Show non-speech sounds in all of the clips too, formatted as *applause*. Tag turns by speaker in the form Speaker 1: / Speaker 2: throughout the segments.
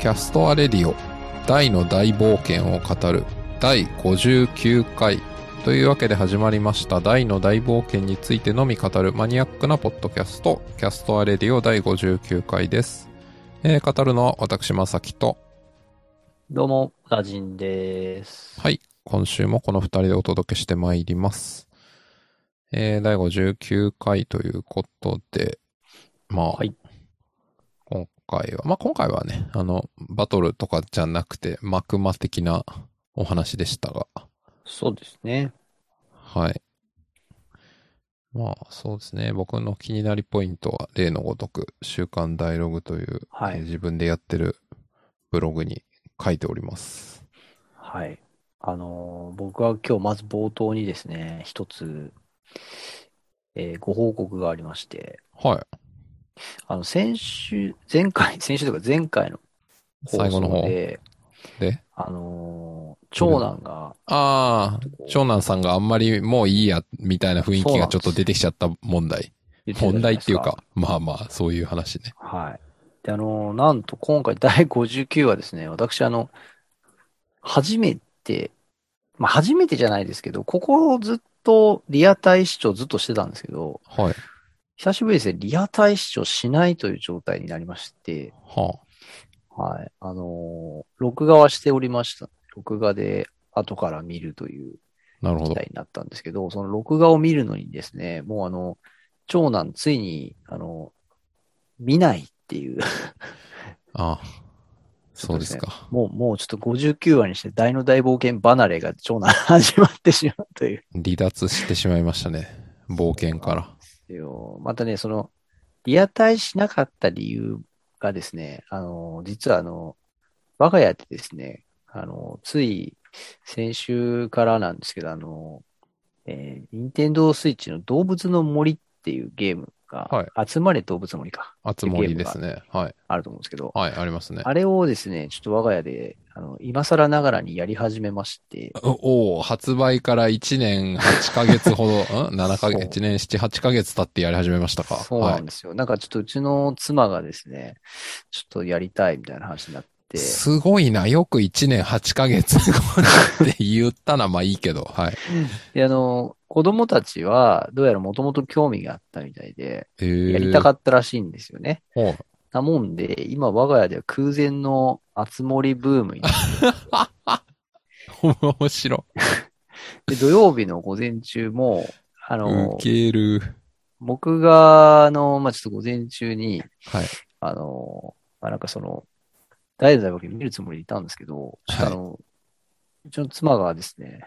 Speaker 1: キャストアレディオ大の大冒険を語る第59回というわけで始まりました大の大冒険についてのみ語るマニアックなポッドキャストキャストアレディオ第59回です、えー語るのは私まさきと
Speaker 2: どうも、ラジンです。
Speaker 1: はい。今週もこの二人でお届けしてまいります。えー、第59回ということで、まあ、
Speaker 2: はい
Speaker 1: 今回は、まあ今回はね、あの、バトルとかじゃなくて、マクマ的なお話でしたが、
Speaker 2: そうですね。
Speaker 1: はい。まあそうですね、僕の気になりポイントは例のごとく、週刊ダイログという、
Speaker 2: は
Speaker 1: えー
Speaker 2: い。
Speaker 1: 自分でやってるブログに書いております。
Speaker 2: はい。あのー僕は今日まず冒頭にですね、一つ、えーご報告がありまして、
Speaker 1: はい。
Speaker 2: あの、先週、前回、 *laughs* 先週というか前回の放
Speaker 1: 最後の
Speaker 2: 送
Speaker 1: 方。
Speaker 2: で、
Speaker 1: で
Speaker 2: あのー長男が、
Speaker 1: ああ、長男さんがあんまりもういいや、みたいな雰囲気がちょっと出てきちゃった問題。
Speaker 2: 言ってたじゃ
Speaker 1: 問
Speaker 2: な
Speaker 1: 題
Speaker 2: で
Speaker 1: っ
Speaker 2: す
Speaker 1: ていうか、まあまあ、そういう話ね。
Speaker 2: はい。で、あのーなんと今回第59話ですね、私、あの、初めて、まあ、初めてじゃないですけど、ここをずっとリアタイ視聴ずっとしてたんですけど、
Speaker 1: はい。
Speaker 2: 久しぶりですね、リアタイ視聴しないという状態になりまして、
Speaker 1: は
Speaker 2: はい。あのー録画はしておりました。録画で後から見るという
Speaker 1: あ、なるほ
Speaker 2: 事
Speaker 1: ど。
Speaker 2: 態になったんですけど、その録画を見るのにですね、もうあの、長男ついに、あの、見ないっていう
Speaker 1: ああ、そうですか。
Speaker 2: もう、もうちょっと59話にして大の大冒険離れが長男始まってしまうという
Speaker 1: 離脱してしまいましたね。冒険から。
Speaker 2: よ。またね、その、リアタイしなかった理由がですね、あの、実はあの、我が家でですね、あの、つい先週からなんですけど、あの、えー、任天堂スイッチの動物の森っていうゲームが、
Speaker 1: はい
Speaker 2: 集まれ動物の森か、
Speaker 1: あつ森ですね。はい。
Speaker 2: あると思うんですけど、
Speaker 1: はい、ありますね。
Speaker 2: あれをですね、ちょっと我が家で、あの、今更ながらにやり始めまして、
Speaker 1: おおう発売から1年8ヶ月ほど、 *laughs* ん ?7 ヶ
Speaker 2: そう
Speaker 1: 月、1年7、8ヶ月経ってやり始めましたか。
Speaker 2: そう
Speaker 1: は
Speaker 2: ないん。ですよ。なんかちょっとうちの妻がですね、ちょっとやりたいみたいな話になって、
Speaker 1: すごいな。よく1年8ヶ月 *laughs* 後って言ったな。まあいいけど。はい。
Speaker 2: で、あの、子供たちはどうやらもともと興味があったみたいで、
Speaker 1: えー
Speaker 2: やりたかったらしいんですよね。
Speaker 1: はい
Speaker 2: なもんで、今我が家では空前の熱盛ブームになって
Speaker 1: 面白。 *laughs*
Speaker 2: で、土曜日の午前中も、あの
Speaker 1: ウ、ケる。
Speaker 2: 僕が、あの、まあ、ちょっと午前中に、
Speaker 1: はい。
Speaker 2: あの、まあ、なんかその、大の大冒険見るつもりでいたんですけど、ちょっとあの、うちの妻がですね、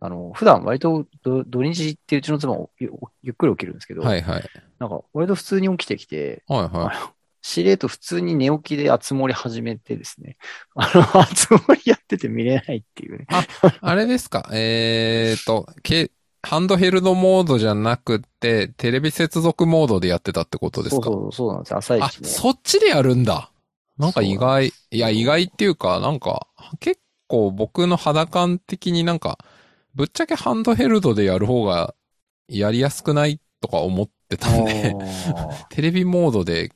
Speaker 2: あの、普段割とど土日ってうちの妻をゆゆっくり起きるんですけど、
Speaker 1: はいはい。
Speaker 2: なんか割と普通に起きてきて、
Speaker 1: はいは
Speaker 2: しれっと普通に寝起きで熱盛始めてですね、あの、熱盛やってて見れないっていうね。
Speaker 1: い。あれですか *laughs* えーと、け、ハンドヘルドモードじゃなくて、テレビ接続モードでやってたってことです
Speaker 2: そう
Speaker 1: か
Speaker 2: そう、そうなんですよ。朝一
Speaker 1: あ、
Speaker 2: ね。
Speaker 1: そっちでやるんだ。なんか意
Speaker 2: そう
Speaker 1: 外。いや、意外っていうか、なんか、結構僕の肌感的になんか、ぶっちゃけハンドヘルドでやる方がやりやすくないとか思ってたんで、
Speaker 2: あー
Speaker 1: *laughs* テレビモードで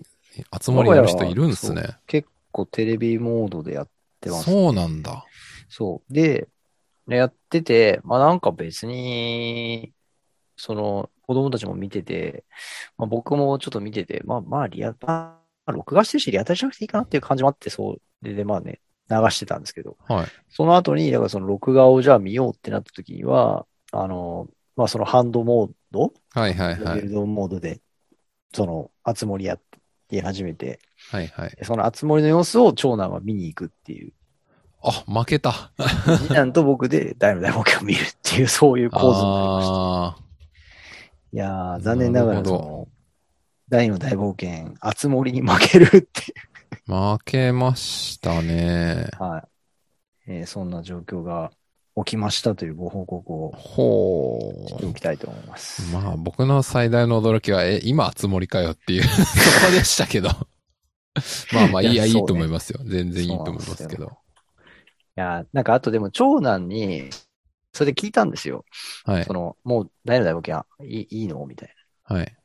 Speaker 1: 集まりやる人いるんですね。
Speaker 2: 結構テレビモードでやってます
Speaker 1: そうなんだ。
Speaker 2: そう。で、ねやってて、まあなんか別に、その、子供たちも見てて、まあ僕もちょっと見てて、まあまあリア、まあ録画してるし、リアタイしなくていいかなっていう感じもあって、そう、で、でまあね、流してたんですけど、
Speaker 1: はい。
Speaker 2: その後に、だからその録画をじゃあ見ようってなった時には、あの、まあそのハンドモード、
Speaker 1: はいはいは
Speaker 2: ビル
Speaker 1: い。
Speaker 2: ドモードで、その、あつ森やって始めて、
Speaker 1: はいはい。
Speaker 2: そのあつ森の様子を長男は見に行くっていう。
Speaker 1: あ、負け
Speaker 2: *laughs*
Speaker 1: た。
Speaker 2: 次男と僕で大の大冒険を見るっていう、そういう構図になりました。
Speaker 1: あ
Speaker 2: いやー、残念なが
Speaker 1: な
Speaker 2: ら
Speaker 1: る
Speaker 2: そ
Speaker 1: ほど
Speaker 2: の、大の大冒険、熱盛に負けるってい
Speaker 1: ー、負けましたね。
Speaker 2: う、 *laughs* はいえーそんな状況が起きましたというご報告を
Speaker 1: ほ
Speaker 2: して
Speaker 1: う
Speaker 2: お。きたいと思います。
Speaker 1: まあ僕の最大の驚きは、え、今つ森かよっていう、 *laughs* そこでした
Speaker 2: *laughs*
Speaker 1: けど。まあまあいい
Speaker 2: いや
Speaker 1: や、いい
Speaker 2: そうね
Speaker 1: と思いますよ。全然いいと思いますけ
Speaker 2: そ
Speaker 1: ど。
Speaker 2: ういやーなんかあとでも長男に、それで聞いたんですよ。
Speaker 1: はい
Speaker 2: そ。の、もう大の大冒険いいいいのみたいな。
Speaker 1: はい。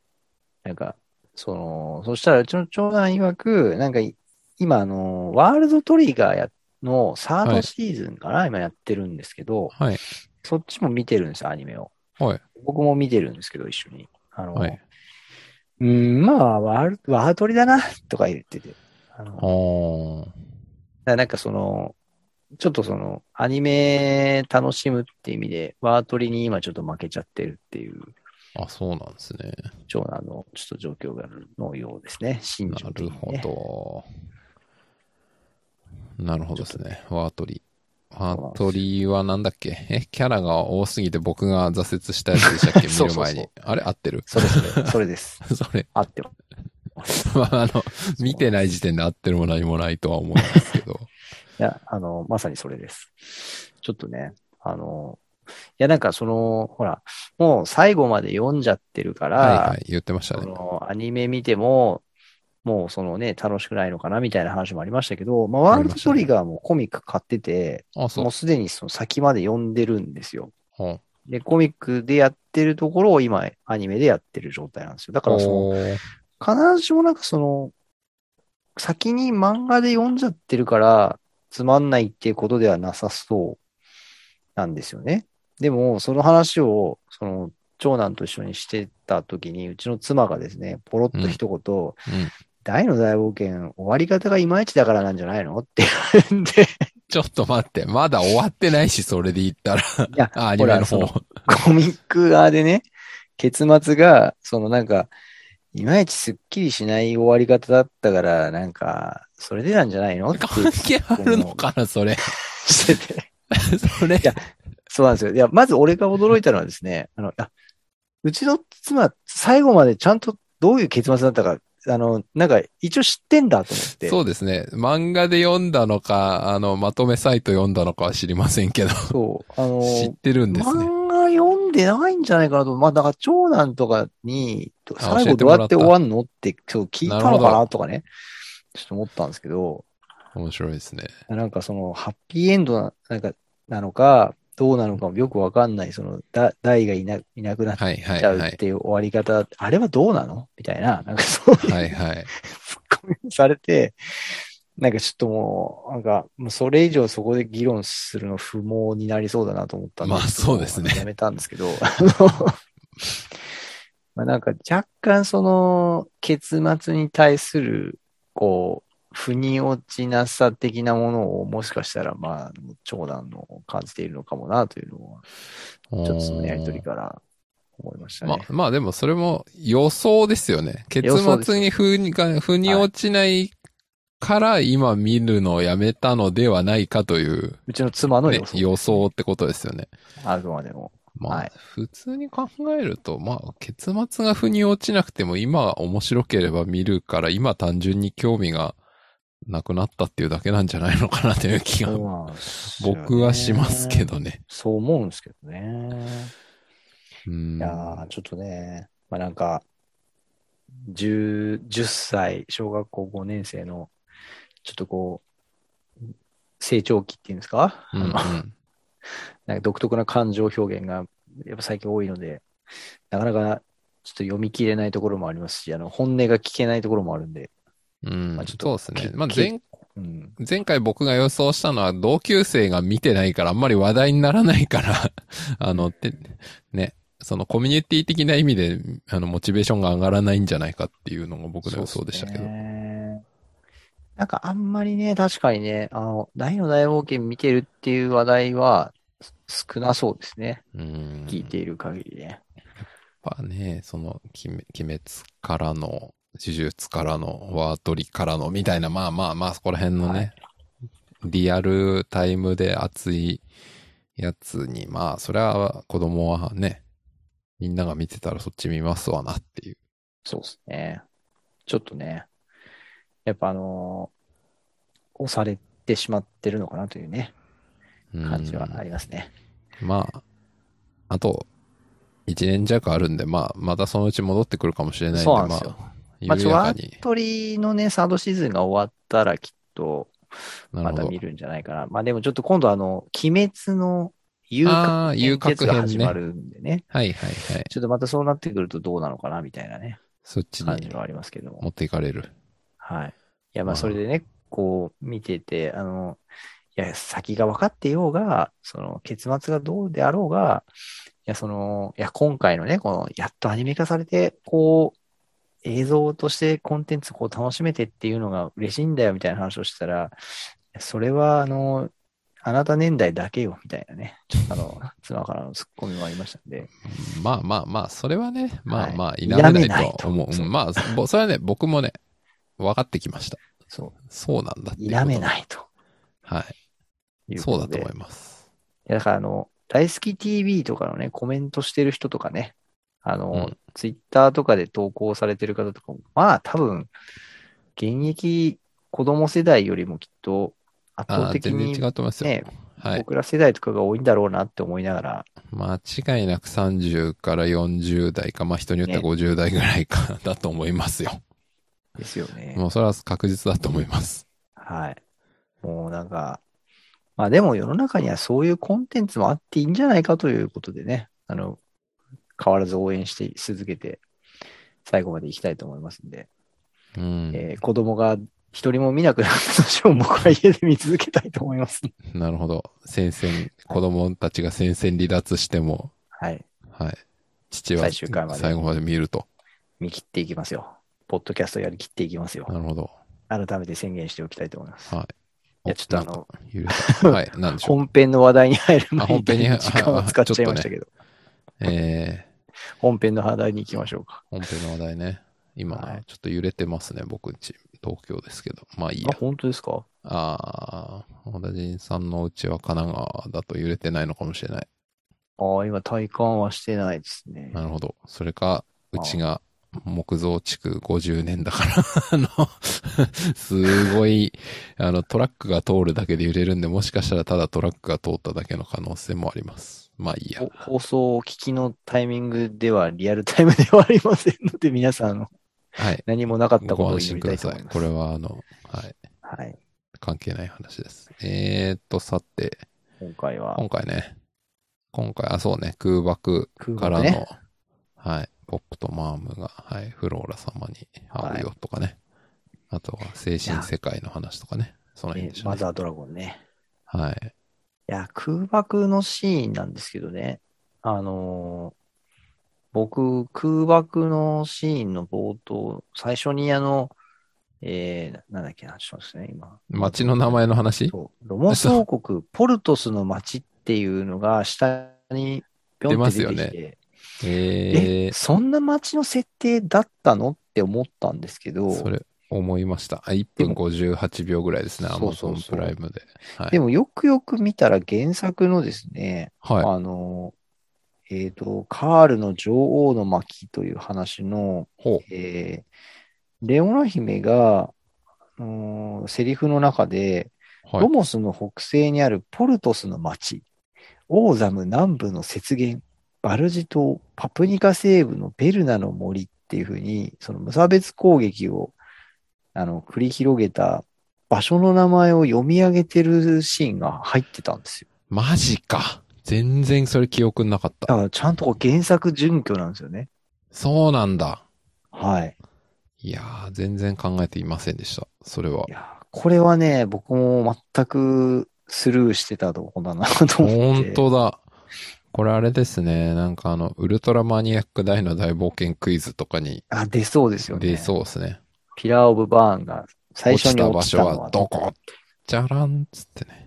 Speaker 2: なんか、その、そしたらうちの長男曰く、なんかい今、あの、ワールドトリガーやのサードシーズンかな、今やってるんですけど、
Speaker 1: はい。
Speaker 2: そっちも見てるんですよ、アニメを。
Speaker 1: はい
Speaker 2: 僕も見てるんですけど、一緒に。あの、
Speaker 1: はい。
Speaker 2: うん、まあ、ワールワートリだな、とか言ってて。あの
Speaker 1: あー。
Speaker 2: だからなんかその、ちょっとその、アニメ楽しむって意味で、ワートリに今ちょっと負けちゃってるっていう、
Speaker 1: あ、そうなんですね。
Speaker 2: 長男のちょっと状況がのようですね。心
Speaker 1: な
Speaker 2: 情的
Speaker 1: る
Speaker 2: にね
Speaker 1: ほど。なるほどですね。ワートリー。ワートリーはなんだっけえ、キャラが多すぎて僕が挫折したやつでしたっけ
Speaker 2: *laughs* そ
Speaker 1: 見る
Speaker 2: うそうそう
Speaker 1: 前に。あれ合ってる
Speaker 2: *laughs* そ
Speaker 1: *laughs*
Speaker 2: れそれ、それです。
Speaker 1: それ、
Speaker 2: あっても。
Speaker 1: まあ、あの、見てない時点で合ってるも何もないとは思うんですけ
Speaker 2: *laughs*
Speaker 1: ど。
Speaker 2: いや、あの、まさにそれです。ちょっとね、あの、いや、なんかその、ほら、もう最後まで読んじゃってるから、
Speaker 1: はいはい、言ってました
Speaker 2: そ
Speaker 1: ね。
Speaker 2: のアニメ見ても、もうそのね、楽しくないのかなみたいな話もありましたけど、まあ、ワールドトリガーもコミック買ってて、
Speaker 1: あ、そう
Speaker 2: もう。すでにその先まで読んでるんですよ。
Speaker 1: うん
Speaker 2: で、コミックでやってるところを今、アニメでやってる状態なんですよ。だからその、
Speaker 1: おー
Speaker 2: 必ずしもなんかその、先に漫画で読んじゃってるから、つまんないっていうことではなさそうなんですよね。でも、その話を、その、長男と一緒にしてた時に、うちの妻がですね、ポロッと一言、
Speaker 1: うん
Speaker 2: 大の大冒険、終わり方がいまいちだからなんじゃないのって言われて、
Speaker 1: ちょっと待って、まだ終わってないし、それで言ったら。
Speaker 2: いや、
Speaker 1: *laughs* あ、アニメの方。
Speaker 2: ほら *laughs* コミック側でね、結末が、そのなんか、いまいちすっきりしない終わり方だったから、なんか、それでなんじゃないのって
Speaker 1: 関係あるのかな、それ。
Speaker 2: してて。 *laughs*
Speaker 1: それ。
Speaker 2: やそうなんですよ。いや、まず俺が驚いたのはですね、あの、あうちの妻、最後までちゃんとどういう結末だったか、あの、なんか、一応知ってんだと思って。
Speaker 1: そうですね。漫画で読んだのか、あの、まとめサイト読んだのかは知りませんけど、
Speaker 2: そう。あの、
Speaker 1: 知ってるんですね。
Speaker 2: 漫画読んでないんじゃないかなと。まあ、だから長男とかに、
Speaker 1: あ
Speaker 2: 最後どうやって終わんのって今日聞いたのか
Speaker 1: なるほ
Speaker 2: なとかね、ちょっと思ったんですけど、
Speaker 1: 面白いですね。
Speaker 2: なんかその、ハッピーエンドななんかなのか、どうなのかもよくわかんない、その、だ大がいないなくなっ
Speaker 1: はいは
Speaker 2: ち
Speaker 1: い
Speaker 2: ゃ
Speaker 1: は
Speaker 2: うっ
Speaker 1: い。
Speaker 2: ていう終わり方、あれはどうなのみたいな、なんかそういう
Speaker 1: はい
Speaker 2: *laughs*
Speaker 1: はい。
Speaker 2: ツッコミをされて、なんかちょっともう、なんか、もうそれ以上そこで議論するの不毛になりそうだなと思ったんで、
Speaker 1: まあそうですね
Speaker 2: やめたんですけど、あのまあなんか若干その結末に対する、こう、腑に落ちなさ的なものをもしかしたら、まあ、長男の感じているのかもなというのを、
Speaker 1: ち
Speaker 2: ちょっとそのやりとりから思いましたね。
Speaker 1: まあ、まあでもそれも予想ですよね。結
Speaker 2: 予想です
Speaker 1: 末に腑にが腑に落ちないから今見るのをやめたのではないかという、
Speaker 2: うちの妻の
Speaker 1: ね
Speaker 2: 予想、
Speaker 1: 予想ってことですよね。
Speaker 2: あくまでも。
Speaker 1: まあ、
Speaker 2: はい
Speaker 1: 普通に考えると、まあ、結末が腑に落ちなくても今面白ければ見るから、今単純に興味がなくなったっていうだけなんじゃないのかなという気が、
Speaker 2: そうなんですよね
Speaker 1: 僕はしますけ。どね。
Speaker 2: そう思うんですけどね。
Speaker 1: う
Speaker 2: い
Speaker 1: ん。
Speaker 2: やー、ちょっとね、まあなんか、10, 10歳、小学校5年生の、ちょっとこう、成長期っていうんですか、
Speaker 1: うんう
Speaker 2: あの
Speaker 1: ん
Speaker 2: なんか独特な感情表現がやっぱ最近多いので、なかなかちょっと読み切れないところもありますし、あの本音が聞けないところもあるんで、
Speaker 1: うん
Speaker 2: まあちょっと
Speaker 1: そうですね。まあ、
Speaker 2: き
Speaker 1: 前
Speaker 2: うん、
Speaker 1: 前回僕が予想したのは同級生が見てないからあんまり話題にならないから、 *laughs* あの、て、ね、そのコミュニティ的な意味で、あの、モチベーションが上がらないんじゃないかっていうのが僕の予想でしたけど。
Speaker 2: そうっすねなんかあんまりね、確かにね、あの、大の大冒険見てるっていう話題はす少なそうですね。
Speaker 1: うん。
Speaker 2: 聞いている限りね。
Speaker 1: やっぱね、その、鬼滅鬼滅からの、呪術からの、ワートリからの、みたいな、まあまあまあ、そこら辺のね、
Speaker 2: はい
Speaker 1: リアルタイムで熱いやつに、まあ、それは子供はね、みんなが見てたらそっち見ますわなっていう。
Speaker 2: そうですね。ちょっとね、やっぱあのー押されてしまってるのかなというね、
Speaker 1: うん
Speaker 2: 感じはありますね。
Speaker 1: まあ、あと、一年弱あるんで、まあ、またそのうち戻ってくるかもしれないんで、
Speaker 2: そうなん
Speaker 1: ま
Speaker 2: ですよ
Speaker 1: あ、
Speaker 2: まあ、ち
Speaker 1: 緩
Speaker 2: ょ
Speaker 1: やか
Speaker 2: ワ
Speaker 1: に
Speaker 2: ー。トリのね、サードシーズンが終わったらきっと、
Speaker 1: な
Speaker 2: ま
Speaker 1: る
Speaker 2: た
Speaker 1: ほ
Speaker 2: 見
Speaker 1: ど。
Speaker 2: るんじゃないかな。まあでもちょっと今度あの、鬼滅の遊
Speaker 1: あー
Speaker 2: 郭
Speaker 1: 遊
Speaker 2: 編
Speaker 1: 郭
Speaker 2: 説が
Speaker 1: 編ね
Speaker 2: 始まるんでね。
Speaker 1: はいはいはい。
Speaker 2: ちょっとまたそうなってくるとどうなのかなみたいなね、
Speaker 1: そっち
Speaker 2: 感じ
Speaker 1: に
Speaker 2: はありますけども。
Speaker 1: 持っていかれる。
Speaker 2: はい。いや、ま
Speaker 1: うん
Speaker 2: あそれでね、こう見てて、あの、いや、先が分かっていようが、その結末がどうであろうが、いや、その、いや、今回のね、この、やっとアニメ化されて、こう、映像としてコンテンツこう楽しめてっていうのが嬉しいんだよみたいな話をしたら、それは、あの、あなた年代だけよみたいなね、ちょっとあの、妻からのツッコミもありましたんで、
Speaker 1: まあまあまあ、それはね、まあまあ、
Speaker 2: はい
Speaker 1: 否め
Speaker 2: 否め
Speaker 1: な
Speaker 2: ないい
Speaker 1: と
Speaker 2: と
Speaker 1: 思う。うんまあ、ぼそれはね、僕もね、分かってきました。
Speaker 2: そ
Speaker 1: そうなんだって
Speaker 2: う、
Speaker 1: いう
Speaker 2: 否
Speaker 1: こと
Speaker 2: めないと
Speaker 1: はいい。
Speaker 2: う
Speaker 1: そ
Speaker 2: こ
Speaker 1: うだ
Speaker 2: と
Speaker 1: と
Speaker 2: で。
Speaker 1: 思います。
Speaker 2: いやだからあの、大好き TV とかのね、コメントしてる人とかね、あの、
Speaker 1: うん
Speaker 2: ツイッターとかで投稿されてる方とかも、まあ多分、現役子供世代よりもきっと圧
Speaker 1: あ
Speaker 2: 倒
Speaker 1: あ、
Speaker 2: 的
Speaker 1: 全然
Speaker 2: に
Speaker 1: 違うと思いますよ。
Speaker 2: ね
Speaker 1: はい。
Speaker 2: 僕ら世代とかが多いんだろうなって思いながら、
Speaker 1: 間違いなく30から40代か、まあ人によっては
Speaker 2: ね
Speaker 1: 50代ぐらいか *laughs* だと思いますよ。
Speaker 2: ですよね。
Speaker 1: もうそれは確実だと思います。
Speaker 2: はい。もうなんか、まあでも世の中にはそういうコンテンツもあっていいんじゃないかということでね、あの、変わらず応援して続けて、最後までいきたいと思いますんで、
Speaker 1: うん。
Speaker 2: えー子供が一人も見なくなった年を僕は家で見続けたいと思います。
Speaker 1: なるほど。戦線、子供たちが戦線離脱しても、
Speaker 2: はい。
Speaker 1: はい。父は
Speaker 2: 最終回まで
Speaker 1: 最後まで見ると。
Speaker 2: 見切っていきますよ。ポッドキャストやりきっていきますよ
Speaker 1: な。るほど。
Speaker 2: 改めて宣言しておきたいと思います。
Speaker 1: はい。
Speaker 2: いや、ちょっとあ
Speaker 1: なんか
Speaker 2: の、
Speaker 1: 揺れた。はい、なんでしょう。
Speaker 2: 本編の話題に入る前
Speaker 1: あ本編に
Speaker 2: に *laughs* 時間を使っちゃいましたけど、
Speaker 1: え
Speaker 2: 本編の話題に行きましょうか。
Speaker 1: ー、本編の話題ね。今、
Speaker 2: はい
Speaker 1: ちょっと揺れてますね、僕んち。東京ですけど。まあいいや
Speaker 2: あ、。本当ですか
Speaker 1: ああ、小田人さんのうちは神奈川だと揺れてないのかもしれない。
Speaker 2: ああ、今体感はしてないですね。
Speaker 1: なるほど。それか、うちが木造築50年だから、あの、 *laughs* すごい、あの、トラックが通るだけで揺れるんで、もしかしたらただトラックが通っただけの可能性もあります。まあいいや
Speaker 2: お。放送をお聞きのタイミングではリアルタイムではありませんので、皆さんあの
Speaker 1: はい。
Speaker 2: 何もなかったこ
Speaker 1: ご
Speaker 2: とを
Speaker 1: 安
Speaker 2: 祈
Speaker 1: 心
Speaker 2: り
Speaker 1: く
Speaker 2: た
Speaker 1: だ
Speaker 2: いと
Speaker 1: さ
Speaker 2: 思い
Speaker 1: い。
Speaker 2: ま
Speaker 1: こ
Speaker 2: す。
Speaker 1: れは、あの、はい。
Speaker 2: はい。
Speaker 1: 関係ない話です。えーっと、さて、
Speaker 2: 今回は
Speaker 1: 今回ね、今回、あ、そうね、空爆
Speaker 2: 空
Speaker 1: か
Speaker 2: 爆
Speaker 1: らの、
Speaker 2: ね。
Speaker 1: はい、僕とマームが、はい、フローラ様に会うよとかね、あとは精神世界の話とかね、その
Speaker 2: え
Speaker 1: 辺でし
Speaker 2: ー
Speaker 1: ょ
Speaker 2: マ
Speaker 1: うね。
Speaker 2: ザードラゴンね。
Speaker 1: はい。
Speaker 2: いや、空爆のシーンなんですけどね。あのー僕、空爆のシーンの冒頭、最初にあの、えー、なんだっけな、ちょっと待ってね、今。
Speaker 1: 街の名前の話
Speaker 2: そうロモス王国、ポルトスの町っていうのが下にぴょんって出て
Speaker 1: 出
Speaker 2: き
Speaker 1: ます
Speaker 2: て、え
Speaker 1: えー、
Speaker 2: そんな町の設定だったのって思ったんですけど、
Speaker 1: それ、思いました。あ、1分
Speaker 2: でも
Speaker 1: 58秒ぐらいですね、ア
Speaker 2: そ
Speaker 1: マ
Speaker 2: う
Speaker 1: ゾ
Speaker 2: そう
Speaker 1: ン
Speaker 2: そ
Speaker 1: プ
Speaker 2: う
Speaker 1: ライムで。はい。
Speaker 2: でもよくよく見たら原作のですね、
Speaker 1: は
Speaker 2: あの、えっ、と、カールの女王の巻という話の、
Speaker 1: い。ほう。
Speaker 2: えーレオナ姫が、うーんセリフの中で、
Speaker 1: はい
Speaker 2: ロ。モスの北西にあるポルトスの町、オーザム南部の雪原、バルジ島、パプニカ西部のベルナの森っていうふうに、その無差別攻撃をあの繰り広げた場所の名前を読み上げてるシーンが入ってたんですよ。
Speaker 1: マジか。全然それ記憶になかっ
Speaker 2: だ
Speaker 1: た。
Speaker 2: からちゃんとこう原作準拠なんですよね。
Speaker 1: そうなんだ。
Speaker 2: はい。
Speaker 1: いやー、全然考えていませんでした。それは
Speaker 2: や。ーこれはね、僕も全くスルーしてたとこだなと思って。
Speaker 1: 本当だ。これあれですね。なんかあの、ウルトラマニアック大の大冒険クイズとかに
Speaker 2: あ、出そうですよね。
Speaker 1: 出そうですね。
Speaker 2: ピラー・オブ・バーンが最初
Speaker 1: 落ち
Speaker 2: に
Speaker 1: た
Speaker 2: 落
Speaker 1: 場
Speaker 2: ち
Speaker 1: 所
Speaker 2: たの
Speaker 1: はどこじゃらんっつってね。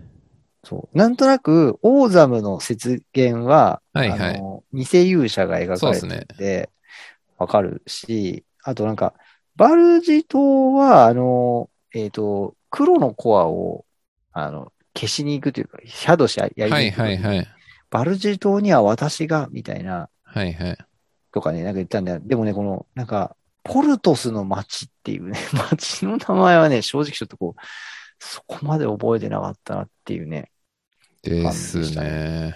Speaker 2: そう。なんとなく、オーザムの雪原は、
Speaker 1: はいはい
Speaker 2: あの、偽勇者が描
Speaker 1: そう
Speaker 2: か
Speaker 1: で
Speaker 2: れ
Speaker 1: す
Speaker 2: て
Speaker 1: ね。
Speaker 2: て、わかるし、あとなんか、バルジ島は、あの、えっ、と、黒のコアを、あの、消しに行くというか、シャドウしややり
Speaker 1: は
Speaker 2: に
Speaker 1: い
Speaker 2: 行く、
Speaker 1: はいはい。
Speaker 2: バルジ島には私が、みたいな、
Speaker 1: はいはい。
Speaker 2: とかね、なんか言ったんだよ。でもね、この、なんか、ポルトスの町っていうね、 *laughs* 町の名前はね、正直ちょっとこう、そこまで覚えてなかったなっていうね。
Speaker 1: ですね。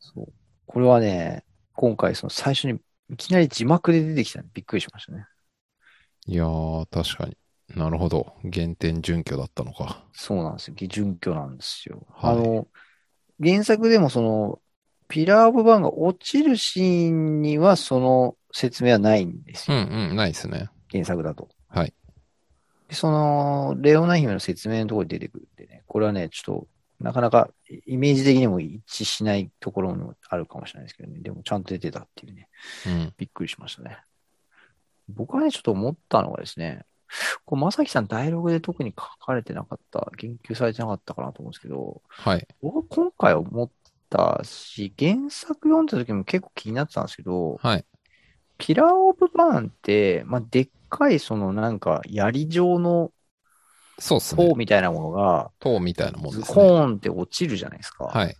Speaker 2: そう。これはね、今回その最初にいきなり字幕で出てきたんでびっくりしましたね。
Speaker 1: いやー、確かに。なるほど。原点準拠だったのか。
Speaker 2: そうなんですよ。準拠なんですよ。
Speaker 1: はい
Speaker 2: あの、原作でもその、ピラー・オブ・バーンが落ちるシーンにはその説明はないんです
Speaker 1: うん
Speaker 2: よ。
Speaker 1: うん、ないですね。
Speaker 2: 原作だと。
Speaker 1: はい。
Speaker 2: でその、レオナ姫の説明のところに出てくるんでね、これはね、ちょっと、なかなかイメージ的にも一致しないところもあるかもしれないですけどね、でもちゃんと出てたっていうね、
Speaker 1: うん。
Speaker 2: びっくりしましたね。僕はね、ちょっと思ったのがですね、こう、まさきさん、ダイアログで特に書かれてなかった、言及されてなかったかなと思うんですけど、
Speaker 1: はい。
Speaker 2: 僕は今回思ったし、原作読んだ時も結構気になってたんですけど、
Speaker 1: はい。
Speaker 2: ピラー・オブ・バーンって、まあ、でっかいそのなんか槍状の
Speaker 1: そうですね
Speaker 2: 塔。みたいなものが、
Speaker 1: 塔みたいなもん
Speaker 2: ズ
Speaker 1: です
Speaker 2: コ
Speaker 1: ね。
Speaker 2: ーンって落ちるじゃないですか。
Speaker 1: はい。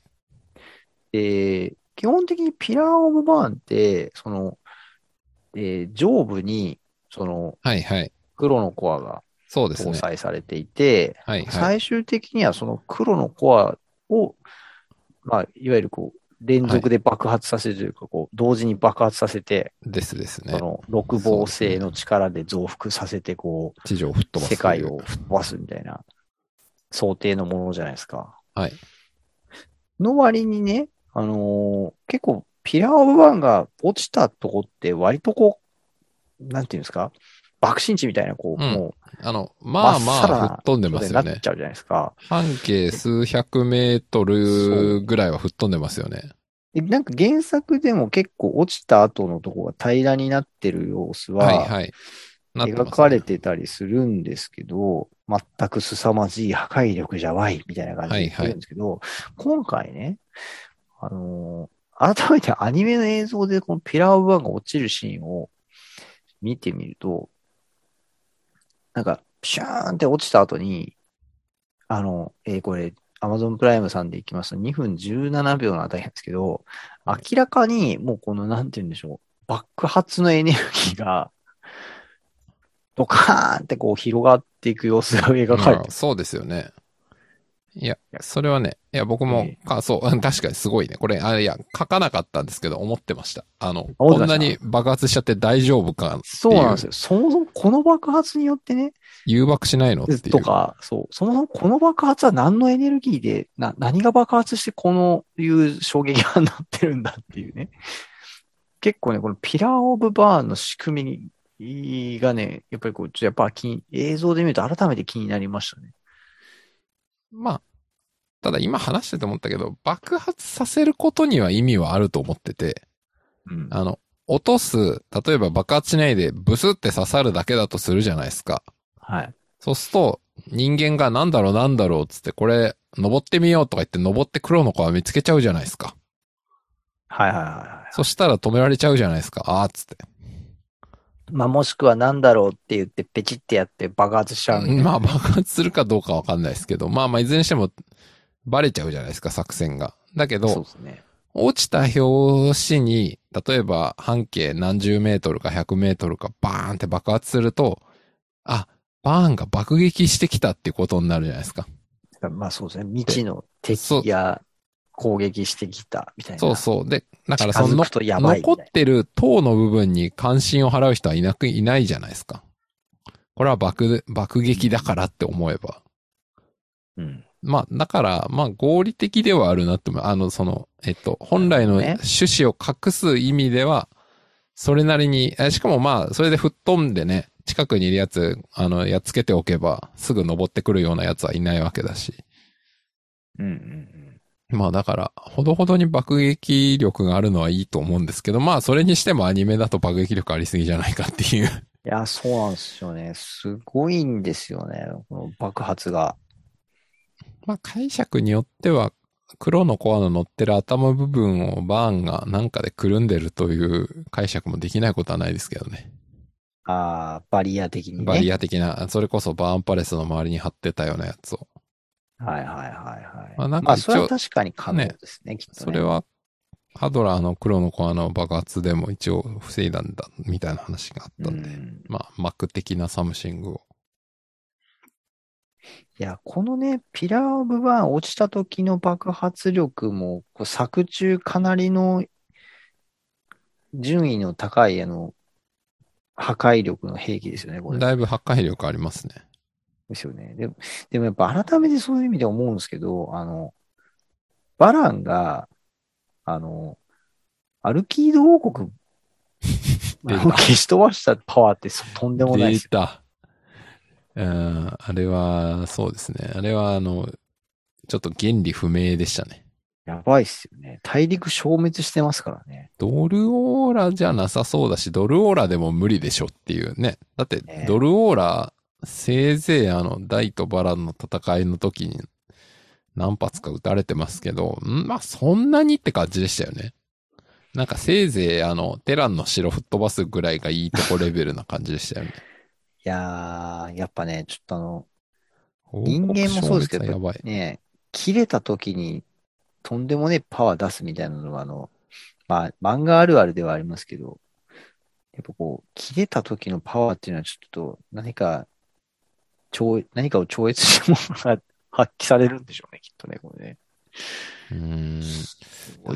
Speaker 2: で、基本的にピラー・オブ・バーンって、その、えー上部に、その、
Speaker 1: はいはい。
Speaker 2: 黒のコアが
Speaker 1: そうです
Speaker 2: 搭
Speaker 1: ね。
Speaker 2: 載されていて、
Speaker 1: はいはい。
Speaker 2: 最終的にはその黒のコアを、まあ、いわゆるこう、連続で爆発させるというか、こう、同時に爆発させて、
Speaker 1: ですですね
Speaker 2: そ。の、六芒星の力で増幅させて、こう、
Speaker 1: 地上を吹っ飛ばす。
Speaker 2: 世界を。吹っ飛ばすみたいな想定のものじゃないですか。
Speaker 1: はい。
Speaker 2: の割にね、あのー結構ピラー・オブ・ワンが落ちたとこって割とこう、なんていうんですか、爆心地みたいな、こう、
Speaker 1: うん
Speaker 2: も
Speaker 1: あの、まあま
Speaker 2: 真っさら
Speaker 1: あ
Speaker 2: な
Speaker 1: 吹っ飛んで
Speaker 2: う、
Speaker 1: ます
Speaker 2: に
Speaker 1: よ
Speaker 2: なっ
Speaker 1: ね
Speaker 2: ち。ゃうじゃないですか。
Speaker 1: 半径数百メートルぐらいは吹っ飛んでますよね。
Speaker 2: でなんか原作でも結構落ちた後のとこが平らになってる様子
Speaker 1: はい
Speaker 2: は、
Speaker 1: はい。なってます
Speaker 2: 描
Speaker 1: ね
Speaker 2: かれてたりするんですけど、全く凄まじい破壊力じゃわい、みたいな感じで言ってるんですけど、今回ね、あのー改めてアニメの映像でこのピラーオブワンが落ちるシーンを見てみると、なんか、ピシャーンって落ちた後に、あの、えーこれ、Amazon プライムさんでいきますと2分17秒のあたりなんですけど、明らかにもうこの、なんて言うんでしょう、爆発のエネルギーが、ドカーンってこう広がっていく様子が描かれて
Speaker 1: うんそうですよね。いや
Speaker 2: いや、
Speaker 1: それはね、いや、僕も
Speaker 2: え、
Speaker 1: か、そう、うん *laughs* 確かにすごいね。これ、あいや、書かなかったんですけど、思ってました。あの、
Speaker 2: 思って
Speaker 1: こん
Speaker 2: まし
Speaker 1: な
Speaker 2: た
Speaker 1: に爆発しちゃって大丈夫か、
Speaker 2: そうなんですよ。そもそもこの爆発によってね、
Speaker 1: 誘爆しないのっていう。
Speaker 2: とか、そう、そもそもこの爆発は何のエネルギーで、な何が爆発してこのいう衝撃がなってるんだっていうね。結構ね、このピラー・オブ・バーンの仕組みがね、やっぱりこう、ちょっとやっぱ気に映像で見ると改めて気になりましたね。
Speaker 1: まあ、ただ今話してて思ったけど、爆発させることには意味はあると思ってて、
Speaker 2: うん。
Speaker 1: あの、落とす、例えば爆発しないでブスって刺さるだけだとするじゃないですか。
Speaker 2: はい。
Speaker 1: そうすると、人間がなんだろうなんだろうっつって、これ、登ってみようとか言って登って黒の子は見つけちゃうじゃないですか。
Speaker 2: はいはいはいは
Speaker 1: そしたら止められちゃうじゃないですか。あーっつって。
Speaker 2: い。まあ、もしくは何だろうって言って、ペチってやって爆発しちゃうみたいな
Speaker 1: まあ爆発するかどうかわかんないですけど、まあまあいずれにしてもバレちゃうじゃないですか、作戦が。だけ
Speaker 2: そう
Speaker 1: ど、
Speaker 2: ですね。
Speaker 1: 落ちた拍子に、例えば半径何十メートルか100メートルかバーンって爆発すると、あ、バーンが爆撃してきたっていうことになるじゃないですか。
Speaker 2: まあそうですね。未知の敵や攻撃してきたみたいな。
Speaker 1: そうそう。で、だから
Speaker 2: 近
Speaker 1: そ
Speaker 2: づ
Speaker 1: の
Speaker 2: く、とやばいみた
Speaker 1: 残
Speaker 2: い
Speaker 1: っ
Speaker 2: な。
Speaker 1: てる塔の部分に関心を払う人はいなく、いないじゃないですか。これは爆、爆撃だからって思えば。
Speaker 2: うん。
Speaker 1: まあ、だから、まあ、合理的ではあるなって思う。あの、その、えっと、本来の
Speaker 2: なるほどね
Speaker 1: 趣旨を隠す意味では、それなりに、えしかもまあ、それで吹っ飛んでね、近くにいるやつ、あの、やっつけておけば、すぐ登ってくるようなやつはいないわけだし。
Speaker 2: うんうんうん。
Speaker 1: まあ、だから、ほどほどに爆撃力があるのはいいと思うんですけど、まあ、それにしてもアニメだと爆撃力ありすぎじゃないかっていう。
Speaker 2: いや、そうなんですよね。すごいんですよね。この爆発が。
Speaker 1: まあ、解釈によっては、黒のコアの乗ってる頭部分をバーンがなんかでくるんでるという解釈もできないことはないですけどね。
Speaker 2: ああ、バリア的にね。
Speaker 1: バリア的な、それこそバーンパレスの周りに貼ってたようなやつを。
Speaker 2: はいはいはいはい。
Speaker 1: ま
Speaker 2: ま
Speaker 1: あ
Speaker 2: あ、
Speaker 1: なんか一応
Speaker 2: それは確かに可能ですね、きっと、ね。
Speaker 1: それは、ハドラーの黒のコアの爆発でも一応防いだんだ、みたいな話があった
Speaker 2: うん
Speaker 1: で。
Speaker 2: ん。
Speaker 1: まあ、幕的なサムシングを。
Speaker 2: いや、このね、ピラー・オブ・バーン落ちた時の爆発力も、こう作中かなりの順位の高い、あの、破壊力の兵器ですよね、これ。
Speaker 1: だいぶ破壊力ありますね。
Speaker 2: ですよね。でも、でもやっぱ改めてそういう意味で思うんですけど、あの、バランが、あの、アルキード王国
Speaker 1: 出た
Speaker 2: を消し飛ばしたパワーってそうとんでもない
Speaker 1: デー
Speaker 2: です。
Speaker 1: タ。うん、あれは、そうですね。あれは、あの、ちょっと原理不明でしたね。
Speaker 2: やばいっすよね。大陸消滅してますからね。
Speaker 1: ドルオーラじゃなさそうだし、ドルオーラでも無理でしょっていうね。だって
Speaker 2: ね、
Speaker 1: ドルオーラ、せいぜいあの、大とバランの戦いの時に何発か撃たれてますけど、んまあ、そんなにって感じでしたよね。なんかせいぜいあの、テランの城吹っ飛ばすぐらいがいいとこレベルな感じでしたよね。
Speaker 2: いやー、やっぱね、ちょっとあの、
Speaker 1: 報告
Speaker 2: 人間もそうですけど、
Speaker 1: 消滅はやばい。
Speaker 2: ね、切れた時にとんでもねえパワー出すみたいなのが、あの、まあ、漫画あるあるではありますけど、やっぱこう、切れた時のパワーっていうのはちょっと何か、超え、何かを超越したものが *laughs* 発揮されるんでしょうね、きっとね、これね。
Speaker 1: うーん。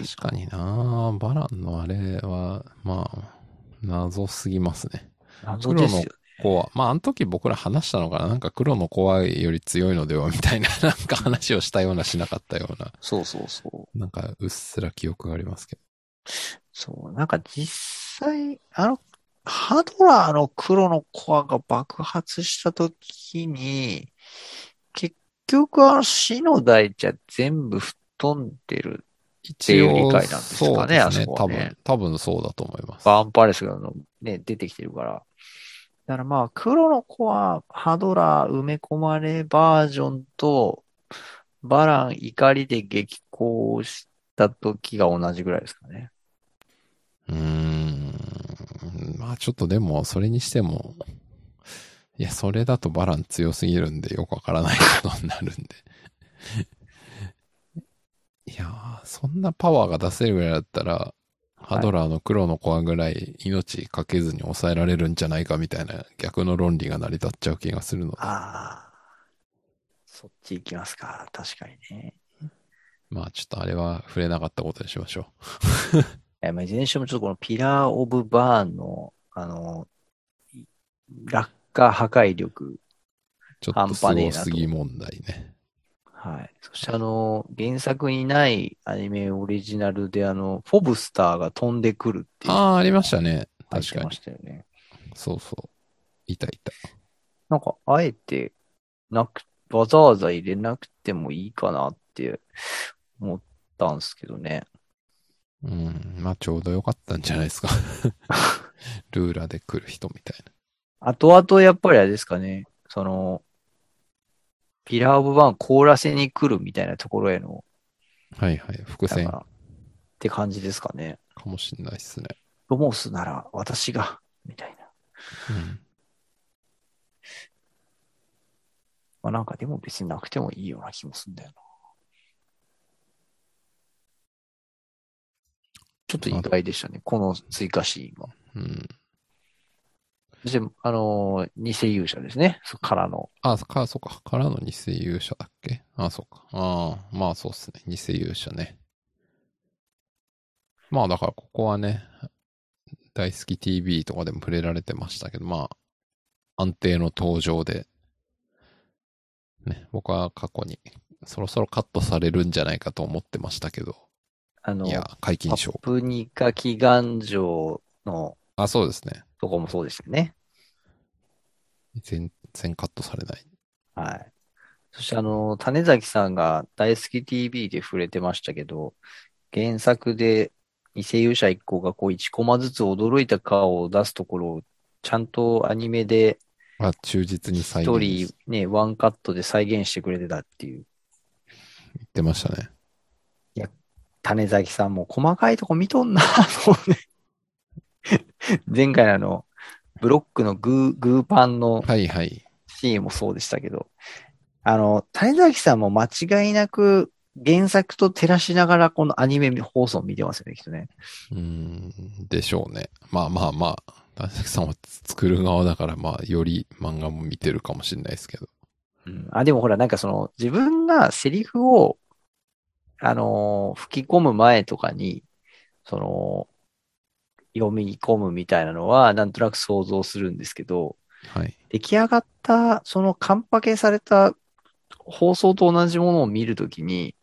Speaker 1: 確かになバランのあれは、まあ、謎すぎますね。
Speaker 2: 謎ですよ。
Speaker 1: コア。まあ、あの時僕ら話したのかななんか黒のコアより強いのではみたいな、 *laughs* なんか話をしたようなしなかったような、
Speaker 2: そうそうそう。
Speaker 1: なんかうっすら記憶がありますけ
Speaker 2: そう、なんか実際、あの、ハドラーの黒のコアが爆発したときに、結局あの死の大じゃ全部吹っ飛んでる。ていう
Speaker 1: ど。
Speaker 2: 理解なんですかね
Speaker 1: そうですね
Speaker 2: あそこ
Speaker 1: 多
Speaker 2: はね
Speaker 1: 分、多分そうだと思います。
Speaker 2: バーンパレスがあの、ね、出てきてるから。だからまあ、黒のコア、ハドラー、埋め込まれバージョンと、バラン怒りで激高した時が同じぐらいですかね。
Speaker 1: うーん。まあちょっとでも、それにしても、いや、それだとバラン強すぎるんで、よくわからないことになるんで。 *laughs* いやー、そんなパワーが出せるぐらいだったら、ハドラーの黒のコアぐらい命かけずに抑えられるんじゃないかみたいな逆の論理が成り立っちゃう気がするので、
Speaker 2: ああ、そっち行きますか。確かにね。
Speaker 1: まあちょっとあれは触れなかったことにしましょ
Speaker 2: えーまあいずれにしてもちょっとこのピラー・オブ・バーンの、あの、い落下破壊力。
Speaker 1: う。ちょっとすごすぎ問題ね。
Speaker 2: はい。そしてあの、原作にないアニメオリジナルであの、フォブスターが飛んでくるっていう
Speaker 1: ああー、ありましたね。
Speaker 2: 入っ
Speaker 1: 確
Speaker 2: て
Speaker 1: か
Speaker 2: ま
Speaker 1: に。
Speaker 2: したよね。
Speaker 1: そうそう。いたいた。
Speaker 2: なんか、あえて、なく、わざわざ入れなくてもいいかなって思ったんですけどね。
Speaker 1: うん、まあちょうどよかったんじゃないですか。ルーラで来る人みたい
Speaker 2: 後々やっぱりあれですかね、その、ピラー・オブ・バーン凍らせに来るみたいなところへの、
Speaker 1: な。はいはい。伏
Speaker 2: なん
Speaker 1: 線
Speaker 2: か、って感じですかね。
Speaker 1: かもしんないですね。
Speaker 2: ロモスなら私が、みたいな。
Speaker 1: うん。
Speaker 2: まあなんかでも別になくてもいいような気もするんだよな。ちょっと意外でしたね、この追加シーンは。
Speaker 1: うん。
Speaker 2: そして、あのー偽勇者ですね、そっからの。
Speaker 1: あ、か、そうか。からの偽勇者だっけあ、そうか。ああ、まあそうっすね。偽勇者ね。まあだからここはね、大好き TV とかでも触れられてましたけど、まあ、安定の登場で、ね、僕は過去にそろそろカットされるんじゃないかと思ってましたけど、
Speaker 2: あの
Speaker 1: い、や、解禁
Speaker 2: パ
Speaker 1: 賞。
Speaker 2: プニカ祈願城の
Speaker 1: あ、そうですね。
Speaker 2: とこもそうですよね。
Speaker 1: 全然カットされない。
Speaker 2: はい。そしてあの、種崎さんが大好き TV で触れてましたけど、原作で偽勇者一行がこう1コマずつ驚いた顔を出すところをちゃんとアニメで
Speaker 1: あ、忠実に再
Speaker 2: 一
Speaker 1: 現
Speaker 2: 人
Speaker 1: し
Speaker 2: ね、ワンカットで再現してくれてたっていう。
Speaker 1: てましたね。
Speaker 2: 種崎さんも細かいとこ見とんな、とね。前回のあの、ブロックのグー、グーパンの
Speaker 1: はいはい。
Speaker 2: シーンもそうでしたけど、あの、谷崎さんも間違いなく原作と照らしながらこのアニメ放送を見てますよね、きっとね。
Speaker 1: うーん、でしょうね。まあまあまあ、大崎さんは作る側だから、まあ、より漫画も見てるかもしれないですけど。
Speaker 2: うん、あ、でもほら、なんかその自分がセリフを、あのー吹き込む前とかに、その、読み込むみたいなのは、なんとなく想像するんですけど、
Speaker 1: はい。
Speaker 2: 出来上がった、そのカンパケされた放送と同じものを見るときに、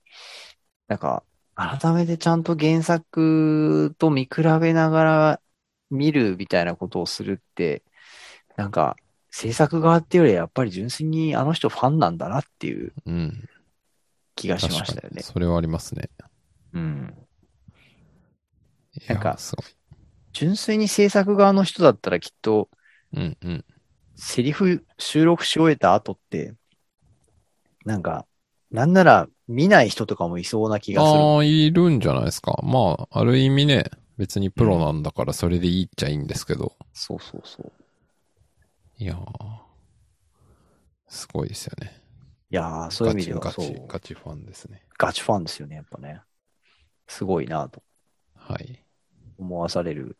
Speaker 2: なんか、改めてちゃんと原作と見比べながら見るみたいなことをするって、なんか、制作側っていうよりはやっぱり純粋にあの人ファンなんだなっていう
Speaker 1: うん。
Speaker 2: 気がしまし
Speaker 1: 確
Speaker 2: た
Speaker 1: か
Speaker 2: よ
Speaker 1: に。
Speaker 2: ね。
Speaker 1: それはありますね。
Speaker 2: うん。
Speaker 1: いや
Speaker 2: なんか
Speaker 1: すごい。
Speaker 2: 純粋に制作側の人だったらきっと、
Speaker 1: うんうん。
Speaker 2: セリフ収録し終えた後って、なんか、なんなら見ない人とかもいそうな気がする。
Speaker 1: ああ、いるんじゃないですか。まあ、ある意味ね、別にプロなんだからそれでいいっちゃいいんですけど。
Speaker 2: そうそうそう。
Speaker 1: いやー、すごいですよね。
Speaker 2: いやー、そうい
Speaker 1: ガ
Speaker 2: う意味
Speaker 1: チ、
Speaker 2: では
Speaker 1: ガ
Speaker 2: そうガ
Speaker 1: チ
Speaker 2: チ、
Speaker 1: ガチファンですね。
Speaker 2: ファンですよね、やっぱね。すごいなと
Speaker 1: はい。
Speaker 2: 思わされる。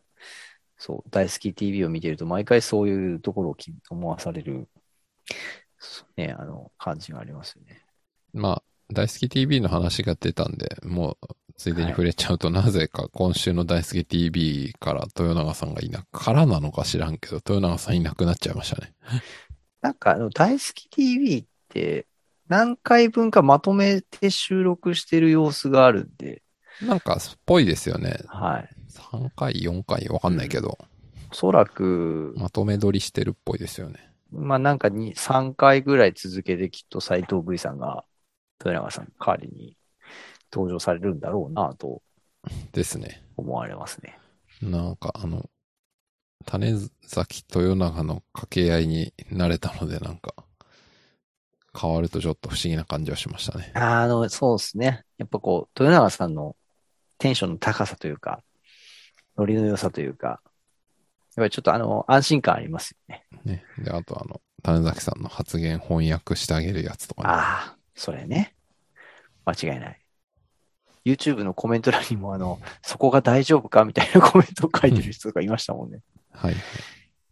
Speaker 2: そう、大好き TV を見てると毎回そういうところをき思わされる、そうね、あの、感じがありますよね。
Speaker 1: まあ、大好き TV の話が出たんで、もう、ついでに触れちゃうと、なぜか今週の大好き TV から豊永さんがいな、からなのか知らんけど、豊永さんいなくなっちゃいましたね。
Speaker 2: なんか、あの、大好き TV って何回分かまとめて収録してる様子があるんで、
Speaker 1: なんか、っぽいですよね。
Speaker 2: はい。
Speaker 1: 3回、4回、わかんないけど、
Speaker 2: おそらく、
Speaker 1: まとめ撮りしてるっぽいですよね。
Speaker 2: まあなんかに3回ぐらい続けてきっと斎藤 V さんが豊永さんの代わりに登場されるんだろうなと
Speaker 1: ですね。
Speaker 2: 思われますね。
Speaker 1: なんか、あの、種崎豊永の掛け合いに慣れたので、なんか、変わるとちょっと不思議な感じはしましたね。
Speaker 2: あの、そうですね。やっぱこう、豊永さんのテンションの高さというか、ノリの良さというか、やっぱりちょっとあの、安心感ありますよね。
Speaker 1: ね。で、あとあの、種崎さんの発言翻訳してあげるやつとかね。
Speaker 2: ああ、それね。間違いない。YouTube のコメント欄にもあの、そこが大丈夫かみたいなコメントを書いてる人とかいましたもんね。
Speaker 1: はい。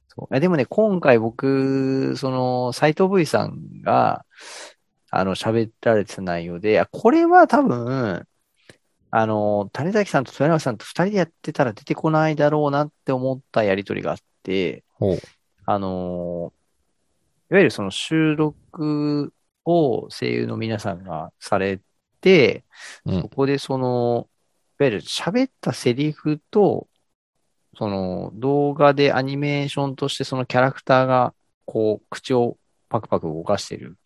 Speaker 2: そう。えでもね、今回僕、その、斎藤 V さんが、あの、喋られてた内容で、あこれは多分、あの、種崎さんと豊永さんと二人でやってたら出てこないだろうなって思ったやりとりがあって、
Speaker 1: ほう。
Speaker 2: あの、いわゆるその収録を声優の皆さんがされて、
Speaker 1: うん
Speaker 2: そこでその、いわゆる喋ったセリフと、その動画でアニメーションとしてそのキャラクターがこう口をパクパク動かしてる、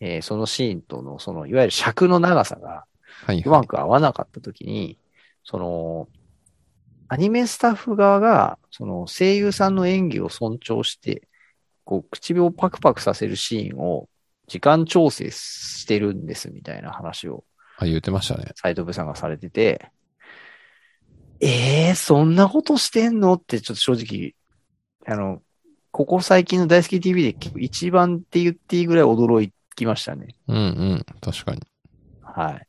Speaker 2: えーそのシーンとのそのいわゆる尺の長さが
Speaker 1: はい、
Speaker 2: う
Speaker 1: は
Speaker 2: ま
Speaker 1: い。
Speaker 2: く合わなかったときに、その、アニメスタッフ側が、その声優さんの演技を尊重して、こう、唇をパクパクさせるシーンを時間調整してるんですみたいな話を
Speaker 1: あ、言ってましたね。
Speaker 2: 斉藤部さんがされてて、えー、そんなことしてんのってちょっと正直、あの、ここ最近の大好き TV で結構一番って言っていいぐらい驚きましたね。
Speaker 1: うんうん。確かに。
Speaker 2: はい。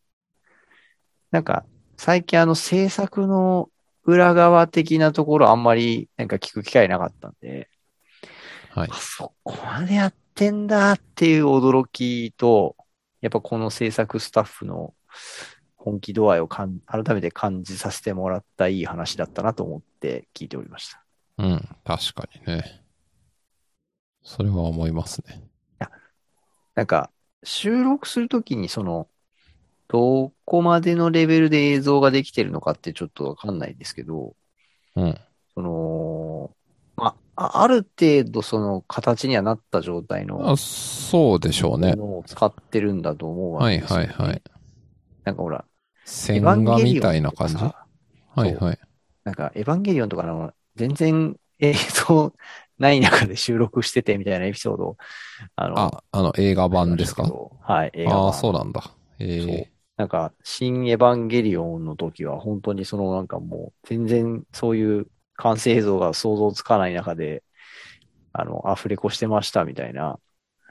Speaker 2: なんか、最近あの制作の裏側的なところあんまりなんか聞く機会なかったんで、
Speaker 1: はい
Speaker 2: あ。そこまでやってんだっていう驚きと、やっぱこの制作スタッフの本気度合いをかん改めて感じさせてもらったいい話だったなと思って聞いておりました。
Speaker 1: うん。確かにね。それは思いますね。
Speaker 2: なんか、収録するときにその、どこまでのレベルで映像ができてるのかってちょっとわかんないですけど、
Speaker 1: うん。
Speaker 2: その、まあ、あある程度その形にはなった状態の
Speaker 1: あ、そうでしょう
Speaker 2: も
Speaker 1: ね。
Speaker 2: のを使ってるんだと思うわ
Speaker 1: は
Speaker 2: け
Speaker 1: い
Speaker 2: ですよ
Speaker 1: はい
Speaker 2: ね。
Speaker 1: はい。
Speaker 2: なんかほら、エ
Speaker 1: 線
Speaker 2: ヴァン
Speaker 1: 画
Speaker 2: ゲリオン
Speaker 1: みたいな感じ。
Speaker 2: とか
Speaker 1: は
Speaker 2: さ
Speaker 1: いはい。
Speaker 2: なんかエヴァンゲリオンとかの全然映像ない中で収録しててみたいなエピソードあの、
Speaker 1: あ、あの映画版ですか
Speaker 2: ありましたけどはい、映画版。
Speaker 1: ああ、そうなんだ。
Speaker 2: そう
Speaker 1: え
Speaker 2: なんか、新エヴァンゲリオンの時は、本当にそのなんかもう、全然そういう完成映像が想像つかない中で、あの、アフレコしてましたみたいな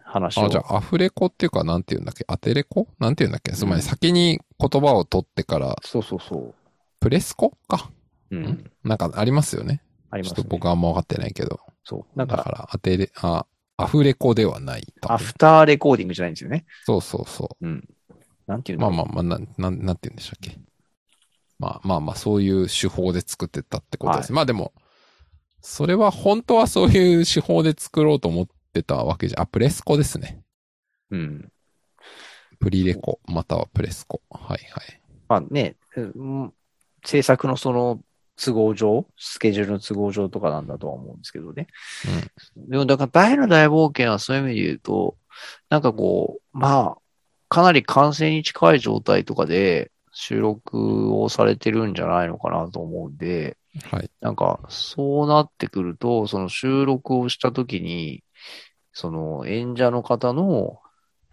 Speaker 2: 話
Speaker 1: え
Speaker 2: を。
Speaker 1: あ、じゃあ、アフレコっていうか、なんて言うんだっけアテレコなんて言うんだっけつま
Speaker 2: うん
Speaker 1: り先に言葉を取ってから、
Speaker 2: そうそうそう。
Speaker 1: プレスコか。
Speaker 2: うん。
Speaker 1: んなんかありますよね。
Speaker 2: ありま
Speaker 1: ちょ
Speaker 2: す
Speaker 1: っと
Speaker 2: ね。
Speaker 1: 僕はあんま分かってないけど。
Speaker 2: そう。なん
Speaker 1: だ
Speaker 2: か、
Speaker 1: から、アテレ、あ、アフレコではない。多分
Speaker 2: アフターレコーディングじゃないんですよね。
Speaker 1: そうそうそ。
Speaker 2: うん。なんていうう
Speaker 1: ま
Speaker 2: の
Speaker 1: あまあまあ、なん、なん、なんて言うんでしたっけ。まあまあまあ、そういう手法で作ってったってことです。
Speaker 2: は
Speaker 1: まあでも、それは本当はそういう手法で作ろうと思ってたわけじゃ、あ、プレスコですね。
Speaker 2: うん。
Speaker 1: プリレコ、またはプレスコ。はいはい。
Speaker 2: まあね、うん制作のその都合上、スケジュールの都合上とかなんだとは思うんですけどね。でも、だから大の大冒険はそういう意味で言うと、なんかこう、まあ、かなり完成に近い状態とかで収録をされてるんじゃないのかなと思うんで、
Speaker 1: はい。
Speaker 2: なんか、そうなってくると、その収録をしたときに、その演者の方の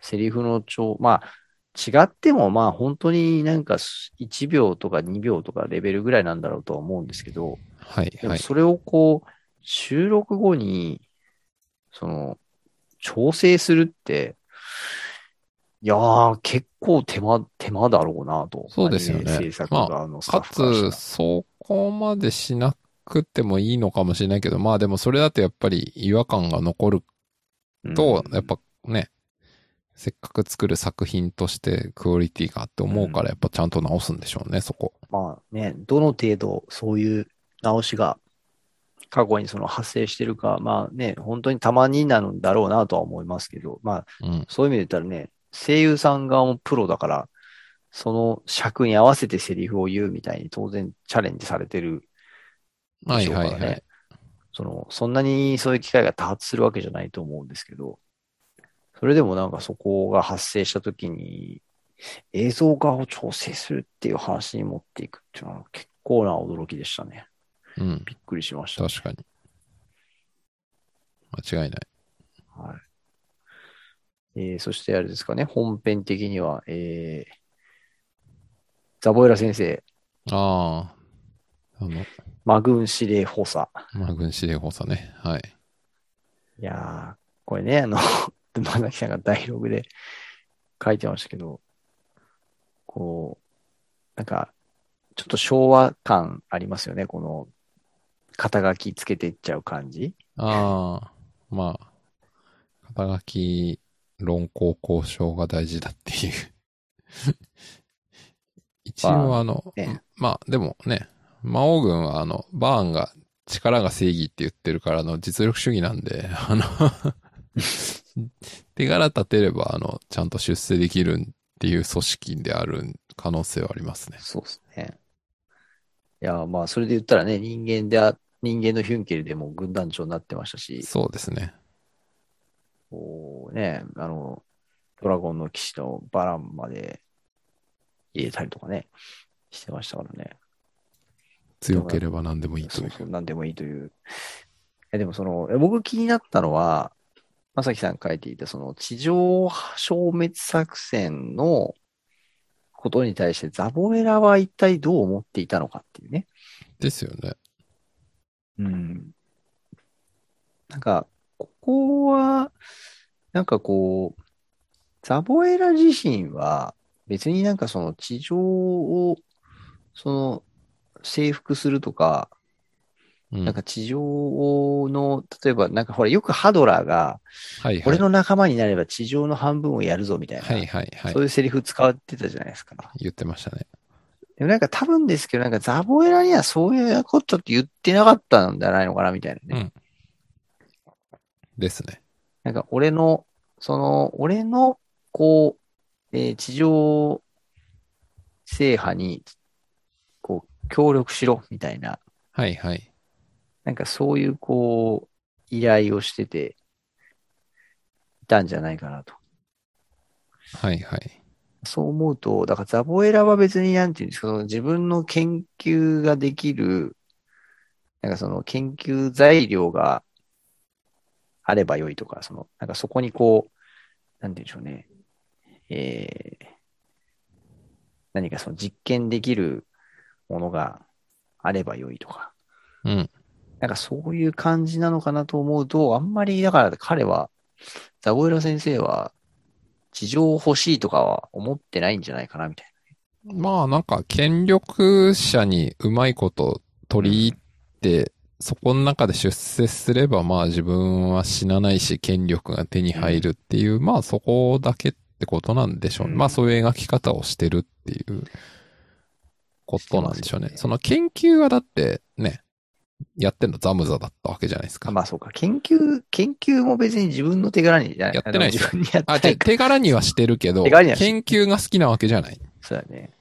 Speaker 2: セリフの調、まあ、違っても、まあ、本当になんか1秒とか2秒とかレベルぐらいなんだろうとは思うんですけど、
Speaker 1: はい。
Speaker 2: で
Speaker 1: は
Speaker 2: も
Speaker 1: い。
Speaker 2: それをこう、収録後に、その、調整するって、いやー、結構手間、手間だろうなと。
Speaker 1: そうですよね
Speaker 2: アニメ制作
Speaker 1: まあ
Speaker 2: 側のスタッ
Speaker 1: か
Speaker 2: フらしたら
Speaker 1: つ、そこまでしなくてもいいのかもしれないけど、まあでもそれだとやっぱり違和感が残ると、
Speaker 2: うん
Speaker 1: やっぱね、せっかく作る作品としてクオリティがあって思うから、やっぱちゃんと直すんでしょうね、そこ。
Speaker 2: まあね、どの程度そういう直しが過去にその発生してるか、まあね、本当にたまになるんだろうなとは思いますけど、まあ
Speaker 1: うん。
Speaker 2: そういう意味で言ったらね、声優さん側もプロだから、その尺に合わせてセリフを言うみたいに当然チャレンジされてる
Speaker 1: は
Speaker 2: で
Speaker 1: い
Speaker 2: しょうか
Speaker 1: は
Speaker 2: ら
Speaker 1: い
Speaker 2: ね。
Speaker 1: はい。
Speaker 2: その、そんなにそういう機会が多発するわけじゃないと思うんですけど、それでもなんかそこが発生したときに、映像化を調整するっていう話に持っていくっていうのは結構な驚きでしたね。
Speaker 1: うん。
Speaker 2: びっくりしました。
Speaker 1: 確かに。間違いない。
Speaker 2: はい。えーそしてあれですかね、本編的には、えー、ザボエラ先生、
Speaker 1: ああ。あの、
Speaker 2: マグン司令補佐。
Speaker 1: まあ、軍司令補佐ね。はい。
Speaker 2: いやー、これね、あの、 *laughs* 沼崎さんがダイログで書いてましたけど、こう、なんか、ちょっと昭和感ありますよね、この、肩書きつけていっちゃう感じ。
Speaker 1: ああ。まあ、肩書き、論考交渉が大事だっていう。 *laughs* 一応あの、
Speaker 2: ね
Speaker 1: まあでもね、魔王軍はあの、バーンが力が正義って言ってるからあの実力主義なんで、あの *laughs* 手柄立てればあの、ちゃんと出世できるっていう組織である可能性はありますね。
Speaker 2: そうですね。いやー、まあ、それで言ったらね、人間であ、人間のヒュンケルでも軍団長になってましたし、
Speaker 1: そうですね。
Speaker 2: こうね、あの、ドラゴンの騎士のバランまで入れたりとかね、してましたからね。
Speaker 1: 強ければ何でもいいと
Speaker 2: そ
Speaker 1: いうう。
Speaker 2: そう、なんでもいいという。いやでもその、え僕気になったのは、まさきさん書いていた、その地上消滅作戦のことに対してザボエラは一体どう思っていたのかっていうね。
Speaker 1: ですよね。
Speaker 2: うん。なんか、ここは、なんかこう、ザボエラ自身は別になんかその地上を、その、征服するとか、
Speaker 1: うん。
Speaker 2: なんか地上の、例えばなんかほらよくハドラーが、
Speaker 1: はいはい。
Speaker 2: 俺の仲間になれば地上の半分をやるぞみたいな、
Speaker 1: はいはいはい
Speaker 2: そう。いうセリフ使ってたじゃないですか。
Speaker 1: 言ってましたね。
Speaker 2: でもなんか多分ですけど、なんかザボエラにはそういうことって言ってなかったんじゃないのかなみたいなね。
Speaker 1: うんですね。
Speaker 2: なんか俺の、その、俺の、こう、えー地上制覇に、こう、協力しろみたいな
Speaker 1: はいはい。
Speaker 2: なんかそういうこう、依頼をしてて、いたんじゃないかなと。
Speaker 1: はいはい。
Speaker 2: そう思うと、だからザボエラは別になんていうんですか、その自分の研究ができる、なんかその研究材料があればよいとか、その、なんかそこにこう、なんていうんでしょうね、えー、何かその実験できるものがあればよいとか、
Speaker 1: うん。
Speaker 2: なんかそういう感じなのかなと思うと、あんまり、だから彼は、ザゴエラ先生は、地上欲しいとかは思ってないんじゃないかな、みたい
Speaker 1: まあなんか権力者にうまいこと取り入って、そこの中で出世すればまあ自分は死なないし権力が手に入るっていう、まあそこだけってことなんでしょうね。
Speaker 2: うん
Speaker 1: まあそういう描き方をしてるっていうことなんでしょうね。
Speaker 2: してますよね
Speaker 1: その研究はだってね、やってんのザムザだったわけじゃないです
Speaker 2: な。
Speaker 1: か。
Speaker 2: まあそうか、研究、研究も別に自分の手柄に、や
Speaker 1: やってないでしょ
Speaker 2: 自分にやって
Speaker 1: あ、
Speaker 2: な
Speaker 1: じゃ
Speaker 2: い
Speaker 1: あ
Speaker 2: から。
Speaker 1: 手柄にはしてるけど、
Speaker 2: 手柄にはして
Speaker 1: 研究が好きなわけじゃない。
Speaker 2: そうだね。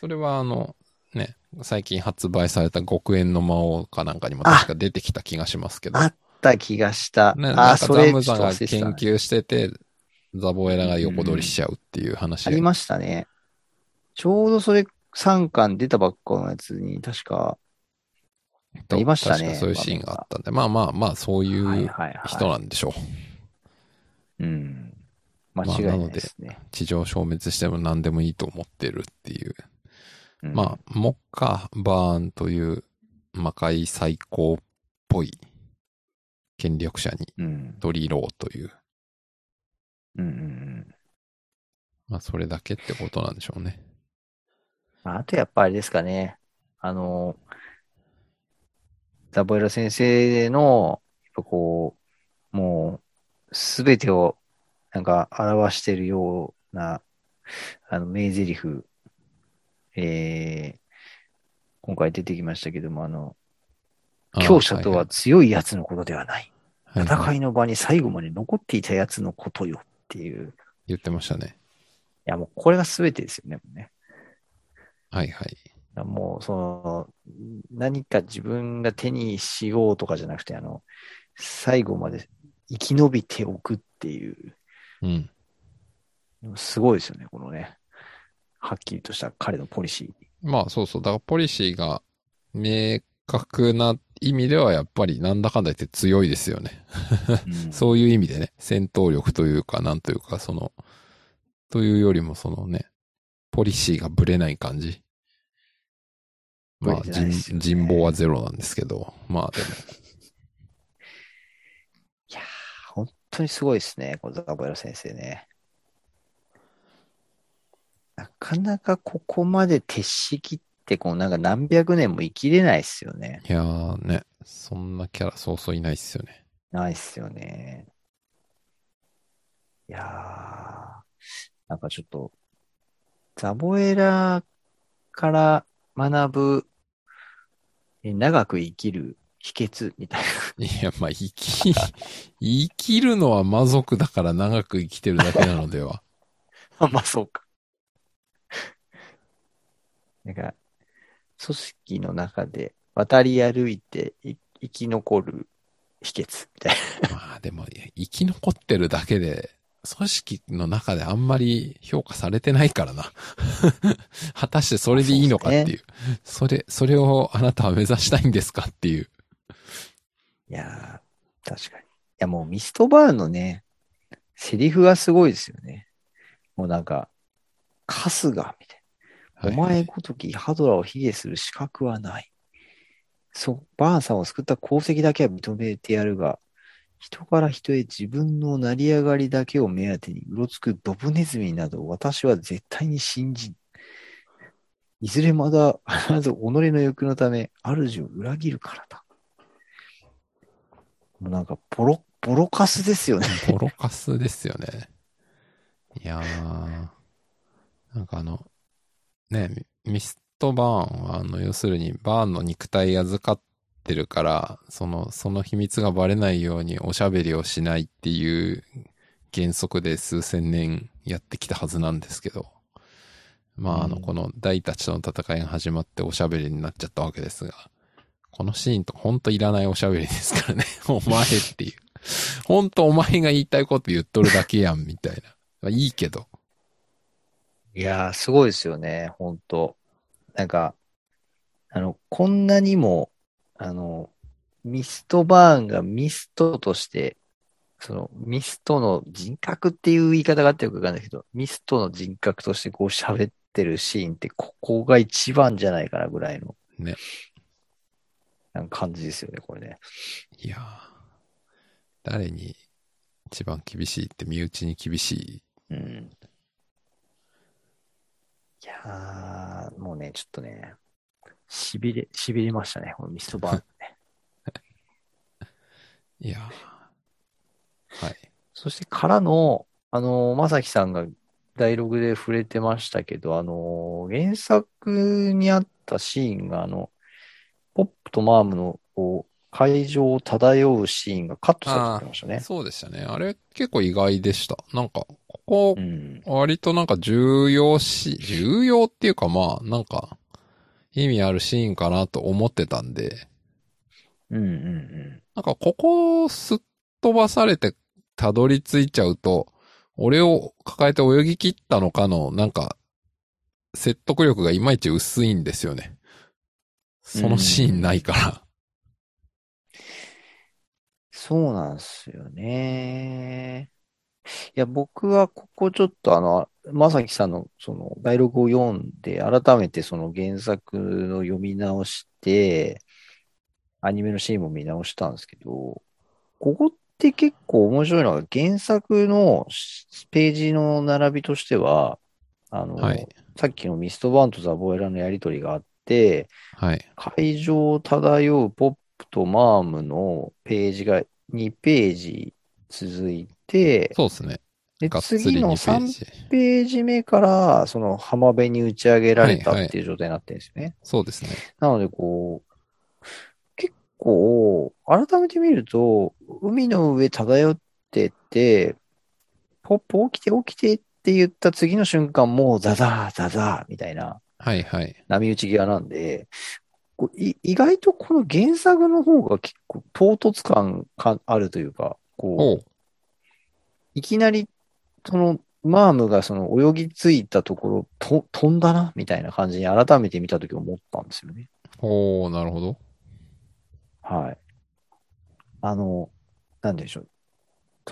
Speaker 1: それはあの、ね、最近発売された極縁の魔王かなんかにも確か出てきた気がしますけど。
Speaker 2: あった気がした。
Speaker 1: ね、
Speaker 2: あ
Speaker 1: なん
Speaker 2: あ、
Speaker 1: か
Speaker 2: そ
Speaker 1: ザ
Speaker 2: れ、
Speaker 1: ム
Speaker 2: ち
Speaker 1: ザ
Speaker 2: ょっと
Speaker 1: が
Speaker 2: 忘れて
Speaker 1: 研
Speaker 2: た。
Speaker 1: 究してて、ザボエラが横取りしちゃうっていう話
Speaker 2: あ
Speaker 1: が
Speaker 2: りましたね。ちょうどそれ3巻出たばっかのやつに、確か、
Speaker 1: と
Speaker 2: ありましたね
Speaker 1: 確かそういうシーンがあったんで、まあまあまあ、そうい
Speaker 2: はいうはいはい。
Speaker 1: 人なんでしょう。
Speaker 2: うん。間
Speaker 1: あ
Speaker 2: 違いないですね。
Speaker 1: 地上消滅しても何でもいいと思ってるっていう。
Speaker 2: うん
Speaker 1: まあ、モッカ・バーンという魔界最高っぽい権力者に
Speaker 2: うん。
Speaker 1: 取り入ろうという、
Speaker 2: うんうんうん。
Speaker 1: まあそれだけってことなんでしょうね。
Speaker 2: まああとやっぱあれですかね。あの、ザボエロ先生の、やっぱこう、もう、すべてを、なんか、表してるような、あの、名台詞、えー、今回出てきましたけども、あの、
Speaker 1: あー
Speaker 2: 強者とは強いやつのことではな
Speaker 1: は
Speaker 2: い。
Speaker 1: いはいはい
Speaker 2: 戦いの場に最後まで残っていたやつのことよっていう。い
Speaker 1: 言ってましたね。
Speaker 2: や、もうこれが全てですよね、もうね。
Speaker 1: はいはい。
Speaker 2: もう、その、何か自分が手にしようとかじゃなくて、あの、最後まで生き延びておくっていう、
Speaker 1: うん。
Speaker 2: すごいですよね、このね。はっきりとした彼のポリシー。
Speaker 1: まあそうそう。だからポリシーが明確な意味ではやっぱりなんだかんだ言って強いですよね。そういう意味でね、戦闘力というか、なんというか、その、というよりもそのね、ポリシーがぶれない感じ。まあ、
Speaker 2: ぶれてないですよ
Speaker 1: 人
Speaker 2: ね
Speaker 1: 人望はゼロなんですけど、まあでも、
Speaker 2: いやー本当にすごいですね、このザボエロ先生ね。なかなかここまで徹しきって、こうなんか何百年も生きれないですよね。
Speaker 1: いやーね、そんなキャラそうそういないっすよね。
Speaker 2: ないっすよね。いやー、なんかちょっと、ザボエラから学ぶ、え長く生きる秘訣みたい
Speaker 1: いや、まあ、生き、 *laughs* 生きるのは魔族だから長く生きてるだけなのでは。 *laughs*
Speaker 2: な。 *laughs* まあそうか。なんか、組織の中で渡り歩いてい生き残る秘訣みたいな。
Speaker 1: まあでも、いや生き残ってるだけで、組織の中であんまり評価されてないからな。 *laughs* 果たしてそれでいいのかっていう。それ、それをあなたは目指したいんですかっていう。
Speaker 2: いやー、確かに。いや、もうミストバーンのね、セリフがすごいですよね。もうなんか、カスが、みたいな。お前ごときハドラーを卑下する資格はない。そう、バーンさんを救った功績だけは認めてやるが、人から人へ自分の成り上がりだけを目当てにうろつくドブネズミなど私は絶対に信じん。いずれまだ必ず己の欲のため主を裏切るからだ。もうなんかボロ、ボロカスですよね。
Speaker 1: ボロカスですよね。いやー。なんかあの、ね、ミミストバーンは、あの、要するに、バーンの肉体預かってるから、その、その秘密がバレないようにおしゃべりをしないっていう原則で数千年やってきたはずなんですけど、まあ、あの、
Speaker 2: うん
Speaker 1: この大たちとの戦いが始まっておしゃべりになっちゃったわけですが、このシーンとほんといらないおしゃべりですからね。 *laughs* お前っていう。ほんとお前が言いたいこと言っとるだけやん、みたいな。まあ、いいけど。
Speaker 2: いやー、すごいですよね、本当なんか、あの、こんなにも、あの、ミストバーンがミストとして、その、ミストの人格っていう言い方があってよくわかんないけど、ミストの人格としてこう喋ってるシーンって、ここが一番じゃないかなぐらいの、
Speaker 1: ね。
Speaker 2: なんか感じですよね、これね。
Speaker 1: いやー誰に一番厳しいって身内に厳し
Speaker 2: うん。いやー、もうね、ちょっとね、痺れ、痺れましたね、このミストバーン。
Speaker 1: い。いやーはい。
Speaker 2: そしてからの、あの、まさきさんがダイログで触れてましたけど、あの、原作にあったシーンが、あの、ポップとマームのこう会場を漂うシーンがカットされてましたね。
Speaker 1: そうでしたね。あれ結構意外でした。なんか、ここ
Speaker 2: う、ん。
Speaker 1: 割となんか重要し、重要っていうかまあ、なんか、意味あるシーンかなと思ってたんで、
Speaker 2: うんうんう
Speaker 1: なんかここをすっ飛ばされてたどり着いちゃうと、俺を抱えて泳ぎ切ったのかの、なんか、説得力がいまいち薄いんですよね。そのシーンないから。
Speaker 2: そうなんすよね。いや、僕はここちょっとあの、まさきさんのその第録を読んで、改めてその原作の読み直して、アニメのシーンも見直したんですけど、ここって結構面白いのが、原作のページの並びとしては、あの、
Speaker 1: はい
Speaker 2: さっきのミストバーンとザボエラのやりとりがあって、
Speaker 1: はい。
Speaker 2: 会場を漂うポップとマームのページが2ページ続いて、
Speaker 1: そうですね。
Speaker 2: で
Speaker 1: がっつり
Speaker 2: 次の
Speaker 1: 2ペー
Speaker 2: 3
Speaker 1: ジ。
Speaker 2: ページ目から、その浜辺に打ち上げられた
Speaker 1: はいはい
Speaker 2: っていう状態になってるんですよね。
Speaker 1: そうですね。
Speaker 2: なので、こう、結構、改めて見ると、海の上漂ってて、ポップ起きて起きてって言った次の瞬間、もうザザーザザーみたいな。
Speaker 1: はいはい。
Speaker 2: 波打ち際なんで、こうい意外とこの原作の方が結構唐突感かあるというか、こう、
Speaker 1: おう
Speaker 2: いきなり、その、マームがその泳ぎついたところ、と飛んだな、みたいな感じに改めて見たとき思ったんですよね。
Speaker 1: おうなるほど。
Speaker 2: はい。あの、なんでしょう。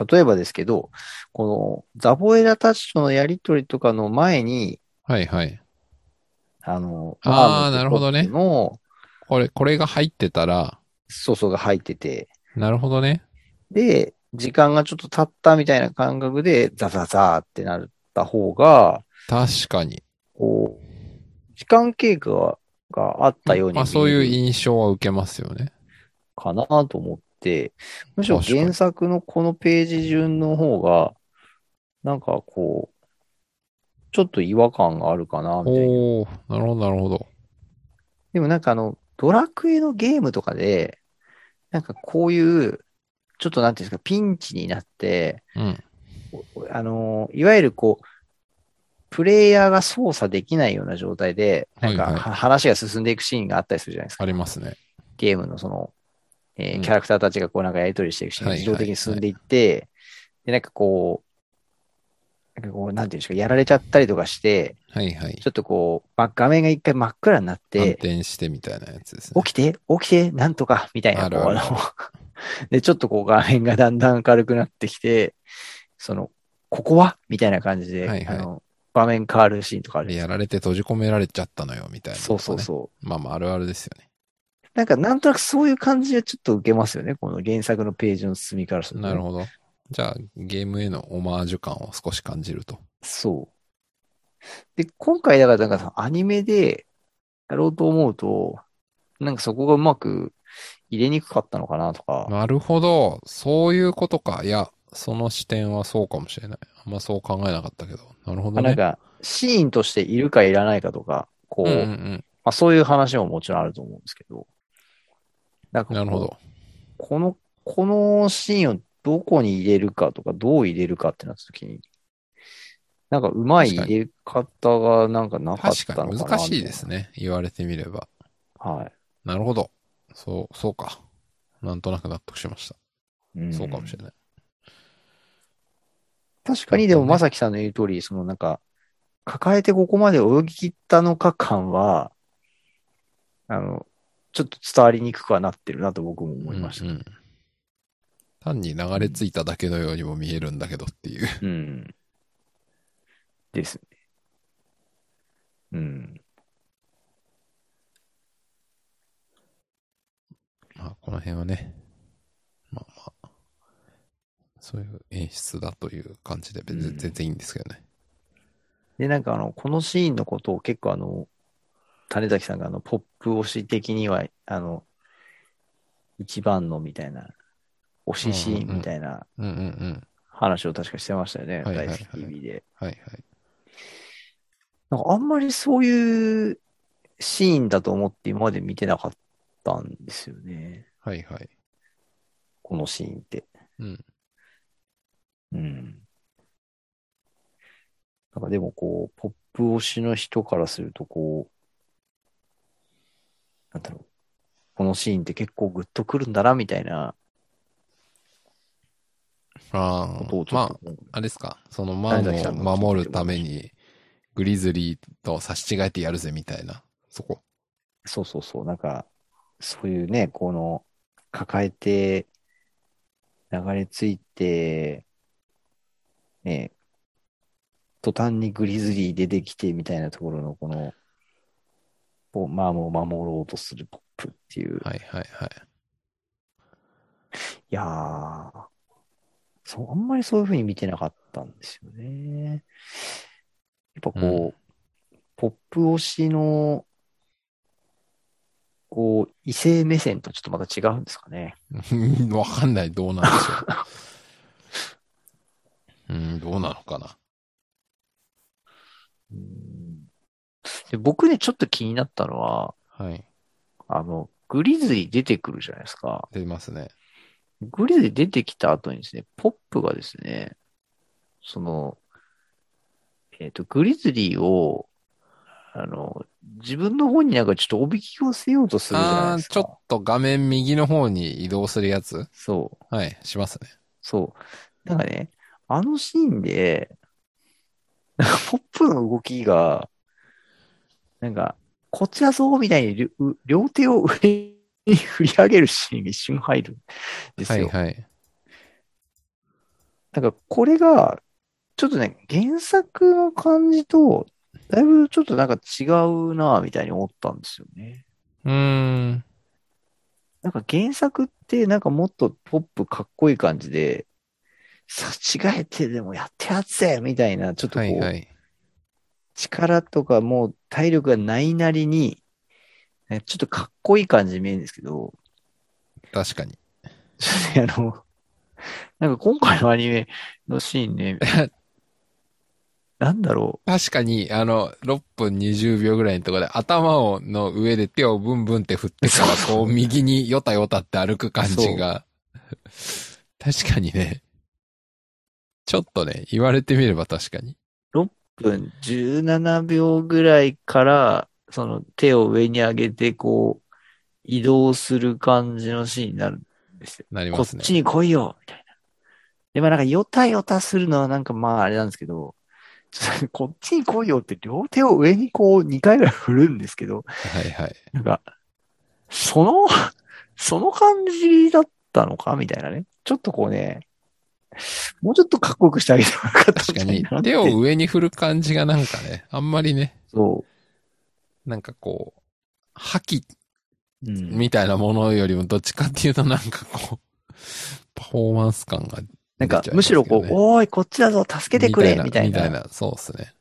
Speaker 2: 例えばですけど、このザボエラたちとのやりとりとかの前に、
Speaker 1: はいはい。
Speaker 2: あの、
Speaker 1: あー
Speaker 2: マ
Speaker 1: な
Speaker 2: ー
Speaker 1: る
Speaker 2: ム
Speaker 1: ほど
Speaker 2: と
Speaker 1: ね
Speaker 2: ポップの、
Speaker 1: これ、これが入ってたら、
Speaker 2: そうそうが入ってて、
Speaker 1: なるほどね。
Speaker 2: で、時間がちょっと経ったみたいな感覚で、ザザザーってなった方が、
Speaker 1: 確かに。
Speaker 2: こう、時間経過があったように
Speaker 1: まあそういう
Speaker 2: 見える
Speaker 1: 印象は受けますよね。
Speaker 2: かなと思って、むしろ
Speaker 1: 確かに
Speaker 2: 原作のこのページ順の方が、なんかこう、ちょっと違和感があるかな、みたいな。
Speaker 1: おおなるほどなるほど。
Speaker 2: でもなんかあの、ドラクエのゲームとかで、なんかこういう、ちょっとなんていうんですか、ピンチになって、
Speaker 1: うん。
Speaker 2: あのー、いわゆるこう、プレイヤーが操作できないような状態で、なんか
Speaker 1: はいはい
Speaker 2: は話が進んでいくシーンがあったりするじゃないですか。
Speaker 1: ありますね。
Speaker 2: ゲームのその、えー
Speaker 1: うん
Speaker 2: キャラクターたちがこうなんかやり取りしていくシーンが
Speaker 1: はい
Speaker 2: 自動的に進んでいって、で、なんかこう、なんかこう、なんていうんですか、やられちゃったりとかして、
Speaker 1: はいはい
Speaker 2: ち。ょっとこう、ま、画面が一回真っ暗になっ
Speaker 1: 反
Speaker 2: て、
Speaker 1: 転してみたいなやつですね
Speaker 2: 起。きて、起きて、なんとか、みたいな、
Speaker 1: あ
Speaker 2: こ
Speaker 1: る
Speaker 2: う、
Speaker 1: あ
Speaker 2: あ
Speaker 1: る
Speaker 2: の、で、ちょっとこう、画面がだんだん明るくなってきて、その、ここはみたいな感じで、
Speaker 1: はいはい
Speaker 2: あの、場面変わるシーンとか
Speaker 1: あ
Speaker 2: ある
Speaker 1: れやられて閉じ込められちゃったのよ、みたいな、
Speaker 2: そうそうそう。
Speaker 1: う。まあまあ、あるあるですよね。
Speaker 2: なんか、なんとなくそういう感じはちょっと受けますよね。この原作のページの進みからするとね、
Speaker 1: なるほど。じゃあ、ゲームへのオマージュ感を少し感じると。
Speaker 2: そう。で、今回だから、なんかそのアニメでやろうと思うと、なんかそこがうまく入れにくかったのかなとか、
Speaker 1: なるほど。そういうことか。いや、その視点はそうかもしれない。あんまそう考えなかったけど。なるほど
Speaker 2: なん
Speaker 1: ね。
Speaker 2: か、シーンとしているかいらないかとか、こ
Speaker 1: う
Speaker 2: う、
Speaker 1: んうんうん。
Speaker 2: まあ、そういう話ももちろんあると思うんですけど。なんか
Speaker 1: なるほど。
Speaker 2: この、このシーンをどこに入れるかとか、どう入れるかってなった時に、なんかうまい入れ方がなんかなかっ
Speaker 1: 確
Speaker 2: た
Speaker 1: か
Speaker 2: の
Speaker 1: に
Speaker 2: かな。
Speaker 1: 難しいですね。言われてみれば。
Speaker 2: は
Speaker 1: なるほど。そう、そうか。なんとなく納得しました。
Speaker 2: い。ん
Speaker 1: そうかもしれない。
Speaker 2: 確かにでも、まさきさんの言う通り、そのなんか、抱えてここまで泳ぎ切ったのか感は、あの、ちょっと伝わりにくくはなってるなと僕も思いました。
Speaker 1: うんうん単に流れ着いただけのようにも見えるんだけどっていう。
Speaker 2: うん。ですね。うん。
Speaker 1: まあ、この辺はね。まあまあ。そういう演出だという感じで別
Speaker 2: う
Speaker 1: に
Speaker 2: ん
Speaker 1: 全然いいんですけどね。
Speaker 2: で、なんかあの、このシーンのことを結構あの、種崎さんがあの、ポップ推し的には、あの、一番のみたいな、推しシーンみたいな
Speaker 1: うんうんうん。
Speaker 2: 話を確かしてましたよね。
Speaker 1: はいはい
Speaker 2: 大
Speaker 1: は
Speaker 2: 好
Speaker 1: い
Speaker 2: き TV で。
Speaker 1: はいはい。
Speaker 2: なんかあんまりそういうシーンだと思って今まで見てなかったんですよね。
Speaker 1: はいはい。
Speaker 2: このシーンって。
Speaker 1: うん。
Speaker 2: うん。なんかでもこう、ポップ推しの人からするとこう、なんだろう、このシーンって結構グッとくるんだな、みたいな
Speaker 1: あ
Speaker 2: ことをち
Speaker 1: あ、
Speaker 2: ょ
Speaker 1: ま
Speaker 2: っと
Speaker 1: あ、、あれですか、そのマン
Speaker 2: 谷崎さん
Speaker 1: を守るために、グリズリーと差し違えてやるぜみたいな、そこ。
Speaker 2: そうそうそう、なんか、そういうね、この、抱えて、流れ着いて、ね、途端にグリズリー出てきてみたいなところの、この、をマームを守ろうとするポップっていう。
Speaker 1: はいはいはい。
Speaker 2: いやー、そう、あんまりそういうふうに見てなかったんですよね。やっぱこう、
Speaker 1: う
Speaker 2: ポップ推しの、こう、異性目線とちょっとまた違うんですかね。
Speaker 1: うん *laughs* わかんない、どうなんでし *laughs* ょう。うん、どうなのかな。
Speaker 2: うんで僕ね、ちょっと気になったのは、
Speaker 1: はい。
Speaker 2: あの、グリズリー出てくるじゃないですか。
Speaker 1: 出ますね。
Speaker 2: グリズリー出てきた後にですね、ポップがですね、その、えっ、と、グリズリーを、あの、自分の方になんかちょっとおびき寄せようとするじゃない
Speaker 1: ああ
Speaker 2: で
Speaker 1: ー、
Speaker 2: す
Speaker 1: ち
Speaker 2: か。
Speaker 1: ょっと画面右の方に移動するやつ
Speaker 2: そう、
Speaker 1: はい、しますね。
Speaker 2: そう。なんかね、あのシーンで、 *laughs* なんかポップの動きが、なんか、こっちだぞみたいにりょ両手を上に振り上げるシーンが一瞬入るんですよ。
Speaker 1: はいはい。
Speaker 2: なんかこれが、ちょっとね、原作の感じと、だいぶちょっとなんか違うなぁみたいに思ったんですよね。
Speaker 1: うーん。
Speaker 2: なんか原作ってなんかもっとポップかっこいい感じで、さあ違えてでもやってやっぜみたいな、ちょっと
Speaker 1: は
Speaker 2: こ
Speaker 1: いうは、い。
Speaker 2: 力とかもう体力がないなりに、ねちょっとかっこいい感じに見えるんですけど、
Speaker 1: 確かに。
Speaker 2: ちょっとねあの、なんか今回のアニメのシー
Speaker 1: *laughs*
Speaker 2: ンね、なんだろう。
Speaker 1: 確かに、あの、6分20秒ぐらいのところで、頭をの上で手をブンブンって振って
Speaker 2: *laughs*
Speaker 1: から、
Speaker 2: そ
Speaker 1: こ
Speaker 2: う
Speaker 1: う、右にヨタヨタって歩く感じが。確かにね。ちょっとね、言われてみれば確かに。
Speaker 2: 1分17秒ぐらいから、その手を上に上げて、こう、移動する感じのシーンになるんですよ。
Speaker 1: なり
Speaker 2: こ
Speaker 1: ま
Speaker 2: っ
Speaker 1: すね。
Speaker 2: ちに来いよみたいな。でもなんか、よたよたするのはなんかまああれなんですけど、 *laughs* ちょっとこっちに来いよって両手を上にこう2回ぐらい振るんですけど、
Speaker 1: はいはい。
Speaker 2: なんか、その、 *laughs* その感じだったのかみたいなね。ちょっとこうね、もうちょっとかっこよくしてあげてもよかった
Speaker 1: 確
Speaker 2: んじ
Speaker 1: か
Speaker 2: ゃない
Speaker 1: に
Speaker 2: かな、って
Speaker 1: 手を上に振る感じがなんかね、あんまりね、
Speaker 2: そ
Speaker 1: なんかこう、覇気
Speaker 2: う。うん
Speaker 1: みたいなものよりも、どっちかっていうとなんかこう、パフォーマンス感が、
Speaker 2: なんか
Speaker 1: 出ちゃ、い
Speaker 2: む
Speaker 1: ます
Speaker 2: し
Speaker 1: けど
Speaker 2: ろ
Speaker 1: ね
Speaker 2: こう、おーい、こっちだぞ、助けてくれ、みたい
Speaker 1: みたい
Speaker 2: な。
Speaker 1: な、そうですね。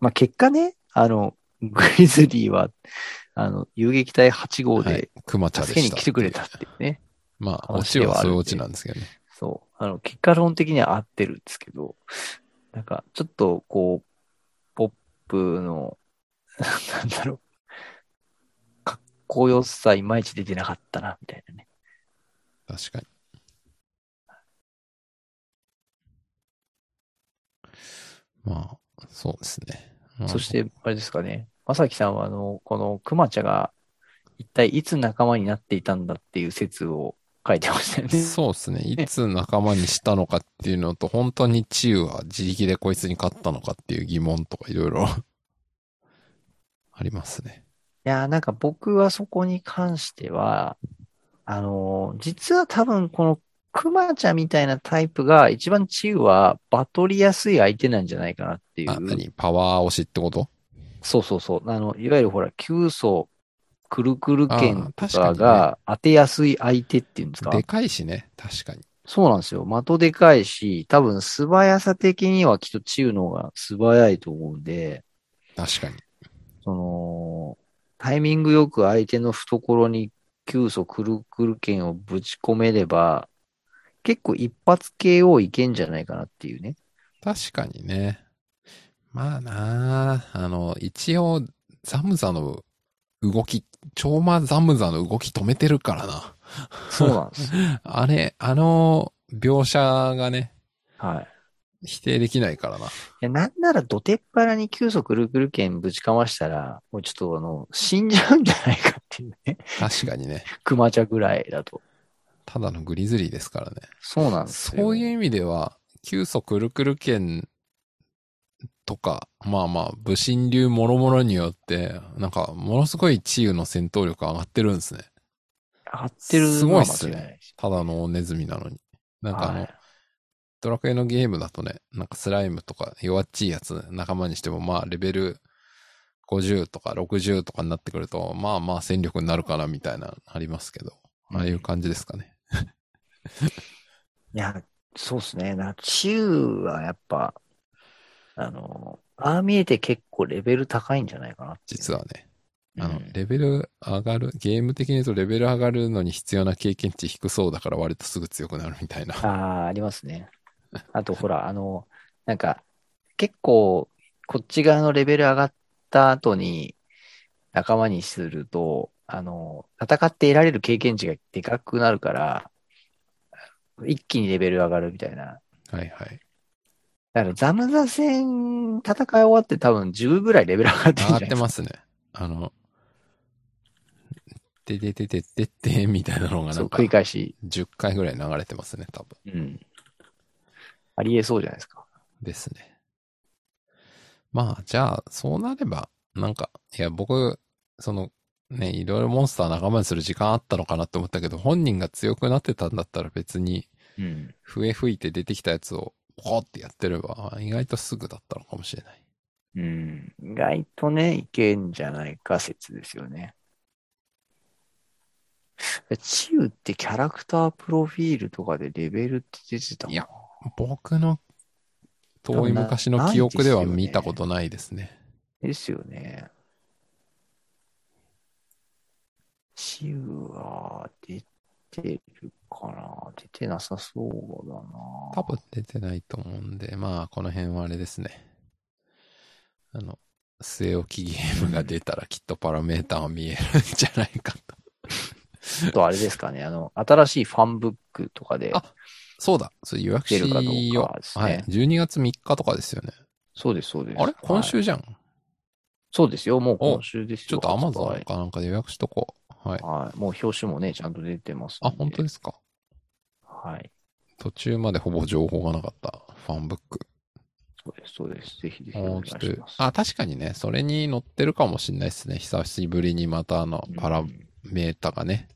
Speaker 2: まあ結果ね、あの、グリズリーは、あの、遊撃隊8号
Speaker 1: はい
Speaker 2: で、
Speaker 1: 熊ちゃんで
Speaker 2: 助
Speaker 1: し
Speaker 2: け
Speaker 1: た。
Speaker 2: に来てくれたっていうね。
Speaker 1: まあ、オ
Speaker 2: 話
Speaker 1: チ
Speaker 2: で
Speaker 1: は
Speaker 2: はあ
Speaker 1: そ
Speaker 2: る
Speaker 1: うんい
Speaker 2: で
Speaker 1: うオチなんですけどね。
Speaker 2: そう。あの、結果論的には合ってるんですけど、なんか、ちょっと、こう、ポップの、なんだろう、かっこよさ、いまいち出てなかったな、みたいなね。
Speaker 1: 確かに。まあ、そうですね。まあ
Speaker 2: そして、あれですかね、まさきさんは、あの、このクマちゃんが、一体いつ仲間になっていたんだっていう説を書いてましたよね。
Speaker 1: そうですね。いつ仲間にしたのかっていうのと、本当にチーは自力でこいつに勝ったのかっていう疑問とかいろいろ *laughs* ありますね。
Speaker 2: いやー、なんか僕はそこに関しては、あのー実は多分このクマちゃんみたいなタイプが一番チーはバトりやすい相手なんじゃないかなってい
Speaker 1: あ、
Speaker 2: う。
Speaker 1: 何パワー推しってこと
Speaker 2: そうそうそう。あの、いわゆるほら、九層くるくる剣
Speaker 1: あ
Speaker 2: と
Speaker 1: ー確か
Speaker 2: か
Speaker 1: にね
Speaker 2: が当てやすい相手っていうんですか
Speaker 1: で。かいしね。確かに。
Speaker 2: そうなんですよ。的でかいし、多分素早さ的にはきっとチーの方が素早いと思うんで、
Speaker 1: 確かに。
Speaker 2: その、タイミングよく相手の懐に急速くるくる剣をぶち込めれば、結構一発 KO いけんじゃないかなっていうね。
Speaker 1: 確かにね。まあなあ、あの、一応、ザムザの動き、超魔ザムザの動き止めてるからな。 *laughs*
Speaker 2: そうなんですよ。
Speaker 1: あれ、あの、描写がね、
Speaker 2: はい。
Speaker 1: 否定できないからな。
Speaker 2: や、なんならどてっぱらに急速ぐるぐる剣ぶちかましたら、もうちょっとあの、死んじゃうんじゃないかっていうね。
Speaker 1: 確かにね。
Speaker 2: 熊茶ぐらいだと。
Speaker 1: ただのグリズリーですからね。
Speaker 2: そうなんですよ。
Speaker 1: そういう意味では、急速くるくる剣とか、まあまあ、武神流もろもろによって、なんか、ものすごい治癒の戦闘力上がってるんですね。
Speaker 2: 上がってる
Speaker 1: す
Speaker 2: の
Speaker 1: ごい
Speaker 2: は
Speaker 1: っす
Speaker 2: 間
Speaker 1: ね
Speaker 2: 違いないです。
Speaker 1: ただのネズミなのに。なんかあの、
Speaker 2: はい
Speaker 1: ドラクエのゲームだとね、なんかスライムとか弱っちいやつ仲間にしても、まあレベル50とか60とかになってくると、まあまあ戦力になるかなみたいなのありますけど、ああいう感じですかね。
Speaker 2: いや、そうですね。な、治癒はやっぱ、あの、ああ見えて結構レベル高いんじゃないかなっていう。
Speaker 1: 実はね。あ
Speaker 2: う
Speaker 1: の
Speaker 2: ん、
Speaker 1: レベル上がる、ゲーム的に言うとレベル上がるのに必要な経験値低そうだから割とすぐ強くなるみた
Speaker 2: *laughs*
Speaker 1: いな。
Speaker 2: ああ、ありますね。あと、ほら、あの、なんか、結構、こっち側のレベル上がった後に、仲間にすると、あの、戦って得られる経験値がでかくなるから、一気にレベル上がるみたいな。
Speaker 1: はいはい。
Speaker 2: だから、ザムザ戦、戦い終わって多分10ぐらいレベル上がって
Speaker 1: 上
Speaker 2: るんじ
Speaker 1: が
Speaker 2: ゃ
Speaker 1: っ
Speaker 2: な
Speaker 1: て
Speaker 2: いですか。
Speaker 1: ますね。あの、ててててててみたいなのがな
Speaker 2: そうん
Speaker 1: か
Speaker 2: 繰り返し。
Speaker 1: 10回ぐらい流れてますね、多分。
Speaker 2: うん。ありえそうじゃないですか。
Speaker 1: ですね。まあ、じゃあ、そうなれば、なんか、いや、僕、その、ね、いろいろモンスター仲間にする時間あったのかなって思ったけど、本人が強くなってたんだったら別に、
Speaker 2: うん。
Speaker 1: 笛吹いて出てきたやつを、ポコってやってれば、意外とすぐだったのかもしれない。
Speaker 2: うん。意外とね、いけんじゃないか説ですよね。チウってキャラクタープロフィールとかでレベルって出てたかない
Speaker 1: や僕の遠い昔の記憶では見たことないですね。
Speaker 2: ですよね。チウは出てるかな出てなさそうだな
Speaker 1: 多分出てないと思うんで、まあ、この辺はあれですね。あの、据え置きゲームが出たらきっとパラメーターは見えるんじゃないかと。
Speaker 2: ちょっとあれですかね。あの、新しいファンブックとかで。
Speaker 1: あそうだ、それ予約し
Speaker 2: 出
Speaker 1: よ
Speaker 2: るかどうかですね
Speaker 1: はい。12月3日とかですよね。
Speaker 2: そうです、そうです。
Speaker 1: あれ今
Speaker 2: はい
Speaker 1: 週じゃん。
Speaker 2: そうですよ、もう今週です
Speaker 1: ちょ
Speaker 2: よ。
Speaker 1: っとアマゾ
Speaker 2: は
Speaker 1: ン
Speaker 2: い。
Speaker 1: かなんかで予約しとこう。はい。
Speaker 2: はい。もう表紙もね、ちゃんと出てますん
Speaker 1: あ、
Speaker 2: で
Speaker 1: 本当ですか。
Speaker 2: はい。
Speaker 1: 途中までほぼ情報がなかった。ファンブック。
Speaker 2: そうです、そうです。ぜひぜひお
Speaker 1: も
Speaker 2: 願
Speaker 1: う
Speaker 2: い
Speaker 1: ちょっ
Speaker 2: します。
Speaker 1: と、あ、確かにね、それに載ってるかもしれないですね。久しぶりにまたあの
Speaker 2: う、ん
Speaker 1: パラメータがね。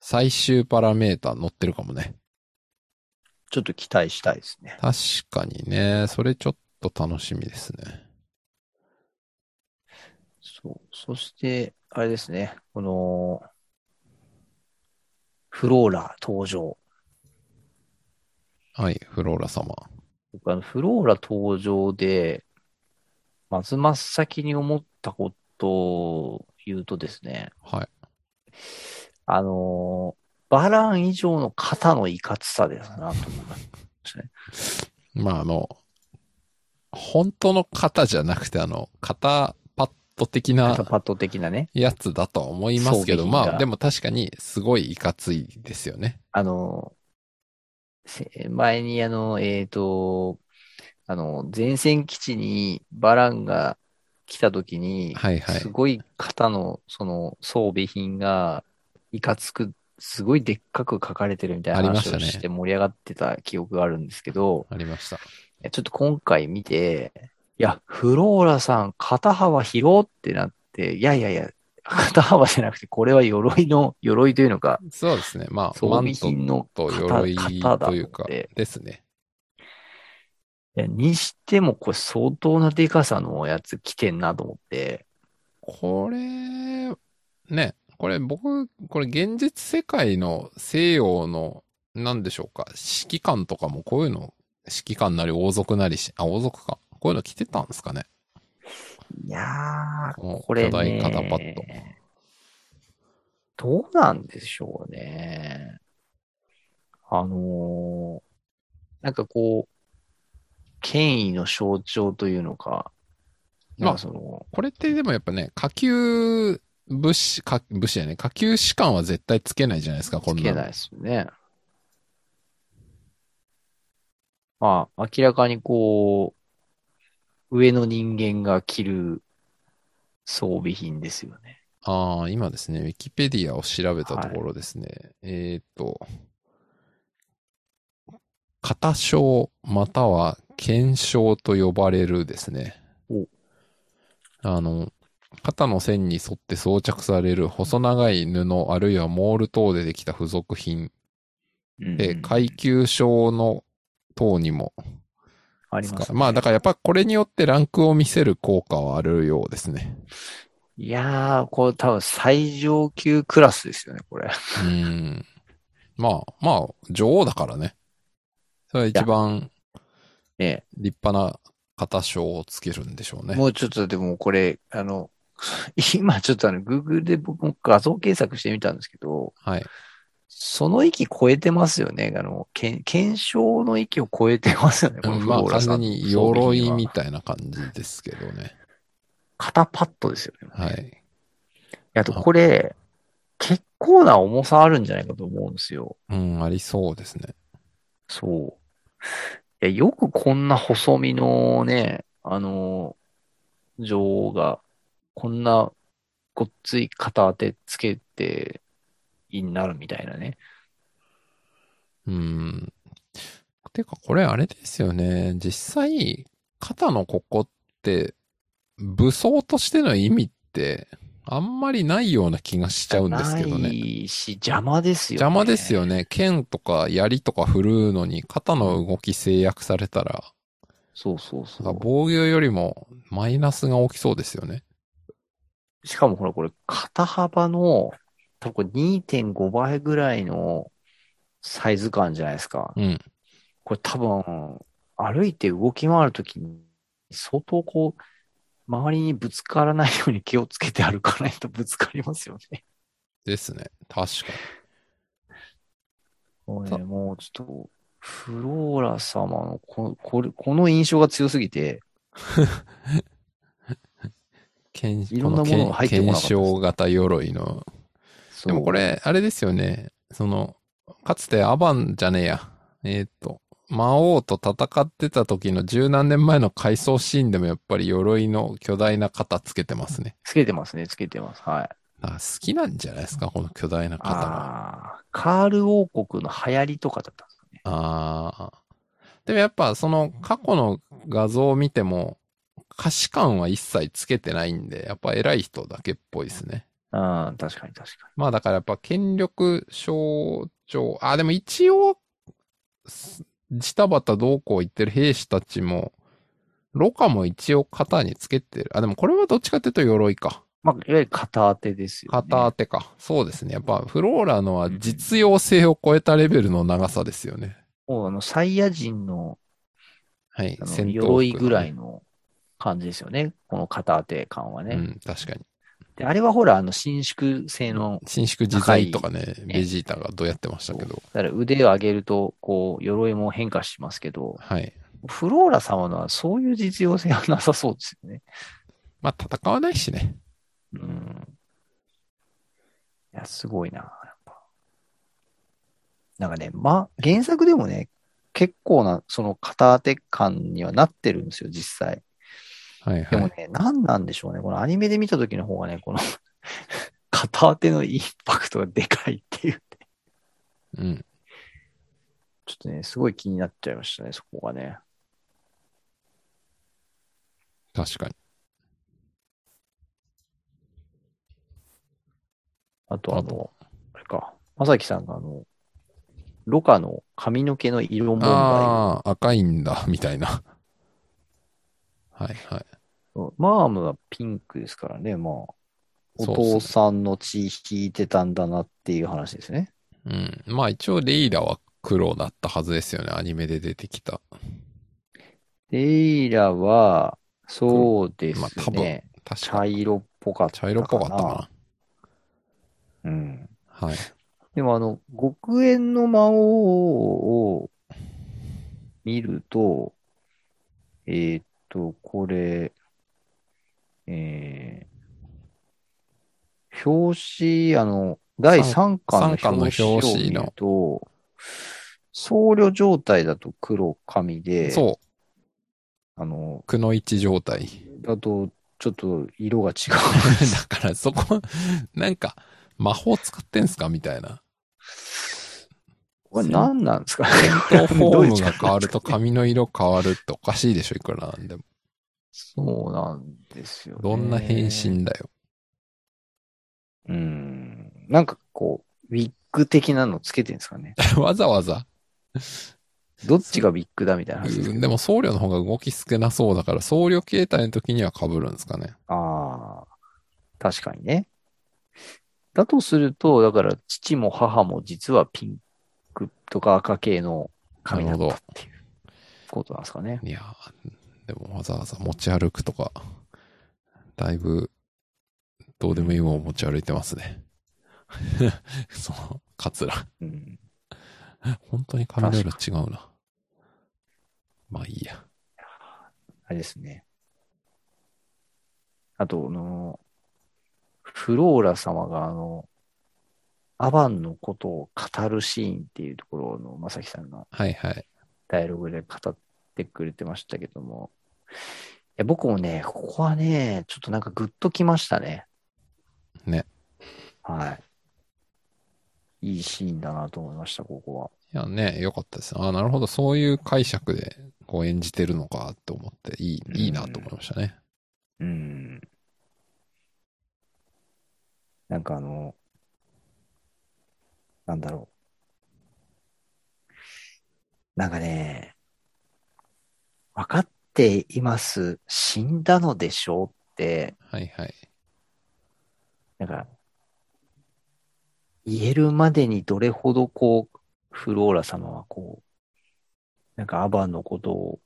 Speaker 1: 最終パラメータ載ってるかもね。
Speaker 2: ちょっと期待したいですね。
Speaker 1: 確かにね、それちょっと楽しみですね。
Speaker 2: そう。そして、あれですね。この、フローラ登場。
Speaker 1: はい、フローラ様。
Speaker 2: 僕あの、フローラ登場で、まず真っ先に思ったことを言うとですね、
Speaker 1: はい。
Speaker 2: あのーバラン以上の肩のいかつさですな、と思いましたね。
Speaker 1: まああの、本当の型じゃなくて、あの、型パッド的
Speaker 2: パ
Speaker 1: な
Speaker 2: ッド的なね。
Speaker 1: やつだとは思いますけど、
Speaker 2: 装備品が
Speaker 1: まあでも確かにすごいいかついですよね。
Speaker 2: あのーせ前にあの、えっ、と、あの、前線基地にバランが来た時に、
Speaker 1: はいはい
Speaker 2: すごい肩の、その、装備品が、いかつく、すごいでっかく書かれてるみたいな
Speaker 1: ありまし
Speaker 2: 話
Speaker 1: た
Speaker 2: を
Speaker 1: ね
Speaker 2: して盛り上がってた記憶があるんですけど、
Speaker 1: ありました。
Speaker 2: いやちょっと今回見て、いや、フローラさん、肩幅広ってなって、いやいやいや、肩幅じゃなくて、これは鎧の、鎧というのか、
Speaker 1: そうですね。まあ、
Speaker 2: 装
Speaker 1: マ
Speaker 2: 備
Speaker 1: ント
Speaker 2: 品の
Speaker 1: と
Speaker 2: 肩、
Speaker 1: 鎧
Speaker 2: 肩だ
Speaker 1: というか
Speaker 2: ので、
Speaker 1: ですね。
Speaker 2: いやにしても、これ相当なデカさのやつ来てんなと思って、
Speaker 1: これ、ね、これ僕、これ現実世界の西洋の、なんでしょうか、指揮官とかもこういうの、指揮官なり王族なりし、あ、王族か。こういうの着てたんですかね。
Speaker 2: いやー、
Speaker 1: この
Speaker 2: これ
Speaker 1: 巨大肩パッド。
Speaker 2: ね、どうなんでしょうね。あのーなんかこう、権威の象徴というのか、
Speaker 1: まあ
Speaker 2: なんかその、
Speaker 1: これってでもやっぱね、下級武士、下武士やね、下級士官は絶対つけないじゃないですか、こん
Speaker 2: つ
Speaker 1: な
Speaker 2: け
Speaker 1: の
Speaker 2: ないですよね。まあ、明らかにこう、上の人間が着る装備品ですよね。
Speaker 1: ああ、今ですね、ウィキペディアを調べたところですね、えーっと、肩章または肩章と呼ばれるですね
Speaker 2: お。
Speaker 1: あの、肩の線に沿って装着される細長い布あるいはモール等でできた付属品
Speaker 2: うん
Speaker 1: で、階級章の等にも
Speaker 2: あり
Speaker 1: 使う
Speaker 2: ますね、
Speaker 1: まあだからやっぱこれによってランクを見せる効果はあるようですね。
Speaker 2: いやー、これ多分最上級クラスですよね、これ。 *laughs*
Speaker 1: うん。まあ、まあ、女王だからね。それは一番
Speaker 2: ね
Speaker 1: 立派な肩章をつけるんでしょうね。
Speaker 2: もうちょっとでもこれ、あの、 *laughs* 今ちょっとあの、Google で僕も画像検索してみたんですけど、
Speaker 1: はい。
Speaker 2: その域超えてますよね。あの、けん検証の域を超えてますよね。このフ
Speaker 1: まあ、
Speaker 2: ロー
Speaker 1: 完
Speaker 2: ラさ
Speaker 1: 全
Speaker 2: んの
Speaker 1: に
Speaker 2: 装備品
Speaker 1: 鎧
Speaker 2: は
Speaker 1: みたいな感じですけどね。
Speaker 2: 肩パッドですよね。
Speaker 1: はい。
Speaker 2: あとこれ、結構な重さあるんじゃないかと思うんですよ。
Speaker 1: うん、ありそうですね。
Speaker 2: そう。いや、よくこんな細身のね、あの、女王が、こんなごっつい肩当てつけて、になるみたいなね。
Speaker 1: うん。てか、これあれですよね。実際、肩のここって、武装としての意味って、あんまりないような気がしちゃうんですけどね
Speaker 2: な。いし、邪魔ですよね。
Speaker 1: 邪魔ですよね。剣とか槍とか振るうのに肩の動き制約されたら、
Speaker 2: そうそうそ
Speaker 1: なんか
Speaker 2: う。
Speaker 1: 防御よりもマイナスが起きそうですよね。
Speaker 2: しかもほら、これ、肩幅の、多分これ2.5倍ぐらいのサイズ感じゃないですか。
Speaker 1: うん。
Speaker 2: これ多分、歩いて動き回るときに、相当こう、周りにぶつからないように気をつけて歩かないとぶつかりますよね。
Speaker 1: ですね。確か
Speaker 2: もう
Speaker 1: そ
Speaker 2: ね、
Speaker 1: う
Speaker 2: もうちょっと、フローラ様のこ、これ、この印象が強すぎて、
Speaker 1: に。剣
Speaker 2: いろんなものが入ってこなかっ
Speaker 1: 検
Speaker 2: たです
Speaker 1: 証型鎧の。
Speaker 2: そう
Speaker 1: でもこ、れ、あれですよね。その、かつてアバンじゃねえや。えーっ、と、魔王と戦ってた時の十何年前の回想シーンでもやっぱり鎧の巨大な肩つけてますね。
Speaker 2: つけてますね、つけてます。はい。
Speaker 1: あ好きなんじゃないですか、この巨大な肩が。
Speaker 2: ああ、カール王国の流行りとかだったんですかね。
Speaker 1: ああ。でもやっぱその過去の画像を見ても、可視感は一切つけてないんで、やっぱ偉い人だけっぽいですね。
Speaker 2: うん、確かに確か
Speaker 1: まあだからやっぱ権力象徴、あ、でも一応、すジタバタどうこう言ってる兵士たちも、ロカも一応肩につけてる。あ、でもこれはどっちかっていうと鎧か。
Speaker 2: に。まあ、いわゆる肩当てですよね。
Speaker 1: 肩当てか。そうですね。やっぱフローラのは実用性を超えたレベルの長さですよね。
Speaker 2: もうあの、サイヤ人の、
Speaker 1: はい。
Speaker 2: あの
Speaker 1: 戦闘服のね
Speaker 2: 鎧ぐらいの感じですよね。この肩当て感はね。
Speaker 1: うん、確かに。
Speaker 2: で、あれはほら、あの、伸縮性の、
Speaker 1: 伸縮自在とかね、
Speaker 2: い
Speaker 1: ベジータがどうやってましたけど。
Speaker 2: だから腕を上げると、こう、鎧も変化しますけど、
Speaker 1: はい。
Speaker 2: フローラ様のはそういう実用性はなさそうですよね。
Speaker 1: まあ、戦わないしね。
Speaker 2: うん。いや、すごいな、やっぱ。なんかね、ま、原作でもね、結構な、その肩当て感にはなってるんですよ、実際。
Speaker 1: はい
Speaker 2: で
Speaker 1: は
Speaker 2: も
Speaker 1: い。
Speaker 2: ね、何なんでしょうね。このアニメで見た時の方がね、この *laughs* 片当てのインパクトがでかいっていう。
Speaker 1: うん。
Speaker 2: ちょっとね、すごい気になっちゃいましたね、そこがね。
Speaker 1: 確かに。
Speaker 2: あと、
Speaker 1: あ
Speaker 2: あ
Speaker 1: と
Speaker 2: の、あれか、まさきさんがあの、ロカの髪の毛の色問題。
Speaker 1: ああ、赤いんだ、みたいな。はいはい。
Speaker 2: マームはピンクですからね、まあ、お
Speaker 1: そう
Speaker 2: 父
Speaker 1: です
Speaker 2: さんの血引いてたんだなっていう話ですね。
Speaker 1: ね。うん。まあ一応レイラは黒だったはずですよね。アニメで出てきた。
Speaker 2: レイラは、そうです
Speaker 1: まあ多分
Speaker 2: ね。
Speaker 1: 確
Speaker 2: 茶
Speaker 1: か
Speaker 2: 色っぽかったか
Speaker 1: 茶
Speaker 2: な。
Speaker 1: 色っぽかったか
Speaker 2: な。うん。
Speaker 1: な。はい。
Speaker 2: でもあの、極縁の魔王を見ると、えーっと、これ、えー、表紙、あの、第3巻の
Speaker 1: 三巻の
Speaker 2: 表紙を
Speaker 1: 表紙
Speaker 2: 見
Speaker 1: の
Speaker 2: ると、僧侶状態だと黒髪で、
Speaker 1: そ
Speaker 2: あの
Speaker 1: う、、くの一状態。 *laughs*
Speaker 2: だとちょっと色が違う。
Speaker 1: だからそこ、なんか、魔法使ってんすかみたい
Speaker 2: *laughs*
Speaker 1: な。
Speaker 2: これ何なんですかね
Speaker 1: フォームが変わると髪の色変わるっておかしいでしょ、いくらなんでも。
Speaker 2: *laughs* そうなんですよ、ね。
Speaker 1: どんな変身だよ。
Speaker 2: うん。なんかこう、ウィッグ的なのつけてるんですか
Speaker 1: *laughs*
Speaker 2: ね。
Speaker 1: わざわざ。
Speaker 2: どっちがウィッグだみたいな話ですけ
Speaker 1: う
Speaker 2: ど
Speaker 1: んでも僧侶の方が動き少なそうだから、僧侶形態の時には被るんですかね。
Speaker 2: ああ、確かにね。だとすると、だから父も母も実はピンクとか赤系の髪だったっていうことなんですかね。
Speaker 1: いやーでもわざわざ持ち歩くとか、だいぶ、どうでもいいもん持ち歩いてますね。 *laughs* その、カツラ。
Speaker 2: うん、
Speaker 1: 本当に髪の色違うな。まあいいや。
Speaker 2: あれですね。あと、あの、フローラ様があの、アバンのことを語るシーンっていうところの、まさきさんの
Speaker 1: はいはい。
Speaker 2: ダイアログで語ってくれてましたけども、いや僕もね、ここはね、ちょっとなんかグッときましたね。
Speaker 1: ね。
Speaker 2: はい。いいシーンだなと思いました、ここは。
Speaker 1: いやね、良かったですね。ああ、なるほど。そういう解釈で、こう演じてるのかと思って、いい、いいなと思いましたね。
Speaker 2: うん。なんかあの、なんだろう。なんかね、分かっています。死んだのでしょうって、
Speaker 1: はいはい。
Speaker 2: なんか、言えるまでにどれほどこう、フローラ様はこう、なんかアバンのことを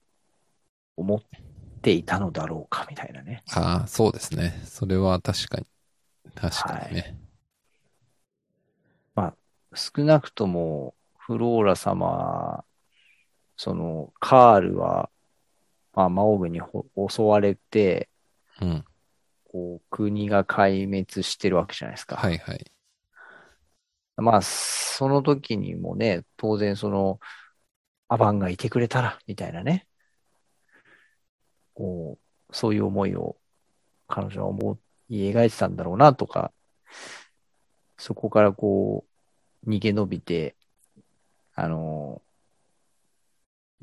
Speaker 2: 思っていたのだろうかみたいなね。
Speaker 1: ああ、そうですね。それは確かに。確かにね。
Speaker 2: 少なくともフローラ様、そのカールは、まあ、魔王軍にほ襲われて、
Speaker 1: うん。
Speaker 2: こう国が壊滅してるわけじゃないですか。
Speaker 1: はいはい。
Speaker 2: まあ、その時にもね、当然その、アバンがいてくれたら、みたいなね。こう、そういう思いを彼女は思い描いてたんだろうな、とか、そこからこう、逃げ延びて、あの、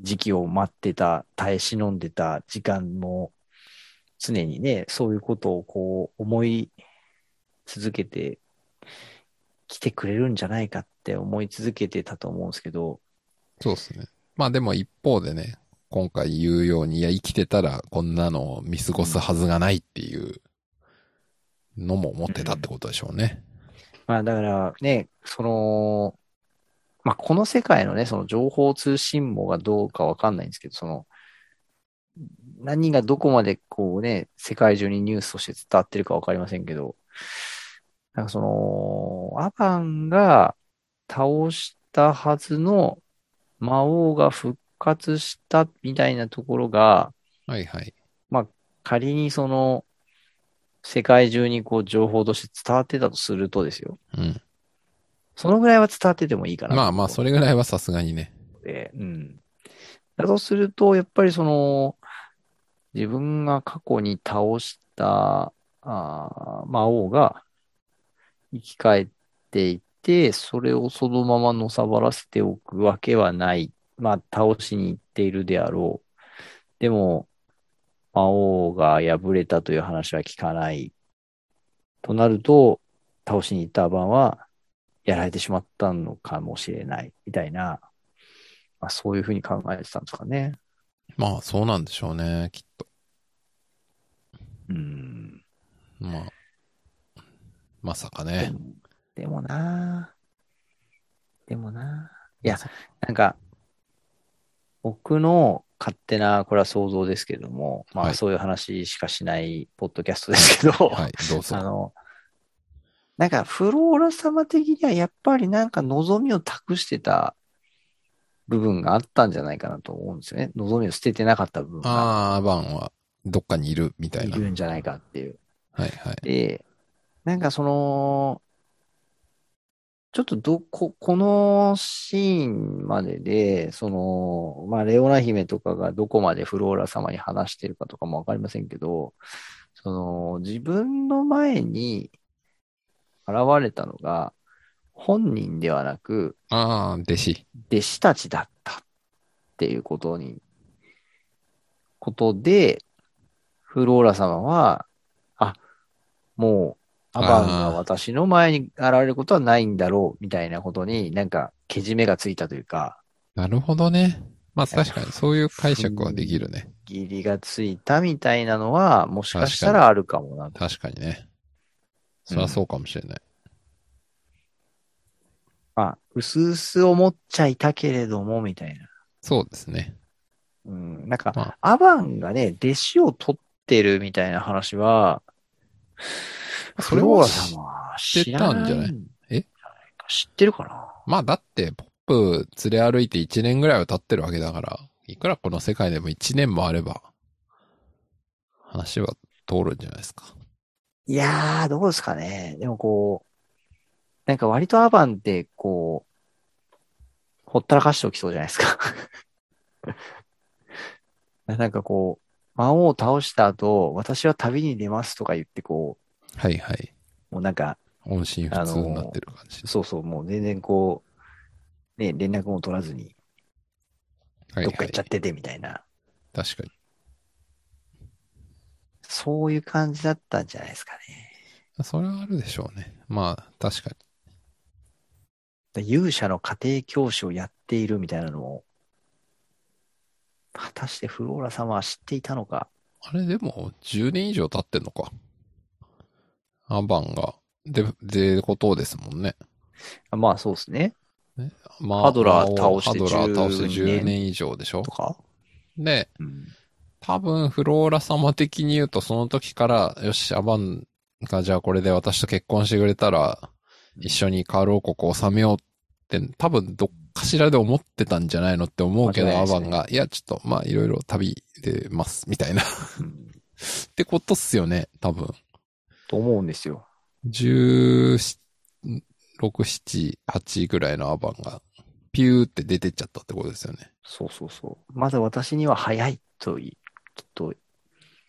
Speaker 2: 時期を待ってた、耐え忍んでた時間も、常にね、そういうことをこう、思い続けて来てくれるんじゃないかって思い続けてたと思うんですけど、
Speaker 1: そうですね。まあでも一方でね、今回言うように、いや、生きてたらこんなのを見過ごすはずがないっていうのも思ってたってことでしょうね。
Speaker 2: まあだからね、その、まあこの世界のね、その情報通信網がどうかわかんないんですけど、その、何がどこまでこうね、世界中にニュースとして伝わってるかわかりませんけど、なんかその、アバンが倒したはずの魔王が復活したみたいなところが、
Speaker 1: はいはい。
Speaker 2: 仮にその、世界中にこう情報として伝わってたとするとですよ。
Speaker 1: うん。
Speaker 2: そのぐらいは伝わっててもいいかな。
Speaker 1: まあまあ、それぐらいはさすがにね。
Speaker 2: で、うん。だとすると、やっぱりその、自分が過去に倒した、あー魔王が生き返っていて、それをそのままのさばらせておくわけはない。まあ、倒しに行っているであろう。でも、魔王が敗れたという話は聞かない。となると、倒しに行った番は、やられてしまったのかもしれない。みたいな。まあ、そういうふうに考えてたんですかね。
Speaker 1: まあ、そうなんでしょうね、きっと。
Speaker 2: うん。
Speaker 1: まあ、まさかね。
Speaker 2: でもなぁでもなぁいや
Speaker 1: まさか
Speaker 2: なんか、僕の勝手な、これは想像ですけども、ま
Speaker 1: は
Speaker 2: あ
Speaker 1: い
Speaker 2: そういう話しかしないポッドキャストですけど、
Speaker 1: はい、どうぞ
Speaker 2: あ。の、なんかフローラ様的にはやっぱりなんか望みを託してた部分があったんじゃないかなと思うんですよね。望みを捨ててなかった部分が
Speaker 1: ああ、アバンはどっかにいるみたい
Speaker 2: い
Speaker 1: な。
Speaker 2: るんじゃないかっていう。
Speaker 1: はいはい。
Speaker 2: で、なんかその、ちょっとどこ、このシーンまでで、その、まあ、レオナ姫とかがどこまでフローラ様に話してるかとかもわかりませんけど、その、自分の前に現れたのが、本人ではなく、
Speaker 1: ああ、弟子。
Speaker 2: 弟子たちだったっていうことに、ことで、フローラ様は、あ、もう、アバンが私の前に現れることはないんだろう、みたいなことに、なんか、けじめがついたというか、
Speaker 1: なるほどね。まあ確かにそういう解釈はできるね。
Speaker 2: 義理がついたみたいなのは、もしかしたらあるかもなと。
Speaker 1: 確かにね。そりゃそうかもしれない。
Speaker 2: まあ、うすうす思っちゃいたけれども、みたいな。
Speaker 1: そうですね。
Speaker 2: うん、なんか、
Speaker 1: まあ
Speaker 2: アバンがね、弟子を取ってるみたいな話は、
Speaker 1: そ
Speaker 2: フ
Speaker 1: れ
Speaker 2: ロー
Speaker 1: は
Speaker 2: ラ
Speaker 1: 知
Speaker 2: 様は
Speaker 1: 知ってたんじゃないえ
Speaker 2: 知らんじゃないか知ってるかな
Speaker 1: まあだって、ポップ連れ歩いて1年ぐらいは経ってるわけだから、いくらこの世界でも1年もあれば、話は通るんじゃないですか。
Speaker 2: いやー、どうですかね。でもこう、なんか割とアバンって、こう、ほったらかしておきそうじゃないですか。 *laughs* なんかこう、魔王を倒した後、私は旅に出ますとか言って、こ
Speaker 1: はいはい。
Speaker 2: う、もうなんか、
Speaker 1: 音信不通になってる感じです。
Speaker 2: そうそう、もう全然こう、ね、連絡も取らずに、
Speaker 1: はい
Speaker 2: どっ
Speaker 1: は
Speaker 2: か行
Speaker 1: い
Speaker 2: っちゃ。っててみたいな、
Speaker 1: 確かに。
Speaker 2: そういう感じだったんじゃないですかね。
Speaker 1: それはあるでしょうね。まあ確かに。
Speaker 2: だ勇者の家庭教師をやっているみたいなのも、果たしてフローラ様は知っていたのか。
Speaker 1: あれでも10年以上経ってんのか。アバンが、で、でことですもんね。
Speaker 2: あまあそうですね。
Speaker 1: ま
Speaker 2: ハドラー倒して
Speaker 1: ハドラー倒して
Speaker 2: 10
Speaker 1: 10年以上でしょ
Speaker 2: と。か。
Speaker 1: で、
Speaker 2: うん。
Speaker 1: 多分フローラ様的に言うとその時から、よし、アバンがじゃあこれで私と結婚してくれたら、一緒にカール王国を治めようって、多分どっかしらで思ってたんじゃないのって思うけど、
Speaker 2: 間違いない
Speaker 1: ア
Speaker 2: ですね
Speaker 1: バンが、いや、ちょっと、まあ、いろいろ旅でます、みたいな。 *laughs*
Speaker 2: うん
Speaker 1: ってことっすよね、多分。
Speaker 2: と思うんですよ。
Speaker 1: 16、7、8ぐらいのアバンが、ピューって出てっちゃったってことですよね。
Speaker 2: そうそうそう。まだ私には早いと言い、きっと言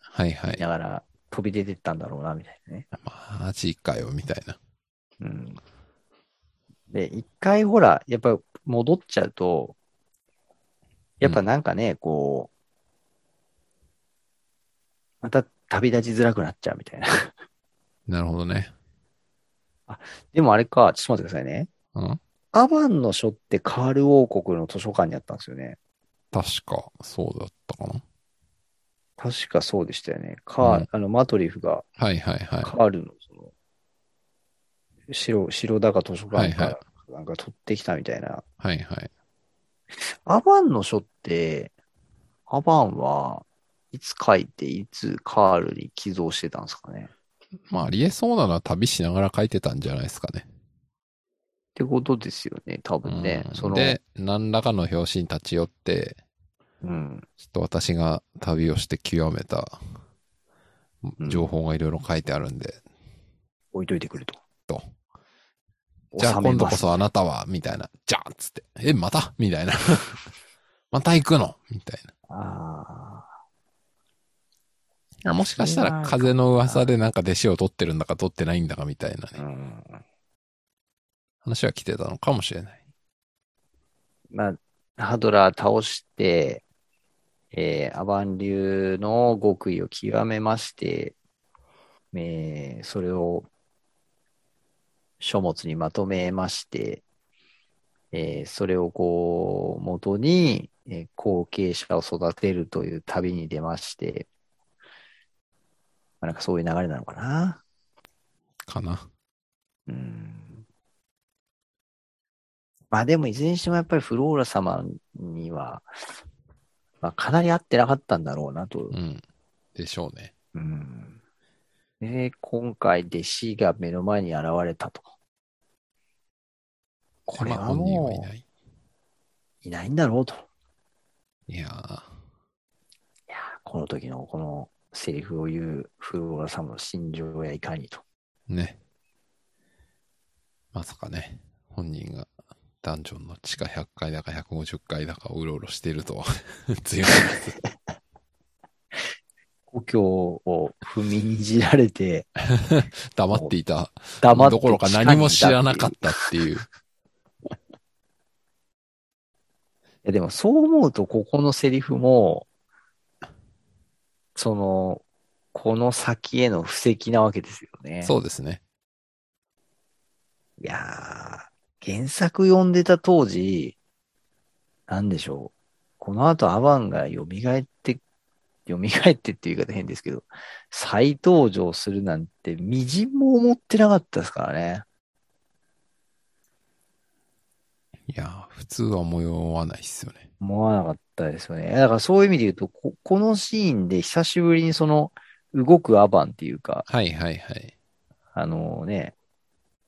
Speaker 1: はいはい
Speaker 2: い。ながら飛び出てったんだろうな、みたいなね。
Speaker 1: マジかよ、みたいな。
Speaker 2: うんで、一回ほら、やっぱ戻っちゃうと、やっぱなんかね、こう、また旅立ちづらくなっちゃうみたいな。 *laughs*
Speaker 1: なるほどね。
Speaker 2: でもあれか、ちょっと待ってくださいね。
Speaker 1: うん
Speaker 2: アバンの書ってカール王国の図書館にあったんですよね。
Speaker 1: 確か、そうだったかな。
Speaker 2: 確かそうでしたよね。カー、
Speaker 1: うん
Speaker 2: あの、マトリフが
Speaker 1: はいはいはい。
Speaker 2: カールのその、白、白だか図書館か
Speaker 1: はい
Speaker 2: らなんか取ってきたみたいな。
Speaker 1: はいはい。
Speaker 2: アバンの書って、アバンはいつ書いて、いつカールに寄贈してたんですかね。っ
Speaker 1: まあ、ありえそうなのは旅しながら書いてたんじゃないですかね。
Speaker 2: てことですよね、多分ね。
Speaker 1: うん
Speaker 2: その、
Speaker 1: で、何らかの表紙に立ち寄って、
Speaker 2: うん。
Speaker 1: ちょっと私が旅をして極めた
Speaker 2: うん
Speaker 1: 情報がいろいろ書いてあるんで、
Speaker 2: 置いといてくれと。
Speaker 1: とじゃあ
Speaker 2: 収め
Speaker 1: 今度
Speaker 2: ま
Speaker 1: こ
Speaker 2: す
Speaker 1: そあなたは、みたいな。じゃあっつって。え、またみたいな。 *laughs* また行くのみたいな。
Speaker 2: ああ。
Speaker 1: いやもしかしたら
Speaker 2: それは
Speaker 1: 風の噂でなんか弟子を取ってるんだか取ってないんだかみたいな
Speaker 2: う
Speaker 1: ね。
Speaker 2: ん。
Speaker 1: 話は来てたのかもしれない。
Speaker 2: まあ、ハドラー倒して、えーアバン流の極意を極めまして、えーそれを書物にまとめまして、えーそれをこう、元に、えー後継者を育てるという旅に出まして、まあ、なんかそういう流れなのかな。
Speaker 1: かな。
Speaker 2: うんまあでも、いずれにしてもやっぱりフローラ様には、まあ、かなり合ってなかったんだろうなと
Speaker 1: う。ん。でしょうね。
Speaker 2: うん、で、今回、弟子が目の前に現れたと。これ
Speaker 1: まあ
Speaker 2: は
Speaker 1: 本人はい
Speaker 2: も
Speaker 1: な
Speaker 2: う
Speaker 1: い。
Speaker 2: いないんだろうと。い
Speaker 1: いやー
Speaker 2: やー、この時のこのセリフを言うフローラ様の心情やいかにと。
Speaker 1: ね。まさかね、本人がダンジョンの地下100階だか150階だかをうろうろしているとは、 *laughs* 強いです。
Speaker 2: 故郷を踏みにじられて、
Speaker 1: 黙っていた
Speaker 2: 黙って
Speaker 1: どころか何も知らなかったって
Speaker 2: *laughs*
Speaker 1: いう。
Speaker 2: いやでもそう思うと、ここのセリフも、その、この先への布石なわけですよね。
Speaker 1: そうですね。
Speaker 2: いやー、原作読んでた当時、なんでしょう。この後アバンが蘇って、蘇ってっていう言い方変ですけど、再登場するなんて、微塵も思ってなかったですからね。
Speaker 1: いやー、普通は模様はないっすよね。
Speaker 2: 思わなかったですよね。だからそういう意味で言うと、ここのシーンで久しぶりにその、動くアバンっていうか、
Speaker 1: はいはいはい。
Speaker 2: あのね、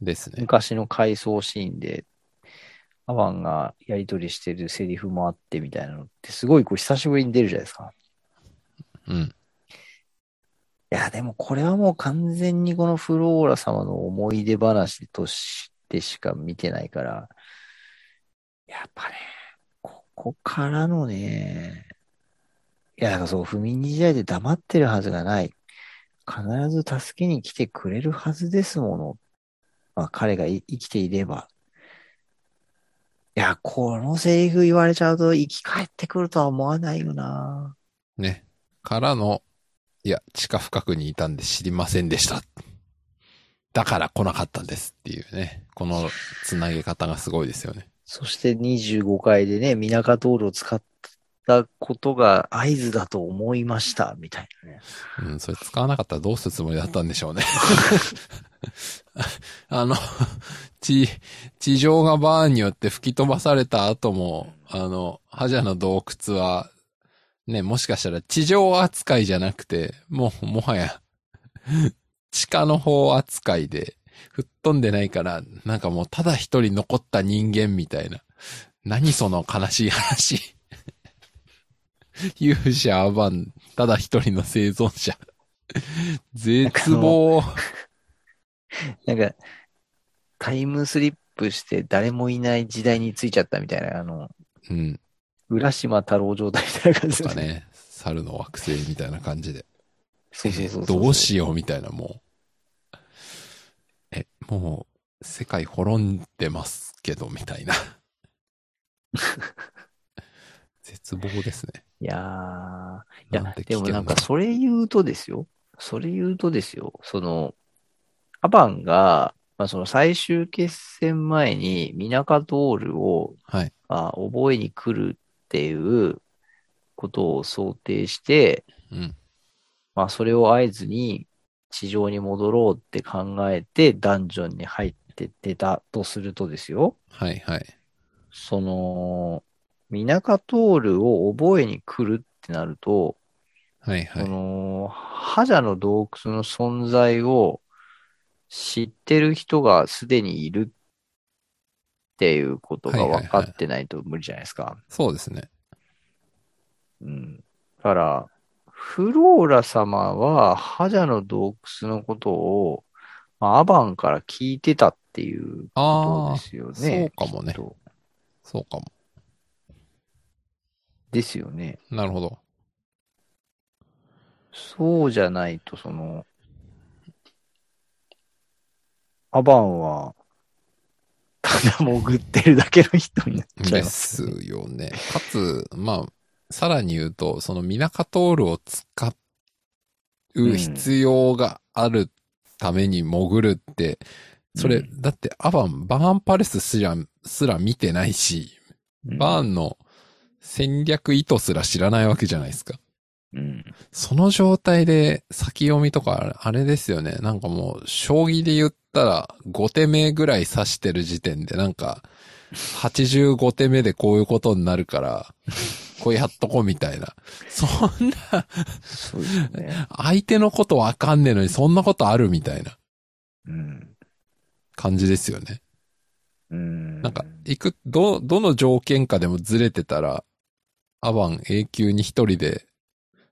Speaker 1: ですね。
Speaker 2: 昔の回想シーンで、アバンがやりとりしてるセリフもあってみたいなのって、すごいこう久しぶりに出るじゃないですか。
Speaker 1: うん。
Speaker 2: いや、でもこれはもう完全にこのフローラ様の思い出話としてしか見てないから、やっぱね、ここからのね、いや、だからそう、不眠に時代で黙ってるはずがない。必ず助けに来てくれるはずですもの。まあ、彼がい生きていれば。いや、このセリフ言われちゃうと生き返ってくるとは思わないよな。
Speaker 1: ね。からの、いや、地下深くにいたんで知りませんでした。だから来なかったんですっていうね。このつなげ方がすごいですよね。
Speaker 2: そして25回でね、ミナカトールを使ったことが合図だと思いました、みたいなね。
Speaker 1: うん、それ使わなかったらどうするつもりだったんでしょうね。あの、 *laughs* 地、地上がバーンによって吹き飛ばされた後も、あの、ハジャの洞窟は、ね、もしかしたら地上扱いじゃなくて、もう、もはや、 *laughs* 地下の方扱いで、吹っ飛んでないから、なんかもうただ一人残った人間みたいな。何その悲しい話。 *laughs* 勇者アバン、ただ一人の生存者。絶望。
Speaker 2: なんか、タイムスリップして誰もいない時代についちゃったみたいな、あの、
Speaker 1: うん。
Speaker 2: 浦島太郎状態みたいな感じ
Speaker 1: と
Speaker 2: で
Speaker 1: か
Speaker 2: すね。
Speaker 1: ね、猿の惑星みたいな感じで、
Speaker 2: そうそうそうそう。
Speaker 1: どうしようみたいなもう、え、もう世界滅んでますけどみ
Speaker 2: *laughs*
Speaker 1: たいな。絶望ですね。
Speaker 2: いやー、い
Speaker 1: なん
Speaker 2: や
Speaker 1: て、危
Speaker 2: でも
Speaker 1: 険な
Speaker 2: な
Speaker 1: ん
Speaker 2: かそれ言うとですよ。それ言うとですよ。その、アバンが、まあ、その最終決戦前にミナカトールを、
Speaker 1: はい
Speaker 2: まあ、覚えに来るっていうことを想定して、
Speaker 1: うん。
Speaker 2: まあ、それを合図に地上に戻ろうって考えてダンジョンに入ってってたとするとですよ。
Speaker 1: はいはい。
Speaker 2: その、ミナカトールを覚えに来るってなると、
Speaker 1: はいは
Speaker 2: そ
Speaker 1: い。
Speaker 2: の、覇者の洞窟の存在を知ってる人がすでにいるっていうことが分かってないと無理じゃないですか。
Speaker 1: そうですね。
Speaker 2: うん。だから、フローラ様は覇者の洞窟のことを、まあアバンから聞いてたっていうこと
Speaker 1: あ
Speaker 2: で
Speaker 1: あ、
Speaker 2: すよ
Speaker 1: そう
Speaker 2: ね。
Speaker 1: かもね
Speaker 2: きっと
Speaker 1: そうかも。
Speaker 2: ですよね。
Speaker 1: なるほど。
Speaker 2: そうじゃないと、その、アバンは、ただ潜ってるだけの人になっちゃい
Speaker 1: で
Speaker 2: ます。
Speaker 1: すよね。かつ、まあ、さらに言うと、そのミナカトールを使う必要があるために潜るって、それ、
Speaker 2: うん
Speaker 1: だってアバン、バーンパレスすら、すら見てないし、バーンの戦略意図すら知らないわけじゃないですか。
Speaker 2: うん。
Speaker 1: その状態で先読みとか、あれですよね。なんかもう、将棋で言ったら5手目ぐらい指してる時点で、なんか、85手目でこういうことになるから、こうやっとこうみたいな。そんな、
Speaker 2: そうですよね。
Speaker 1: 相手のことわかんねえのに、そんなことあるみたいな
Speaker 2: うん。
Speaker 1: 感じですよね。
Speaker 2: うん。
Speaker 1: なんか、いく、ど、どの条件下でもずれてたら、アバン永久に一人で、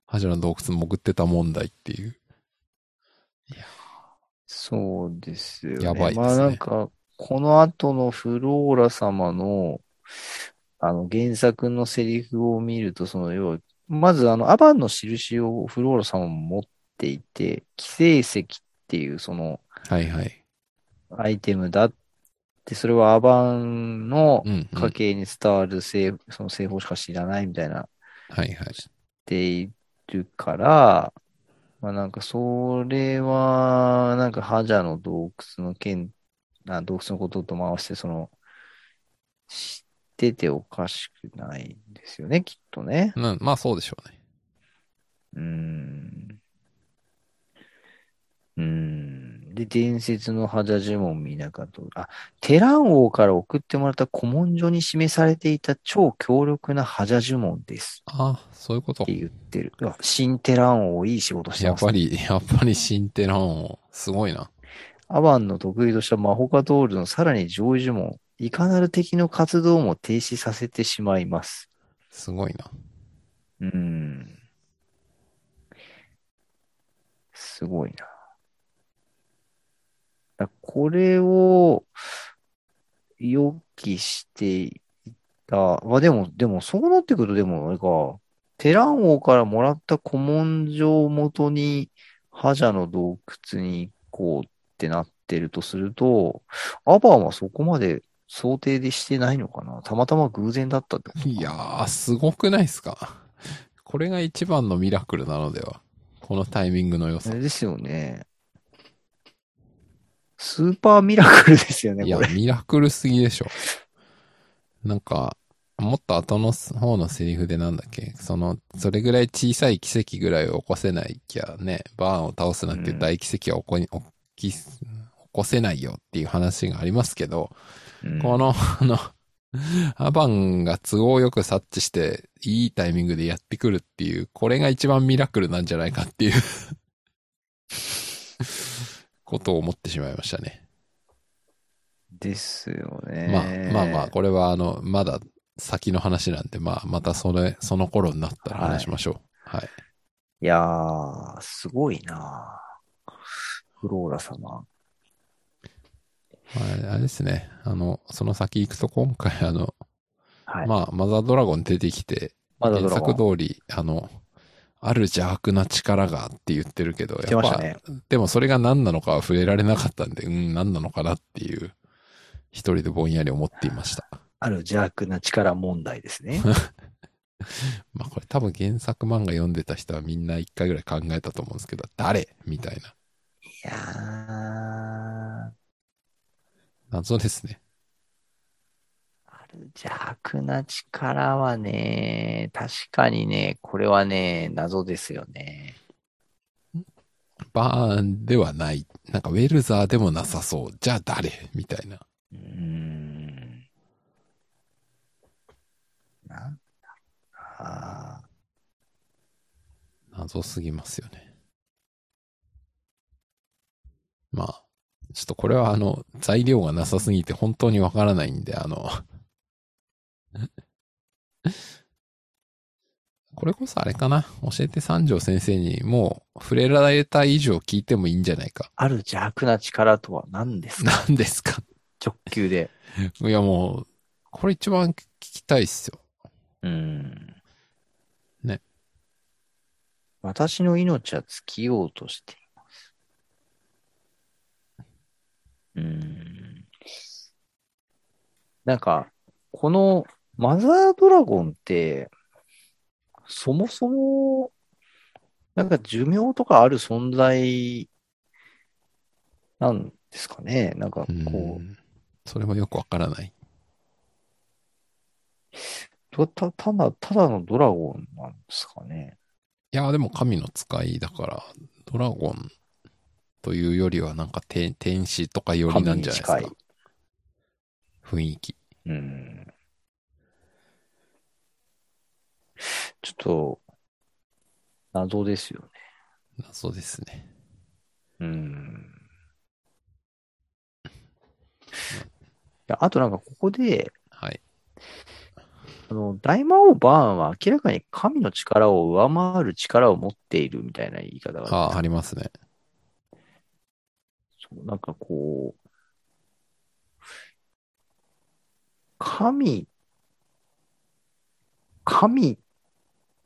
Speaker 1: ハジラの洞窟潜ってた問題っていう。
Speaker 2: そうですよね。
Speaker 1: やばいですね
Speaker 2: まあなんか、この後のフローラ様の、あの、原作のセリフを見ると、その、要は、まず、あの、アバンの印をフローラ様も持っていて、寄生石っていう、その、
Speaker 1: はいはい。
Speaker 2: アイテムだって、それはアバンの
Speaker 1: うん、うん。
Speaker 2: 家
Speaker 1: はい
Speaker 2: 系に伝わる製、その製法しか知らないみたいな
Speaker 1: はい。
Speaker 2: っているから、まあなんかそれは、なんか覇者の洞窟の件、あ洞窟のことと回して、その、知ってておかしくないんですよね、きっとね。
Speaker 1: うん、まあそうでしょうね。
Speaker 2: うーん。うーん。で、伝説の覇者呪文ミナカと、あ、テラン王から送ってもらった古文書に示されていた超強力な覇者呪文です。
Speaker 1: ああ、そういうこと
Speaker 2: って。言ってる。うわ新テラン王、いい仕事して
Speaker 1: や
Speaker 2: ま
Speaker 1: っ
Speaker 2: す
Speaker 1: ぱ
Speaker 2: ね。
Speaker 1: り、やっぱり新テランを、すごいな。
Speaker 2: アバンの得意としたマホカドールのさらに上位呪文、いかなる敵の活動も停止させてしまいます。
Speaker 1: すごいな。
Speaker 2: うーん。すごいな。だこれを予期していた。まあでも、でもそうなってくると、でもあれか、テラン王からもらった古文書をもとに覇者の洞窟に行こうってなってるとすると、アバンはそこまで想定でしてないのかなたまたま偶然だったってことか
Speaker 1: いやー、すごくないですか。これが一番のミラクルなのでは。このタイミングの良
Speaker 2: あ
Speaker 1: さ。
Speaker 2: れですよね。スーパーミラクルですよね、
Speaker 1: いや
Speaker 2: これ。、
Speaker 1: ミラクルすぎでしょ。なんか、もっと後の方のセリフでなんだっけその、それぐらい小さい奇跡ぐらいを起こせないきゃね、バーンを倒すなんて
Speaker 2: うん
Speaker 1: 大奇跡は起こに、起き、起こせないよっていう話がありますけど、
Speaker 2: うん
Speaker 1: この、 *laughs* あの、アバンが都合よく察知して、いいタイミングでやってくるっていう、これが一番ミラクルなんじゃないかっていう、ことを思ってしまいましたね。
Speaker 2: ですよ
Speaker 1: ま
Speaker 2: ね。
Speaker 1: あまあまあ、これはあの、まだ先の話なんで、まあまたそれ、その頃になったら話しましょう。はい。
Speaker 2: いやー、すごいなフローラ様。
Speaker 1: まあ、あれですね。あの、その先行くと今回あの、
Speaker 2: はい。
Speaker 1: まあ、マザードラゴン出てきて、
Speaker 2: まだド
Speaker 1: 原
Speaker 2: ラゴ
Speaker 1: 作通
Speaker 2: ン。
Speaker 1: り、あの、ある邪悪な力がって言ってるけど、
Speaker 2: 言って
Speaker 1: やっ
Speaker 2: まし
Speaker 1: ぱ、
Speaker 2: たね。
Speaker 1: でもそれが何なのかは触れられなかったんで、うん、何なのかなっていう、一人でぼんやり思っていました。
Speaker 2: ある邪悪な力問題ですね。
Speaker 1: まあこれ多分原作漫画読んでた人はみんな一回ぐらい考えたと思うんですけど、誰みたいな。
Speaker 2: いやー、
Speaker 1: 謎ですね。
Speaker 2: ある邪悪な力はね、確かにね、これはね、謎ですよね。
Speaker 1: バーンではない。なんかウェルザーでもなさそう。じゃあ誰みたいな。
Speaker 2: うーんなんだろうな。
Speaker 1: 謎すぎますよね。まあ、ちょっとこれはあの、材料がなさすぎて本当にわからないんで、あの、 *laughs* これこそあれかな。教えて三条先生にもう触れられた以上聞いてもいいんじゃないか。 *laughs*
Speaker 2: ある邪悪な力とは何ですか *laughs*
Speaker 1: 何ですか
Speaker 2: 直球で。
Speaker 1: いやもう、これ一番聞きたいっすよ。
Speaker 2: うん。
Speaker 1: ね。
Speaker 2: 私の命は尽きようとしています。うん。なんか、このマザードラゴンって、そもそも、なんか寿命とかある存在なんですかね。なんかこ
Speaker 1: う
Speaker 2: う、
Speaker 1: ん。それもよくわからない。
Speaker 2: た、たただ、ただのドラゴンなんですかね。
Speaker 1: いや、でも神の使いだから、ドラゴンというよりはなんか天天使とかよりなんじゃないですか
Speaker 2: 神に。
Speaker 1: 雰囲気。
Speaker 2: うん。ちょっと、謎ですよね。
Speaker 1: 謎ですね。
Speaker 2: うん。いやあとなんかここで、
Speaker 1: はい。
Speaker 2: あの、大魔王バーンは明らかに神の力を上回る力を持っているみたいな言い方が
Speaker 1: ああ、ありますね。
Speaker 2: そうなんかこう、神、神っ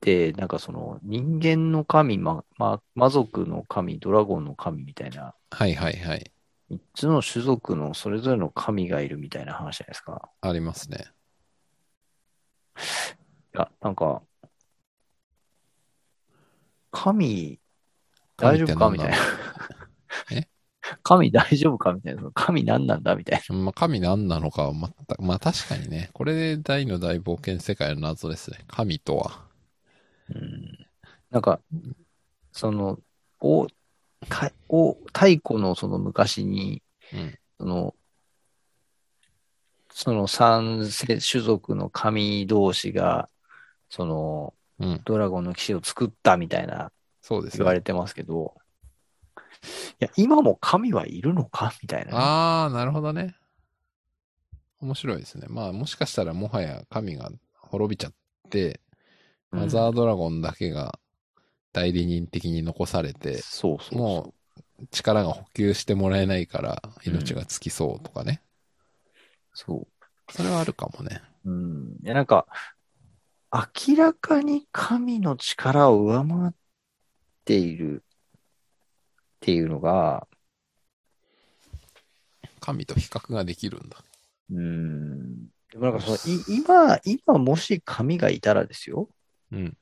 Speaker 2: て、なんかその人間の神、ま、ま、魔族の神、ドラゴンの神みたいな、
Speaker 1: はいはいはい。
Speaker 2: 三つの種族のそれぞれの神がいるみたいな話じゃないですか。
Speaker 1: ありますね。
Speaker 2: いや、なんか、神、大
Speaker 1: 神
Speaker 2: 丈
Speaker 1: って
Speaker 2: 夫
Speaker 1: な
Speaker 2: か
Speaker 1: ん
Speaker 2: み
Speaker 1: だ
Speaker 2: たいな。
Speaker 1: え
Speaker 2: 神大丈夫かみたいな。その神何なんだみたいな。
Speaker 1: まあ、神何なのかは全く、まあ確かにね、これで大の大冒険世界の謎ですね。神とは。
Speaker 2: うんなんか、その、お、たお太古のその昔に、
Speaker 1: うん
Speaker 2: その、その三世種族の神同士が、その、
Speaker 1: うん、
Speaker 2: ドラゴンの騎士を作ったみたいな
Speaker 1: そうです
Speaker 2: 言わ
Speaker 1: ね。
Speaker 2: れてますけど、いや、今も神はいるのかみたいな。
Speaker 1: あー、なるほどね。面白いですね。まあもしかしたらもはや神が滅びちゃって、
Speaker 2: うん
Speaker 1: マザードラゴンだけが代理人的に残されて、
Speaker 2: そうそうそう。
Speaker 1: もう力が補給してもらえないから命が尽きそうとかね。
Speaker 2: そう。
Speaker 1: それはあるかもね。
Speaker 2: うん、いやなんか、明らかに神の力を上回っているっていうのが、
Speaker 1: 神と比較ができるんだ。
Speaker 2: うん、でもなんかその、い今、今もし神がいたらですよ、
Speaker 1: うん。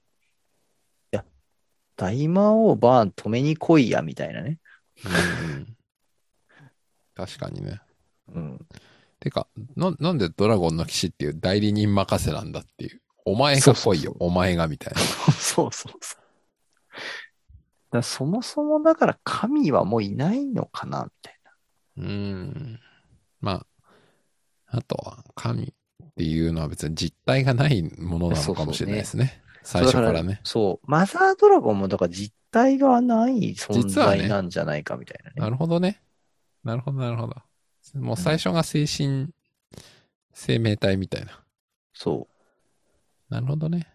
Speaker 2: 大魔王バーン止めに来いや、みたいなね。
Speaker 1: うんうん確かにね。
Speaker 2: うん、
Speaker 1: てかな、なんでドラゴンの騎士っていう代理人任せなんだっていう。お前が来い
Speaker 2: そうそう
Speaker 1: よ、お前がみたいな。
Speaker 2: *laughs* そうそうそう。だからそもそもだから神はもういないのかな、みたいな。
Speaker 1: うーん。まあ、あとは神っていうのは別に実体がないものなのかもしれないですね。最初からね。
Speaker 2: そう、マザードラゴンもだから実体がない存
Speaker 1: 実はね
Speaker 2: 在なんじゃないかみたいなね。
Speaker 1: なるほどね。なるほど、なるほど。もう最初が精神、生命体みたいな。
Speaker 2: そう。
Speaker 1: なるほどね。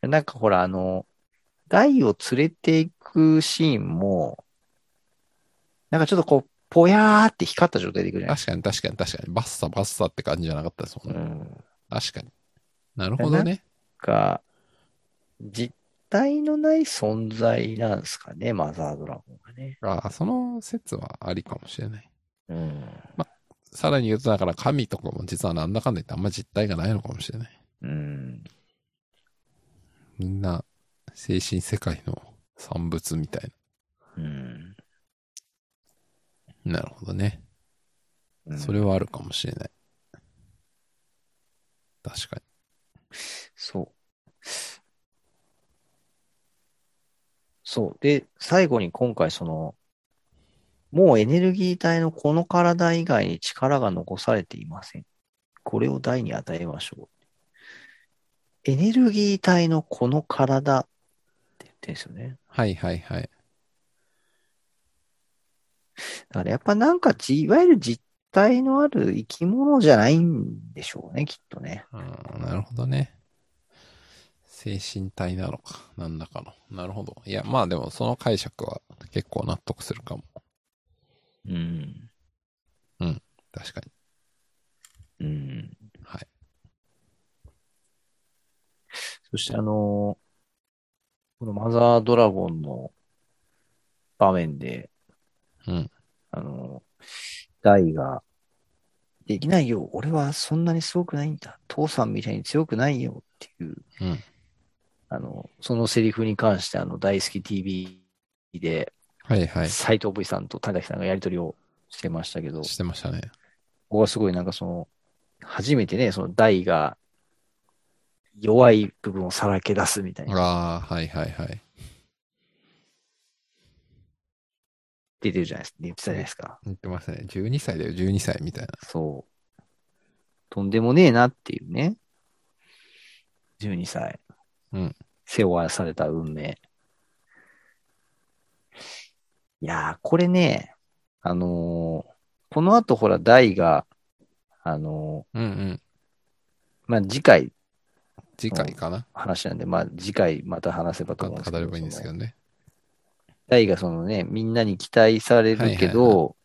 Speaker 2: なんかほら、あの、ダイを連れていくシーンも、なんかちょっとこう、ぽやーって光った状態でいくじゃないです
Speaker 1: 確かに確かに確かに。バッサバッサって感じじゃなかったですも
Speaker 2: か。
Speaker 1: んね。
Speaker 2: うん。
Speaker 1: 確かに。なるほどね。
Speaker 2: が、実体のない存在なんですかね、マザードラゴンがね。
Speaker 1: ああ、その説はありかもしれない。
Speaker 2: うん。
Speaker 1: さらに言うと、だから神とかも実はなんだかんだ言ってあんま実体がないのかもしれない。
Speaker 2: うん。
Speaker 1: みんな精神世界の産物みたい
Speaker 2: うん。
Speaker 1: な。なるほどね。
Speaker 2: うん
Speaker 1: それはあるかもしれない。確か
Speaker 2: そう。そう。で、最後に今回その、もうエネルギー体のこの体以外に力が残されていません。これを大に与えましょう。エネルギー体のこの体って言ってるんですよね。
Speaker 1: に。はいはいはい。
Speaker 2: だからやっぱなんかじ、いわゆる実体のある生き物じゃないんでしょうね、きっとね。
Speaker 1: あーなるほどね。精神体なのか。なんだかの。なるほど。いや、まあでもその解釈は結構納得するかも。
Speaker 2: うん。
Speaker 1: 確かに。
Speaker 2: うん。
Speaker 1: はい。
Speaker 2: そしてあのーこのマザードラゴンの場面で、
Speaker 1: うん。
Speaker 2: あのーダイが、できないよ、俺はそんなにすごくないんだ、父さんみたいに強くないよっていう、
Speaker 1: うん
Speaker 2: あの、そのセリフに関して、あの、大好き TV で、
Speaker 1: はいはい。
Speaker 2: 斎藤 V さんと田崎さんがやりとりをしてましたけど、
Speaker 1: してましたね。
Speaker 2: 僕はすごいなんかその、初めてね、そのダイが弱い部分をさらけ出すみたいな。
Speaker 1: ああ、はいはいはい。
Speaker 2: 出てるじゃないですか。言ってたじゃないですか。
Speaker 1: 言ってますね。12歳だよ、12歳みたいな。
Speaker 2: そう。とんでもねえなっていうね。12歳。
Speaker 1: うん。
Speaker 2: 背負わされた運命。いやー、これね、あのーこの後ほら、ダイが、あの
Speaker 1: うんうん。
Speaker 2: ーまあ、次回
Speaker 1: 次回かな、
Speaker 2: 話なんで、まあ、次回また話せばと
Speaker 1: か
Speaker 2: 思うんです
Speaker 1: 語
Speaker 2: け
Speaker 1: れ
Speaker 2: ど、
Speaker 1: ばいいんですけ
Speaker 2: そ
Speaker 1: ど
Speaker 2: の
Speaker 1: ね。
Speaker 2: ダイがそのね、みんなに期待されるけ
Speaker 1: はいはい
Speaker 2: ど、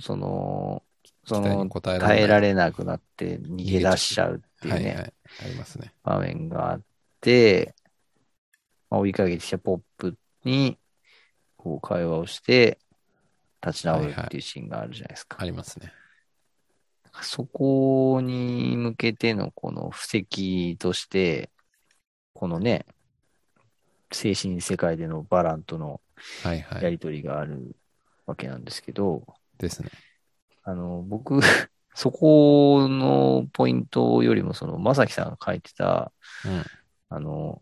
Speaker 2: その、
Speaker 1: 期
Speaker 2: そ
Speaker 1: 待
Speaker 2: の
Speaker 1: に、応えられない
Speaker 2: 耐えられなくなって逃げ出しちゃうっていう
Speaker 1: はいは
Speaker 2: ね、
Speaker 1: い。ありますね。
Speaker 2: 場面があって、まあ、追いかけてきたポップに、こう会話をして、立ち直るっていうシーンがあるじゃないですか。
Speaker 1: ありますね。
Speaker 2: そこに向けてのこの布石として、このね、精神世界でのバランとの
Speaker 1: はいは
Speaker 2: や
Speaker 1: い。
Speaker 2: りとりがあるわけなんですけど、
Speaker 1: ですね。
Speaker 2: あの、僕、 *laughs* そこのポイントよりも、その、まさきさんが書いてた、
Speaker 1: うん。
Speaker 2: あの、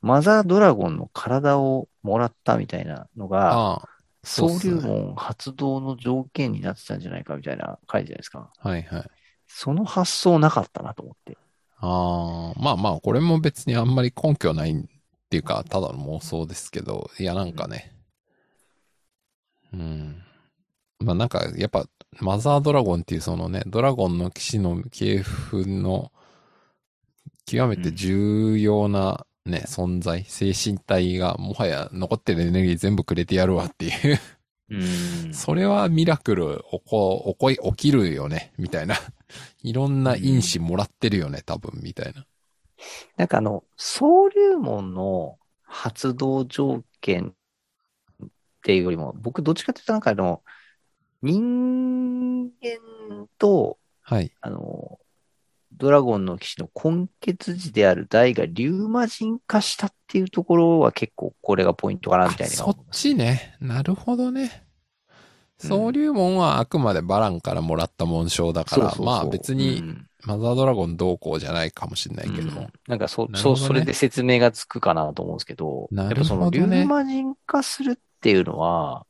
Speaker 2: マザードラゴンの体をもらったみたいなのが、
Speaker 1: ああ、そうっ
Speaker 2: 総
Speaker 1: す
Speaker 2: 流
Speaker 1: ね。
Speaker 2: 門発動の条件になってたんじゃないかみたいな書いてじゃないですか。
Speaker 1: はいはい。
Speaker 2: その発想なかったなと思って。
Speaker 1: ああ、まあまあ、これも別にあんまり根拠ないっていうか、ただの妄想ですけど、いや、なんかね。うん。まあなんか、やっぱ、マザードラゴンっていうそのね、ドラゴンの騎士の系譜の、極めて重要なね、存在、精神体が、もはや残ってるエネルギー全部くれてやるわっていう
Speaker 2: うん
Speaker 1: それはミラクル起こ、起こ、起きるよね、みたいな。 *laughs* いろんな因子もらってるよね、多分、みたいな。
Speaker 2: なんかあの、総流門の発動条件っていうよりも、僕どっちかっていうとなんかあの、人間と、
Speaker 1: はい。
Speaker 2: あの、ドラゴンの騎士の根血児である大がリュウマ人化したっていうところは結構これがポイントかなみたい
Speaker 1: あ
Speaker 2: な。
Speaker 1: そっちね。なるほどね。
Speaker 2: うん
Speaker 1: 総流門はあくまでバランからもらった紋章だから、
Speaker 2: そうそうそう
Speaker 1: まあ別
Speaker 2: う
Speaker 1: に
Speaker 2: ん
Speaker 1: マザードラゴンどうこうじゃないかもしれないけど、
Speaker 2: うんなんかそ、
Speaker 1: なるほ
Speaker 2: そ
Speaker 1: ど
Speaker 2: う、
Speaker 1: ね
Speaker 2: それで説明がつくかなと思うんですけど、
Speaker 1: な
Speaker 2: やっ
Speaker 1: る
Speaker 2: ぱそ
Speaker 1: ほど
Speaker 2: の、
Speaker 1: ね
Speaker 2: リュウマ人化するっていうのは、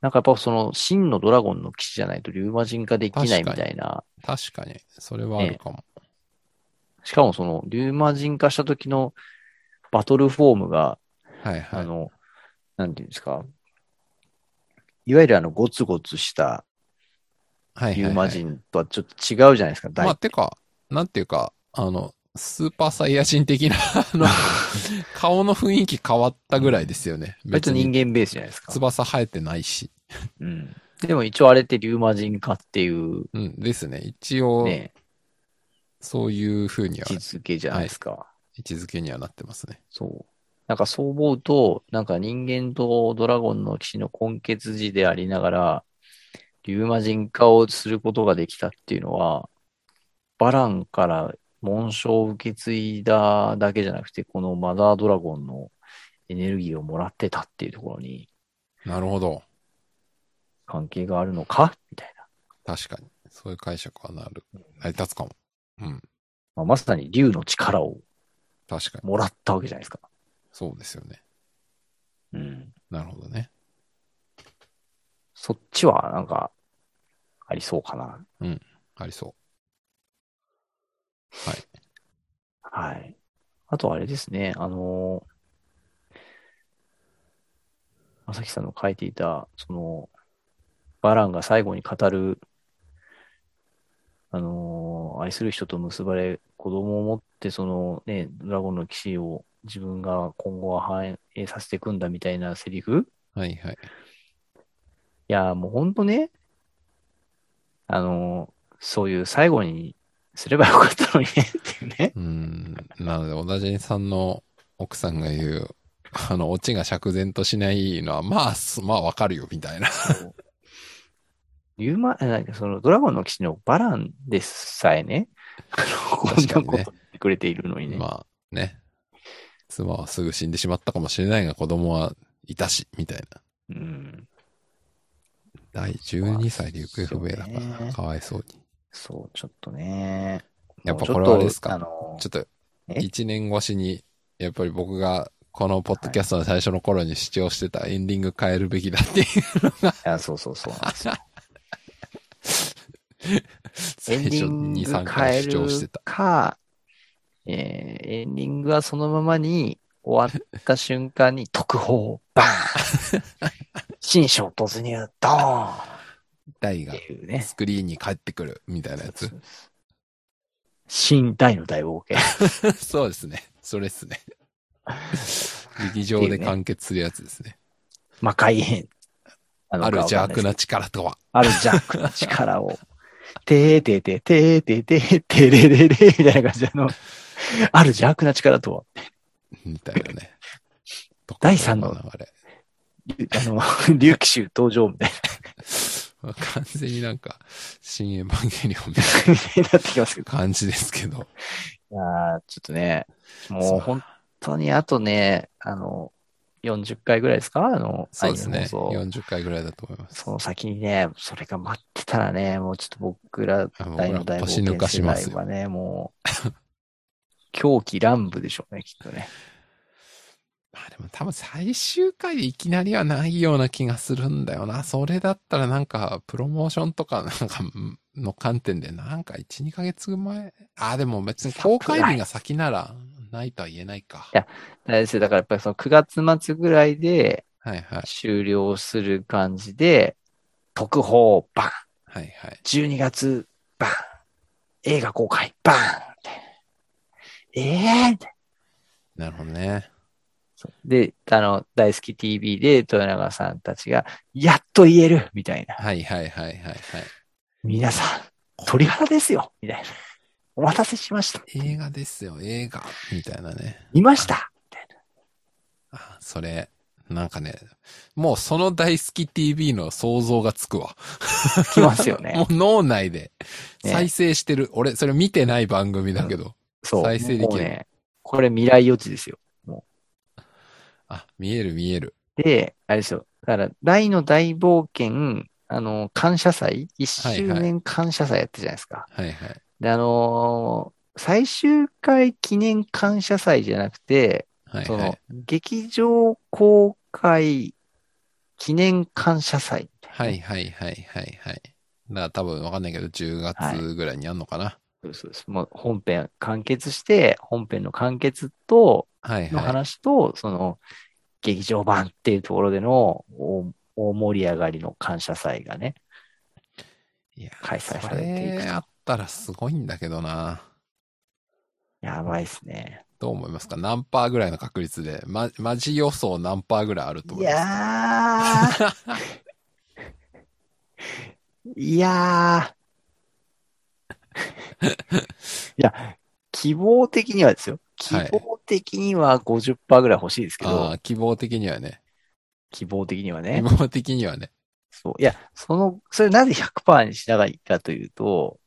Speaker 2: なんかやっぱその、真のドラゴンの騎士じゃないとリュウマ人化できないみたいな、
Speaker 1: 確かに、それはあるかも。
Speaker 2: しかもその、リュウマ人化した時のバトルフォームが、
Speaker 1: はいは
Speaker 2: あ
Speaker 1: い。
Speaker 2: の、なんていうんですか、いわゆるあの、ゴツゴツした
Speaker 1: はいはい
Speaker 2: リ
Speaker 1: は
Speaker 2: ュ
Speaker 1: い
Speaker 2: ウマ人とはちょっと違うじゃないですか、
Speaker 1: ま
Speaker 2: 大
Speaker 1: あ、てか、なんていうか、あの、スーパーサイヤ人的な、あ
Speaker 2: *laughs*
Speaker 1: の、顔の雰囲気変わったぐらいですよね。
Speaker 2: 割と人間ベースじゃないですか。
Speaker 1: 翼生えてないし。
Speaker 2: うん。でも一応あれってリュウマ人化っていう、
Speaker 1: うん、ですね。一応、
Speaker 2: ね、
Speaker 1: そういう風には
Speaker 2: 位置、づけじゃないですか。
Speaker 1: 位置づけにはなってますね。
Speaker 2: そう。なんかそう思うと、なんか人間とドラゴンの騎士の根血児でありながら、リュウマ人化をすることができたっていうのは、バランから紋章を受け継いだだけじゃなくて、このマザードラゴンのエネルギーをもらってたっていうところに
Speaker 1: なるほど。
Speaker 2: 関係があるのかみたいな。
Speaker 1: 確かに。そういう解釈はなる。成り立つかも。うん。
Speaker 2: まあ、まさに竜の力を
Speaker 1: 確かに。
Speaker 2: もらったわけじゃないですか。
Speaker 1: そうですよね。
Speaker 2: うん。
Speaker 1: なるほどね。
Speaker 2: そっちはなんかありそうかな。
Speaker 1: ありそ
Speaker 2: はい。あとあれですね、あのまさきさんの書いていた、その、バランが最後に語る、あのー愛する人と結ばれ、子供を持って、そのね、ドラゴンの騎士を自分が今後は反映させていくんだみたいなセリフ
Speaker 1: う。はいはい。
Speaker 2: いやー、もうほんとね、あのーそういう最後にすればよかったのにね、っていうね。
Speaker 1: うん。なので、小田人さんの奥さんが言う、あの、オチが釈然としないのは、まあ、すまあわかるよ、みたいな。
Speaker 2: *laughs* ユーマ、えなんかそのドラゴンの騎士のバランでさえね、あのこ
Speaker 1: *laughs*
Speaker 2: ん
Speaker 1: 確か
Speaker 2: な
Speaker 1: にね
Speaker 2: こと言ってくれているのにね。
Speaker 1: まあ、ね。妻はすぐ死んでしまったかもしれないが、子供はいたし、みたいな。
Speaker 2: うん。
Speaker 1: 第12歳で行方不明だから
Speaker 2: そうで
Speaker 1: な、
Speaker 2: すよね
Speaker 1: かわいそうに。
Speaker 2: そう、ちょっとね。
Speaker 1: やっぱ
Speaker 2: もうちょ
Speaker 1: これはあれですか
Speaker 2: とあの
Speaker 1: ちょっと、
Speaker 2: え
Speaker 1: 1年越しに、やっぱり僕が、このポッドキャストの最初の頃に主張してたエンディング変えるべきだっていう
Speaker 2: いやそうそうそう。エ
Speaker 1: *laughs* 最
Speaker 2: ンデ
Speaker 1: 初
Speaker 2: ィン
Speaker 1: に
Speaker 2: グ
Speaker 1: 3
Speaker 2: 変
Speaker 1: 回
Speaker 2: え
Speaker 1: 主張して
Speaker 2: る
Speaker 1: た。
Speaker 2: か、えーエンディングはそのままに終わった瞬間に特報、バー
Speaker 1: *laughs*
Speaker 2: ン新章突入、ドーンっ
Speaker 1: 大が
Speaker 2: ていうね。
Speaker 1: スクリーンに帰ってくるみたいなや
Speaker 2: *laughs*
Speaker 1: つ。
Speaker 2: 新大の大冒険。
Speaker 1: そうですね。それですね。劇場で完結するやつですね。
Speaker 2: 魔界編。あ
Speaker 1: ある邪悪
Speaker 2: な。
Speaker 1: な力とは。
Speaker 2: ある邪悪な力を。 *laughs* てーてーてーてーてーてーてーれーれーれーみたいな感じで
Speaker 1: *laughs*
Speaker 2: あの、ある邪悪な力とは、
Speaker 1: みたいなね。
Speaker 2: 第三の
Speaker 1: どこからかなあれ。
Speaker 2: あの、 *laughs* 竜騎衆登場みたい
Speaker 1: 完全になんか、新エヴァンゲリオンみたい
Speaker 2: な、みたいになってきますけど
Speaker 1: な感じですけ *laughs* ど。
Speaker 2: いやーちょっとね、
Speaker 1: そ
Speaker 2: も
Speaker 1: う
Speaker 2: う本当にあとね、あの、40回ぐらいですかあの、
Speaker 1: そうです
Speaker 2: アニメ
Speaker 1: ね。
Speaker 2: 放送
Speaker 1: 40回ぐらいだと思います。
Speaker 2: その先にね、それが待ってたらね、もうちょっと僕ら
Speaker 1: あの
Speaker 2: 大の大冒
Speaker 1: 腰
Speaker 2: 険
Speaker 1: 抜かし
Speaker 2: 世
Speaker 1: ます
Speaker 2: 代
Speaker 1: よ。
Speaker 2: はね、もう、
Speaker 1: *laughs*
Speaker 2: 狂気乱舞でしょうね、きっとね。
Speaker 1: まあでも多分最終回でいきなりはないような気がするんだよな。それだったらなんか、プロモーションとかなんかの観点でなんか1、2ヶ月前。あ、でも別に公開日が先ならないとは言えないか。
Speaker 2: 大ですよだからやっぱりその9月末ぐらいで
Speaker 1: はいはい。
Speaker 2: 終了する感じで、特報バン
Speaker 1: はいはい。
Speaker 2: !12 月バン映画公開バンみたいなええー、
Speaker 1: なるほどね。
Speaker 2: で、あの、大好き TV で豊永さんたちが、やっと言えるみたいな。
Speaker 1: はいはいはいはいはい。
Speaker 2: 皆さん、鳥肌ですよみたいな。お待たせしました。
Speaker 1: 映画ですよ、映画。みたいなね。
Speaker 2: 見ました
Speaker 1: あそれ、なんかね、もうその大好き TV の想像がつくわ。
Speaker 2: 来ますよね
Speaker 1: *laughs* も。う脳内で
Speaker 2: ね
Speaker 1: 再生してる。俺、それ見てない番組だけど。
Speaker 2: そう。
Speaker 1: 再生できる
Speaker 2: もうね、これ未来予知ですよ。
Speaker 1: あ、見える見える。
Speaker 2: で、あれですよ。だから、大の大冒険、あの、感謝祭 ?1 周年感謝祭やったじゃないですか。
Speaker 1: はいはい。
Speaker 2: で、あのー最終回記念感謝祭じゃなくて、
Speaker 1: はい
Speaker 2: そ
Speaker 1: は
Speaker 2: の
Speaker 1: い。、
Speaker 2: 劇場公開記念感謝祭。
Speaker 1: はいはいはいはいはい。だから多分わかんないけど、10月ぐらいにやんのかな。
Speaker 2: そうですそうです。もう本編完結して、本編の完結と、
Speaker 1: はい
Speaker 2: の
Speaker 1: はい。
Speaker 2: 話と、その、劇場版っていうところでの大大盛り上がりの感謝祭がね、
Speaker 1: いや
Speaker 2: 開催されていくと
Speaker 1: それあったらすごいんだけどな。
Speaker 2: やばいっすね。
Speaker 1: どう思いますか何パーぐらいの確率で、ま、マジ予想何パーぐらいあると
Speaker 2: い
Speaker 1: 思いますか
Speaker 2: やー。いや
Speaker 1: *laughs*
Speaker 2: ー。いや、希望的にはですよ。希
Speaker 1: はい
Speaker 2: 望的には50%ぐらい欲しいですけど、
Speaker 1: *laughs* ああ、希望的にはね。
Speaker 2: 希望的には
Speaker 1: 希
Speaker 2: ね。
Speaker 1: 望的にはね。
Speaker 2: そう。いや、その、それなぜ100%にしながらいいかというと、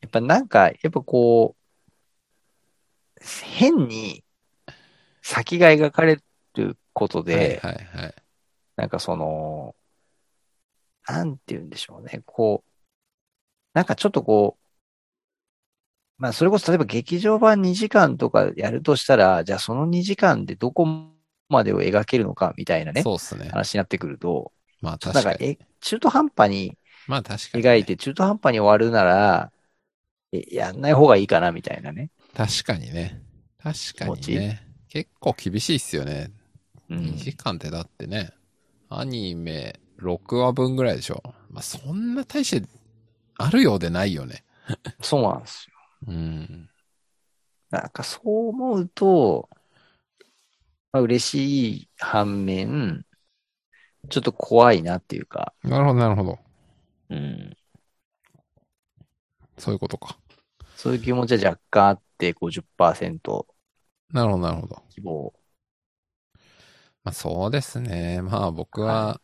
Speaker 2: やっぱなんか、やっぱこう、変に先が描かれることで、
Speaker 1: はいはいはい。
Speaker 2: なんかその、なんて言うんでしょうね。こう、なんかちょっとこう、まあそれこそ例えば劇場版2時間とかやるとしたら、じゃあその2時間でどこまでを描けるのかみたいなね、
Speaker 1: そうっすね。
Speaker 2: 話になってくると、
Speaker 1: まあ
Speaker 2: ちょっと
Speaker 1: 確
Speaker 2: な
Speaker 1: か
Speaker 2: んか
Speaker 1: に。
Speaker 2: え中途半端に
Speaker 1: まあ確かにね、
Speaker 2: 描いて中途半端に終わるなら、えやんない方がいいかなみたいなね。
Speaker 1: 確かにね。確か
Speaker 2: 気
Speaker 1: に
Speaker 2: 持
Speaker 1: ね。結構厳しいっすよね。
Speaker 2: うん
Speaker 1: 2時間ってだってね、アニメ6話分ぐらいでしょ。まあそんな大してあるようでないよね。
Speaker 2: そうなんですよ。
Speaker 1: うん。
Speaker 2: なんかそう思うと、まあ、嬉しい反面、ちょっと怖いなっていうか、
Speaker 1: なるほどなるほど。
Speaker 2: うん、
Speaker 1: そういうことか。
Speaker 2: そういう気持ちは若干あって50%
Speaker 1: なるほどなるほど。
Speaker 2: 希望。
Speaker 1: まあそうですね。まあ僕は、
Speaker 2: は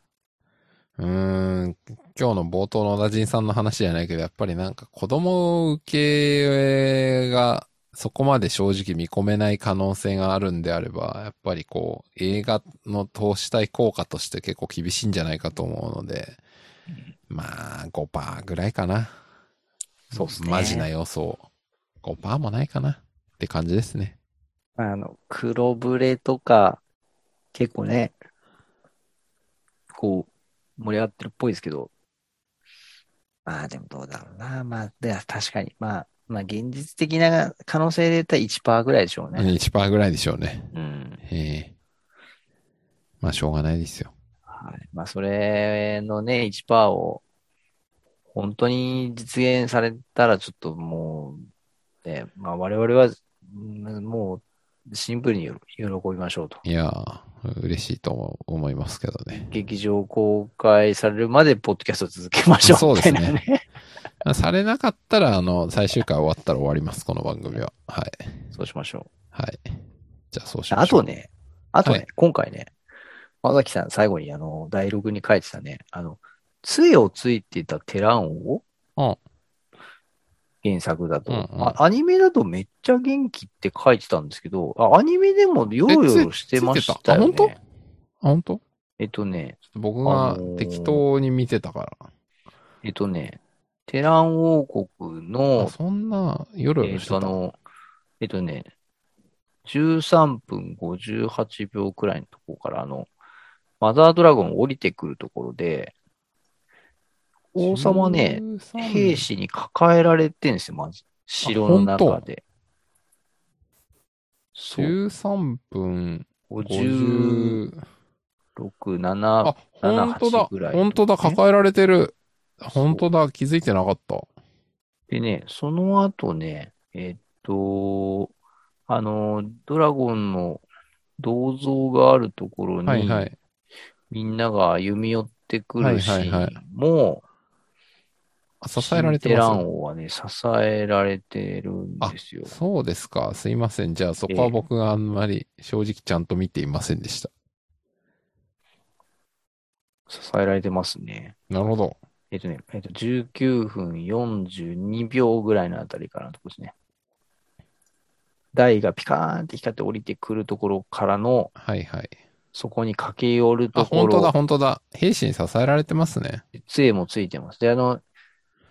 Speaker 1: うーん、今日の冒頭の小田人さんの話じゃないけど、やっぱりなんか子供受けがそこまで正直見込めない可能性があるんであれば、やっぱりこう映画の投資対効果として結構厳しいんじゃないかと思うので、まあ5%ぐらいかな。
Speaker 2: そうっすね。
Speaker 1: マジな予想。5%もないかなって感じですね。
Speaker 2: あの、黒ブレとか、結構ね、こう、盛り上がってるっぽいですけど。まあでもどうだろうな。まあ、では確かに。まあ、まあ現実的な可能性で言ったら1%ぐらいでしょうね。
Speaker 1: 1%ぐらいでしょうね。
Speaker 2: うん。
Speaker 1: ええまあしょうがないですよ。
Speaker 2: はい。まあそれのね、1%を本当に実現されたらちょっともう、ね、まあ我々は、うんもうシンプルに喜びましょうと。
Speaker 1: いやー、嬉しいとも思いますけどね。
Speaker 2: 劇場公開されるまでポッドキャストを続けましょうみたいな、
Speaker 1: そうで
Speaker 2: ね。
Speaker 1: されなかったら、あの、最終回終わったら終わります、この番組は。はい。
Speaker 2: そうしましょ
Speaker 1: はい。じゃあそうし
Speaker 2: う。
Speaker 1: ま
Speaker 2: あ
Speaker 1: しょう。
Speaker 2: と。ね、あとね、
Speaker 1: はい
Speaker 2: 今回ね、まさきさん最後にあの、ダイログに書いてたね、あの、杖をついていたテランを、
Speaker 1: うん
Speaker 2: 原作だと、
Speaker 1: うんうん
Speaker 2: あ。アニメだとめっちゃ元気って書いてたんですけど、あアニメでもヨロヨロしてましたよね。
Speaker 1: えつついてたあ本あ、本当？ちょ
Speaker 2: えっとね、
Speaker 1: っと僕が
Speaker 2: あのー
Speaker 1: 適当に見てたから。
Speaker 2: えっとね、テラン王国
Speaker 1: あ
Speaker 2: の、
Speaker 1: そんな夜
Speaker 2: え
Speaker 1: 々
Speaker 2: っ
Speaker 1: して
Speaker 2: と
Speaker 1: た、
Speaker 2: あの、えっとね、13分58秒くらいのところから、あの、マザードラゴン降りてくるところで、王様ね、
Speaker 1: 13
Speaker 2: 兵士に抱えられてんですよ、まず。城の中で。そう。
Speaker 1: 13分
Speaker 2: 56、
Speaker 1: 50。
Speaker 2: 7、
Speaker 1: あ、本当だ
Speaker 2: 78ぐら。い
Speaker 1: 本当だ。抱えられてる。本当だ。気づいてなかった。
Speaker 2: でね、その後ね、えっと、あの、ドラゴンの銅像があるところ
Speaker 1: はい
Speaker 2: に、
Speaker 1: はい。
Speaker 2: みんなが歩み寄ってくるシ
Speaker 1: はいはい
Speaker 2: ー
Speaker 1: は
Speaker 2: ン
Speaker 1: い
Speaker 2: も、
Speaker 1: あ支えられて
Speaker 2: テラン
Speaker 1: ま
Speaker 2: 王はね、支えられてるんですよ。
Speaker 1: す。そうですか。すいません。じゃあそこは僕があんまり正直ちゃんと見ていませんでした。
Speaker 2: 支えられてますね。
Speaker 1: なるほど。
Speaker 2: えっとね、えっと、19分42秒ぐらいのあたりからのとこですね。台がピカーンって光って降りてくるところからの、
Speaker 1: はいはい。
Speaker 2: そこに駆け寄る
Speaker 1: あ、
Speaker 2: とこ
Speaker 1: 本当
Speaker 2: ろ
Speaker 1: だ、本当だ。兵士に支えられてますね。
Speaker 2: 杖もついてます。で、あの、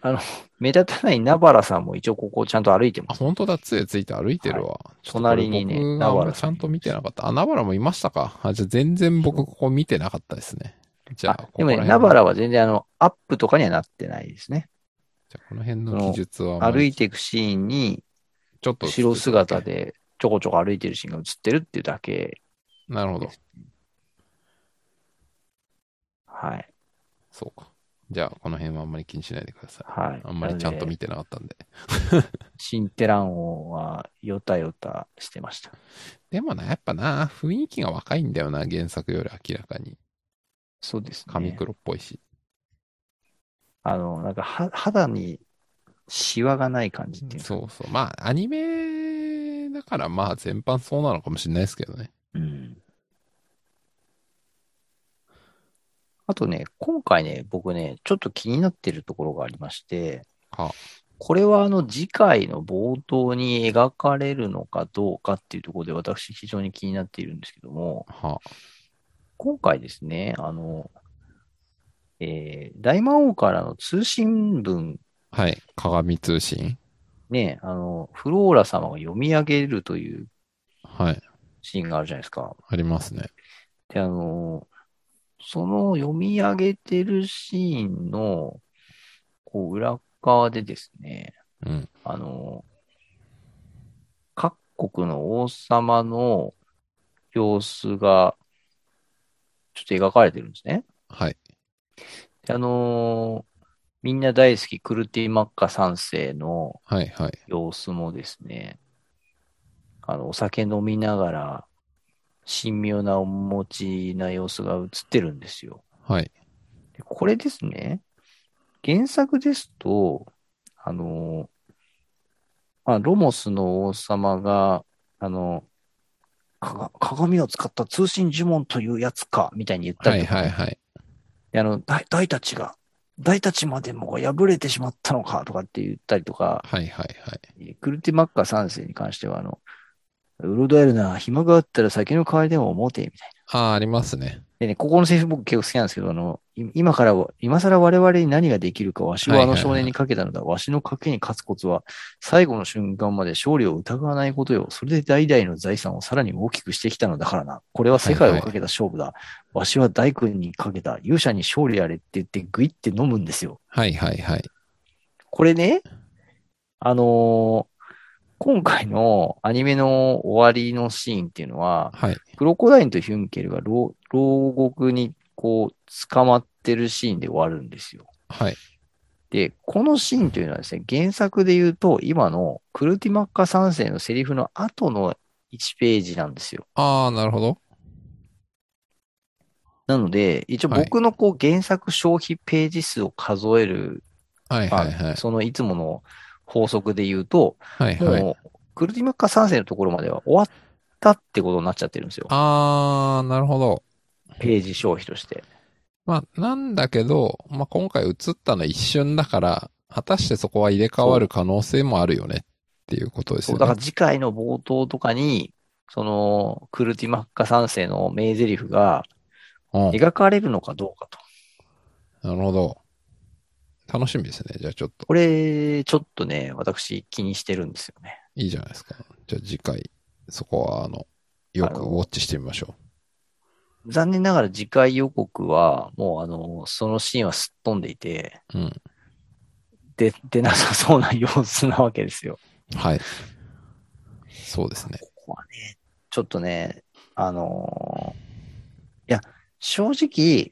Speaker 2: あの、 *laughs* 目立たないナバラさんも一応ここちゃんと歩いて
Speaker 1: あ、
Speaker 2: ます。
Speaker 1: 本当だ、杖ついて歩いてるわ。ちょっと
Speaker 2: 隣にね
Speaker 1: これ僕があんまちゃんと見てなかった。あ、ナバラもいましたか。あ、じゃあ全然僕ここ見てなかったですね。じゃあ、
Speaker 2: あ
Speaker 1: ここ
Speaker 2: で
Speaker 1: ら
Speaker 2: もね、
Speaker 1: 辺
Speaker 2: ナバラは全然あの、アップとかにはなってないですね。
Speaker 1: じゃあこの辺の記述は、
Speaker 2: 歩いていくシーンに、
Speaker 1: ちょっと映ってた
Speaker 2: 後ろ姿。でちょこちょこ歩いてるシーンが映ってるっていうだけ。
Speaker 1: なるほど。
Speaker 2: はい。
Speaker 1: そうか。じゃあ、この辺はあんまり気にしないでください。
Speaker 2: はい。
Speaker 1: あんまりちゃんと
Speaker 2: なので
Speaker 1: 見てなかったんで。
Speaker 2: シンテラン王は、ヨタヨタしてました。
Speaker 1: でもな、やっぱな、雰囲気が若いんだよな、原作より明らかに。
Speaker 2: そうですね。
Speaker 1: 紙黒っぽいし。
Speaker 2: あの、なんかは、肌にシワがない感じっていうか
Speaker 1: そうそう。まあ、アニメだから、まあ、全般そうなのかもしれないですけどね。
Speaker 2: うんあとね、今回ね、僕ね、ちょっと気になってるところがありまして、
Speaker 1: は
Speaker 2: これはあの次回の冒頭に描かれるのかどうかっていうところで私非常に気になっているんですけども、
Speaker 1: は
Speaker 2: 今回ですね、あの、えー大魔王からの通信文
Speaker 1: はい。鏡通信。
Speaker 2: ね、あの、フローラ様が読み上げるという
Speaker 1: はい。
Speaker 2: シーンがあるじゃないですか。
Speaker 1: ありますね。
Speaker 2: で、あの、その読み上げてるシーンの、こう、裏側でですね、
Speaker 1: うん。
Speaker 2: あの、各国の王様の様子が、ちょっと描かれてるんですね。
Speaker 1: はい。
Speaker 2: であの、みんな大好き、クルティ・マッカ3世の
Speaker 1: はい。はい。
Speaker 2: 様子もですね、あの、お酒飲みながら、神妙なお持ちな様子が映ってるんですよ。
Speaker 1: はい。
Speaker 2: でこれですね、原作ですと、あの、まあ、ロモスの王様が、あの、かが鏡を使った通信呪文というやつか、みたいに言った
Speaker 1: は
Speaker 2: り
Speaker 1: い。
Speaker 2: とか
Speaker 1: はい。はい。
Speaker 2: であの、大大たちが、大たちまでもが破れてしまったのか、とかって言ったりとか、
Speaker 1: はい。はい。はい。
Speaker 2: クルティマッカ3世に関しては、あの、うろどえるな、暇があったら酒の代わりでも思うて、みたいな。
Speaker 1: ああ、ありますね。
Speaker 2: でね、ここのセリフ僕結構好きなんですけど、あの、い今からは、今更我々に何ができるか、わしはあの少年にかけたのだ。わしの賭けに勝つコツは、最後の瞬間まで勝利を疑わないことよ。それで代々の財産をさらに大きくしてきたのだからな。これは世界をかけた勝負だ。わしは大君にかけた。勇者に勝利あれって言って、グイって飲むんですよ。
Speaker 1: はい。はい。はい。
Speaker 2: これね、あのー今回のアニメの終わりのシーンっていうのは、
Speaker 1: はい。
Speaker 2: クロコダインとヒュンケルが牢牢獄にこう捕まってるシーンで終わるんですよ。
Speaker 1: はい。
Speaker 2: で、このシーンというのはですね、原作で言うと、今のクルティマッカ3世のセリフの後の1ページなんですよ。
Speaker 1: ああ、なるほど。
Speaker 2: なので、一応僕のこう原作消費ページ数を数える、
Speaker 1: はいはいは
Speaker 2: まあ
Speaker 1: い。
Speaker 2: そのいつもの法則で言うと、
Speaker 1: はいはい。
Speaker 2: もう、クルティマッカ3世のところまでは終わったってことになっちゃってるんですよ。
Speaker 1: あー、なるほど。
Speaker 2: ページ消費として。
Speaker 1: まあ、なんだけど、まあ、今回映ったのは一瞬だから、果たしてそこは入れ替わる可能性もあるよねっていうことです
Speaker 2: そ
Speaker 1: よ
Speaker 2: う、だか
Speaker 1: ね
Speaker 2: ら。次回の冒頭とかに、その、クルティマッカ3世の名台詞が
Speaker 1: うん、
Speaker 2: 描かれるのかどうかと。
Speaker 1: なるほど。楽しみですね。じゃあちょっと、
Speaker 2: これ、ちょっとね、私気にしてるんですよね。
Speaker 1: いいじゃないですか。じゃあ次回、そこは、あの、よくウォッチしてみましょ
Speaker 2: 残念ながら次回予告は、もうあの、そのシーンはすっ飛んでいて、
Speaker 1: う。うん。
Speaker 2: で、出なさそうな様子なわけですよ。
Speaker 1: はい。そうですね。
Speaker 2: ここはね、ちょっとね、あのーいや、正直、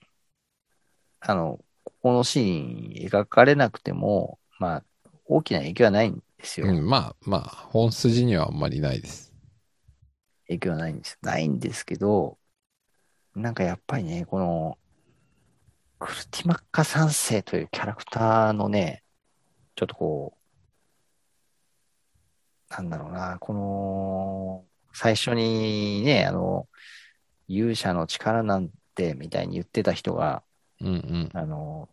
Speaker 2: あの、ここのシーン描かれなくても、まあ、大きな影響はないんですよ。
Speaker 1: うん、まあまあ、本筋にはあんまりないです。
Speaker 2: 影響はないんです。ないんですけど、なんかやっぱりね、この、クルティマッカ三世というキャラクターのね、ちょっとこう、なんだろうな、この、最初にね、あの、勇者の力なんて、みたいに言ってた人が、
Speaker 1: うんうん。
Speaker 2: あの、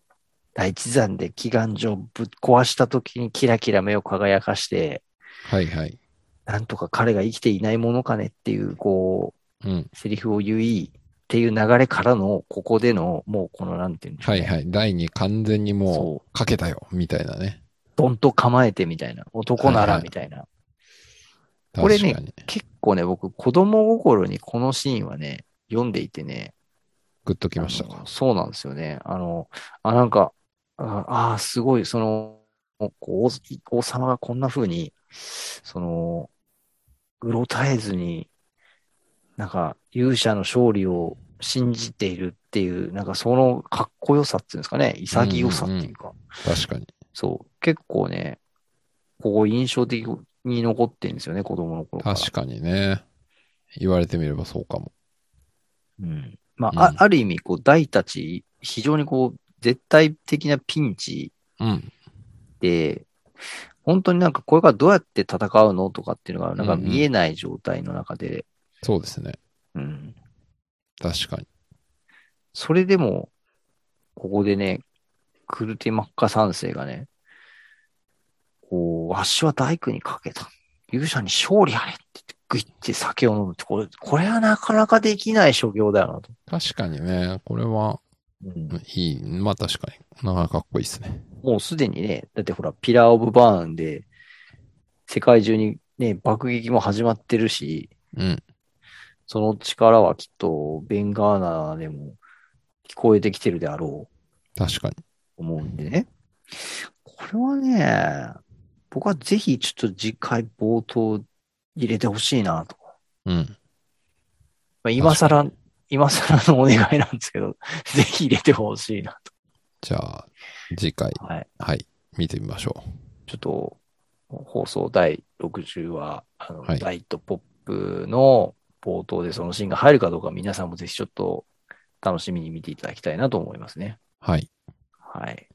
Speaker 2: 大地山で祈願所をぶっ壊した時にキラキラ目を輝かして、
Speaker 1: はいはい。
Speaker 2: なんとか彼が生きていないものかねっていう、こう、
Speaker 1: うん。
Speaker 2: セリフを言いっていう流れからの、ここでの、もうこの、なんていうんでしょ
Speaker 1: は
Speaker 2: う、
Speaker 1: い
Speaker 2: ね。い。
Speaker 1: はい。第2完全にも、
Speaker 2: そう
Speaker 1: かけたよ、みたいなね。
Speaker 2: う。どんと構えてみたいな。男な
Speaker 1: はいは
Speaker 2: ら
Speaker 1: い
Speaker 2: みたいな。これ
Speaker 1: 確か
Speaker 2: ね
Speaker 1: に。
Speaker 2: 結構ね、僕、子供心にこのシーンはね、読んでいてね。
Speaker 1: グッときました
Speaker 2: あ
Speaker 1: か
Speaker 2: の。そうなんですよね。あの、あ、なんか、ああー、すごい、その、こう王王様がこんな風に、その、うろたえずに、なんか、勇者の勝利を信じているっていう、なんかそのかっこよさっていうんですかね、潔さっていうか、
Speaker 1: 確かに。
Speaker 2: そう、結構ね、ここ印象的に残ってるんですよね、子供の頃から。
Speaker 1: 確かにね。言われてみればそうかも。
Speaker 2: うんま
Speaker 1: うん
Speaker 2: あ、あある意味、こう、大たち、非常にこう、絶対的なピンチ
Speaker 1: うん。
Speaker 2: で、本当になんかこれからどうやって戦うのとかっていうのが、なんか
Speaker 1: うんうん
Speaker 2: 見えない状態の中で、
Speaker 1: そうですね。
Speaker 2: うん
Speaker 1: 確かに。
Speaker 2: それでも、ここでね、クルティマッカ三世がね、こう、わしは大工にかけた。勇者に勝利あれって言って、グイって酒を飲むって、これ、これはなかなかできない所業だよなと。
Speaker 1: 確かにね。これは、
Speaker 2: うん
Speaker 1: うんいい。まあ確かに。なかなかかっこいいですね。
Speaker 2: もうすでにね、だってほら、ピラー・オブ・バーンで、世界中にね、爆撃も始まってるし、
Speaker 1: うん。
Speaker 2: その力はきっと、ベンガーナでも聞こえてきてるであろう
Speaker 1: 確かに。
Speaker 2: と思うんでね。これはね、僕はぜひちょっと次回冒頭入れてほしいなと。
Speaker 1: うん。
Speaker 2: まあ、今更、今更のお願いなんですけど、 *laughs* ぜひ入れてほしいな
Speaker 1: じゃあ、次回、
Speaker 2: と。はい。
Speaker 1: はい。見てみましょ
Speaker 2: ちょっと、放送第60話、あの、
Speaker 1: はい
Speaker 2: ライトポップの冒頭でそのシーンが入るかどうか皆さんもぜひちょっと楽しみに見ていただきたいなと思いますね。
Speaker 1: う。はい。
Speaker 2: はい。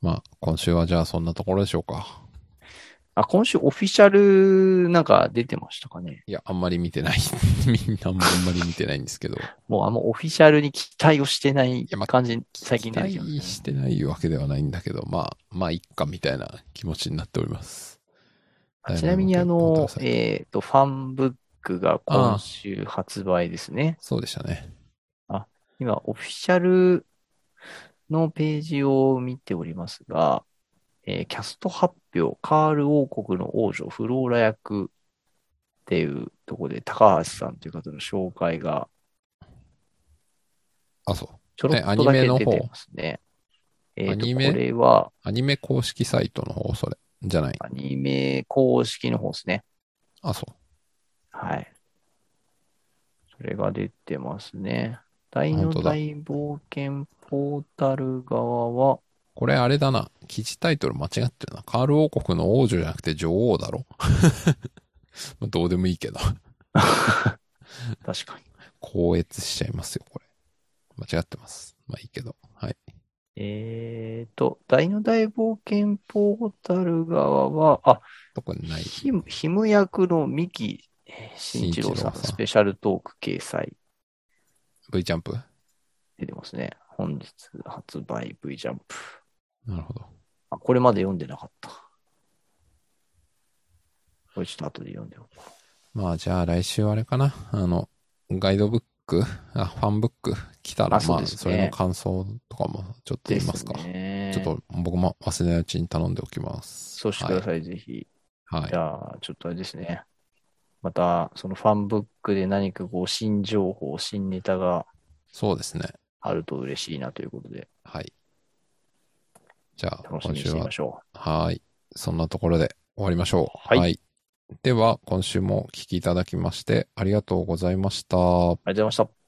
Speaker 1: まあ、今週はじゃあそんなところでしょうか。
Speaker 2: あ、今週オフィシャルなんか出てましたかね。
Speaker 1: いや、あんまり見てない。 *laughs* みんなもあんまり見てないんですけど。
Speaker 2: もうあんまオフィシャルに期待をしてない
Speaker 1: やまあ
Speaker 2: 感じ、最近出てき
Speaker 1: 期
Speaker 2: てますね
Speaker 1: 待してないわけではないんだけど、まあ、まあ、いっかみたいな気持ちになっております。
Speaker 2: あちなみにあ
Speaker 1: だいぶ
Speaker 2: の
Speaker 1: 待って、ください
Speaker 2: えっ、と、ファンブックが今週発売ですね。
Speaker 1: そうでしたね。
Speaker 2: 今、オフィシャルのページを見ておりますが、えーキャスト発表、カール王国の王女、フローラ役っていうところで、高橋さんという方の紹介が
Speaker 1: あ、そう。
Speaker 2: ちょろ
Speaker 1: えア
Speaker 2: っと
Speaker 1: ニ
Speaker 2: だ
Speaker 1: メ
Speaker 2: け
Speaker 1: の
Speaker 2: 出
Speaker 1: 方
Speaker 2: てますね。え
Speaker 1: ア
Speaker 2: っ、
Speaker 1: ニ
Speaker 2: と、
Speaker 1: メ
Speaker 2: これは
Speaker 1: アニメ公式サイトの方、それ。じゃない。
Speaker 2: アニメ公式の方ですね。
Speaker 1: あ、そう。
Speaker 2: はい。それが出てますね。大の
Speaker 1: 本当だ
Speaker 2: 大冒険ポータル側は、
Speaker 1: これあれだな。記事タイトル間違ってるな。カール王国の王女じゃなくて女王だろ。 *laughs* まあどうでもいいけど。
Speaker 2: 確かに。
Speaker 1: 高越しちゃいますよ、これ。間違ってます。まあいいけど。はい。
Speaker 2: えーと、大の大冒険ポータル側は、あ、
Speaker 1: 特にない。
Speaker 2: ひむ、ひむ役の三木慎一
Speaker 1: 慎
Speaker 2: 郎さ
Speaker 1: 一郎
Speaker 2: ん
Speaker 1: さん
Speaker 2: スペシャルトーク掲載
Speaker 1: V ジャンプ
Speaker 2: 出てますね。本日発売 V ジャンプ。
Speaker 1: なるほど。
Speaker 2: あ、これまで読んでなかった。これちょっと後で読んでおこう。
Speaker 1: まあじゃあ来週あれかな。あの、ガイドブック、あ、ファンブック来たら、
Speaker 2: あそ
Speaker 1: ま
Speaker 2: う
Speaker 1: あ
Speaker 2: ですね
Speaker 1: それの感想とかもちょっと言いますか。
Speaker 2: ね
Speaker 1: ちょっと僕も忘れないうちに頼んでおきます。
Speaker 2: そうしてください、ぜひ。
Speaker 1: はい。はい
Speaker 2: じゃあ、ちょっとあれですね。また、そのファンブックで何かこう、新情報、新ネタが
Speaker 1: そうですね。
Speaker 2: あると嬉しいなということで、
Speaker 1: はい。じゃあ、
Speaker 2: 楽し
Speaker 1: 今
Speaker 2: みに
Speaker 1: 週
Speaker 2: してみ
Speaker 1: は
Speaker 2: ま、しょ
Speaker 1: はい。そんなところで終わりましょう。
Speaker 2: はい
Speaker 1: では、今週もお聞きいただきまして、ありがとうございました。
Speaker 2: う。ありがとうございました。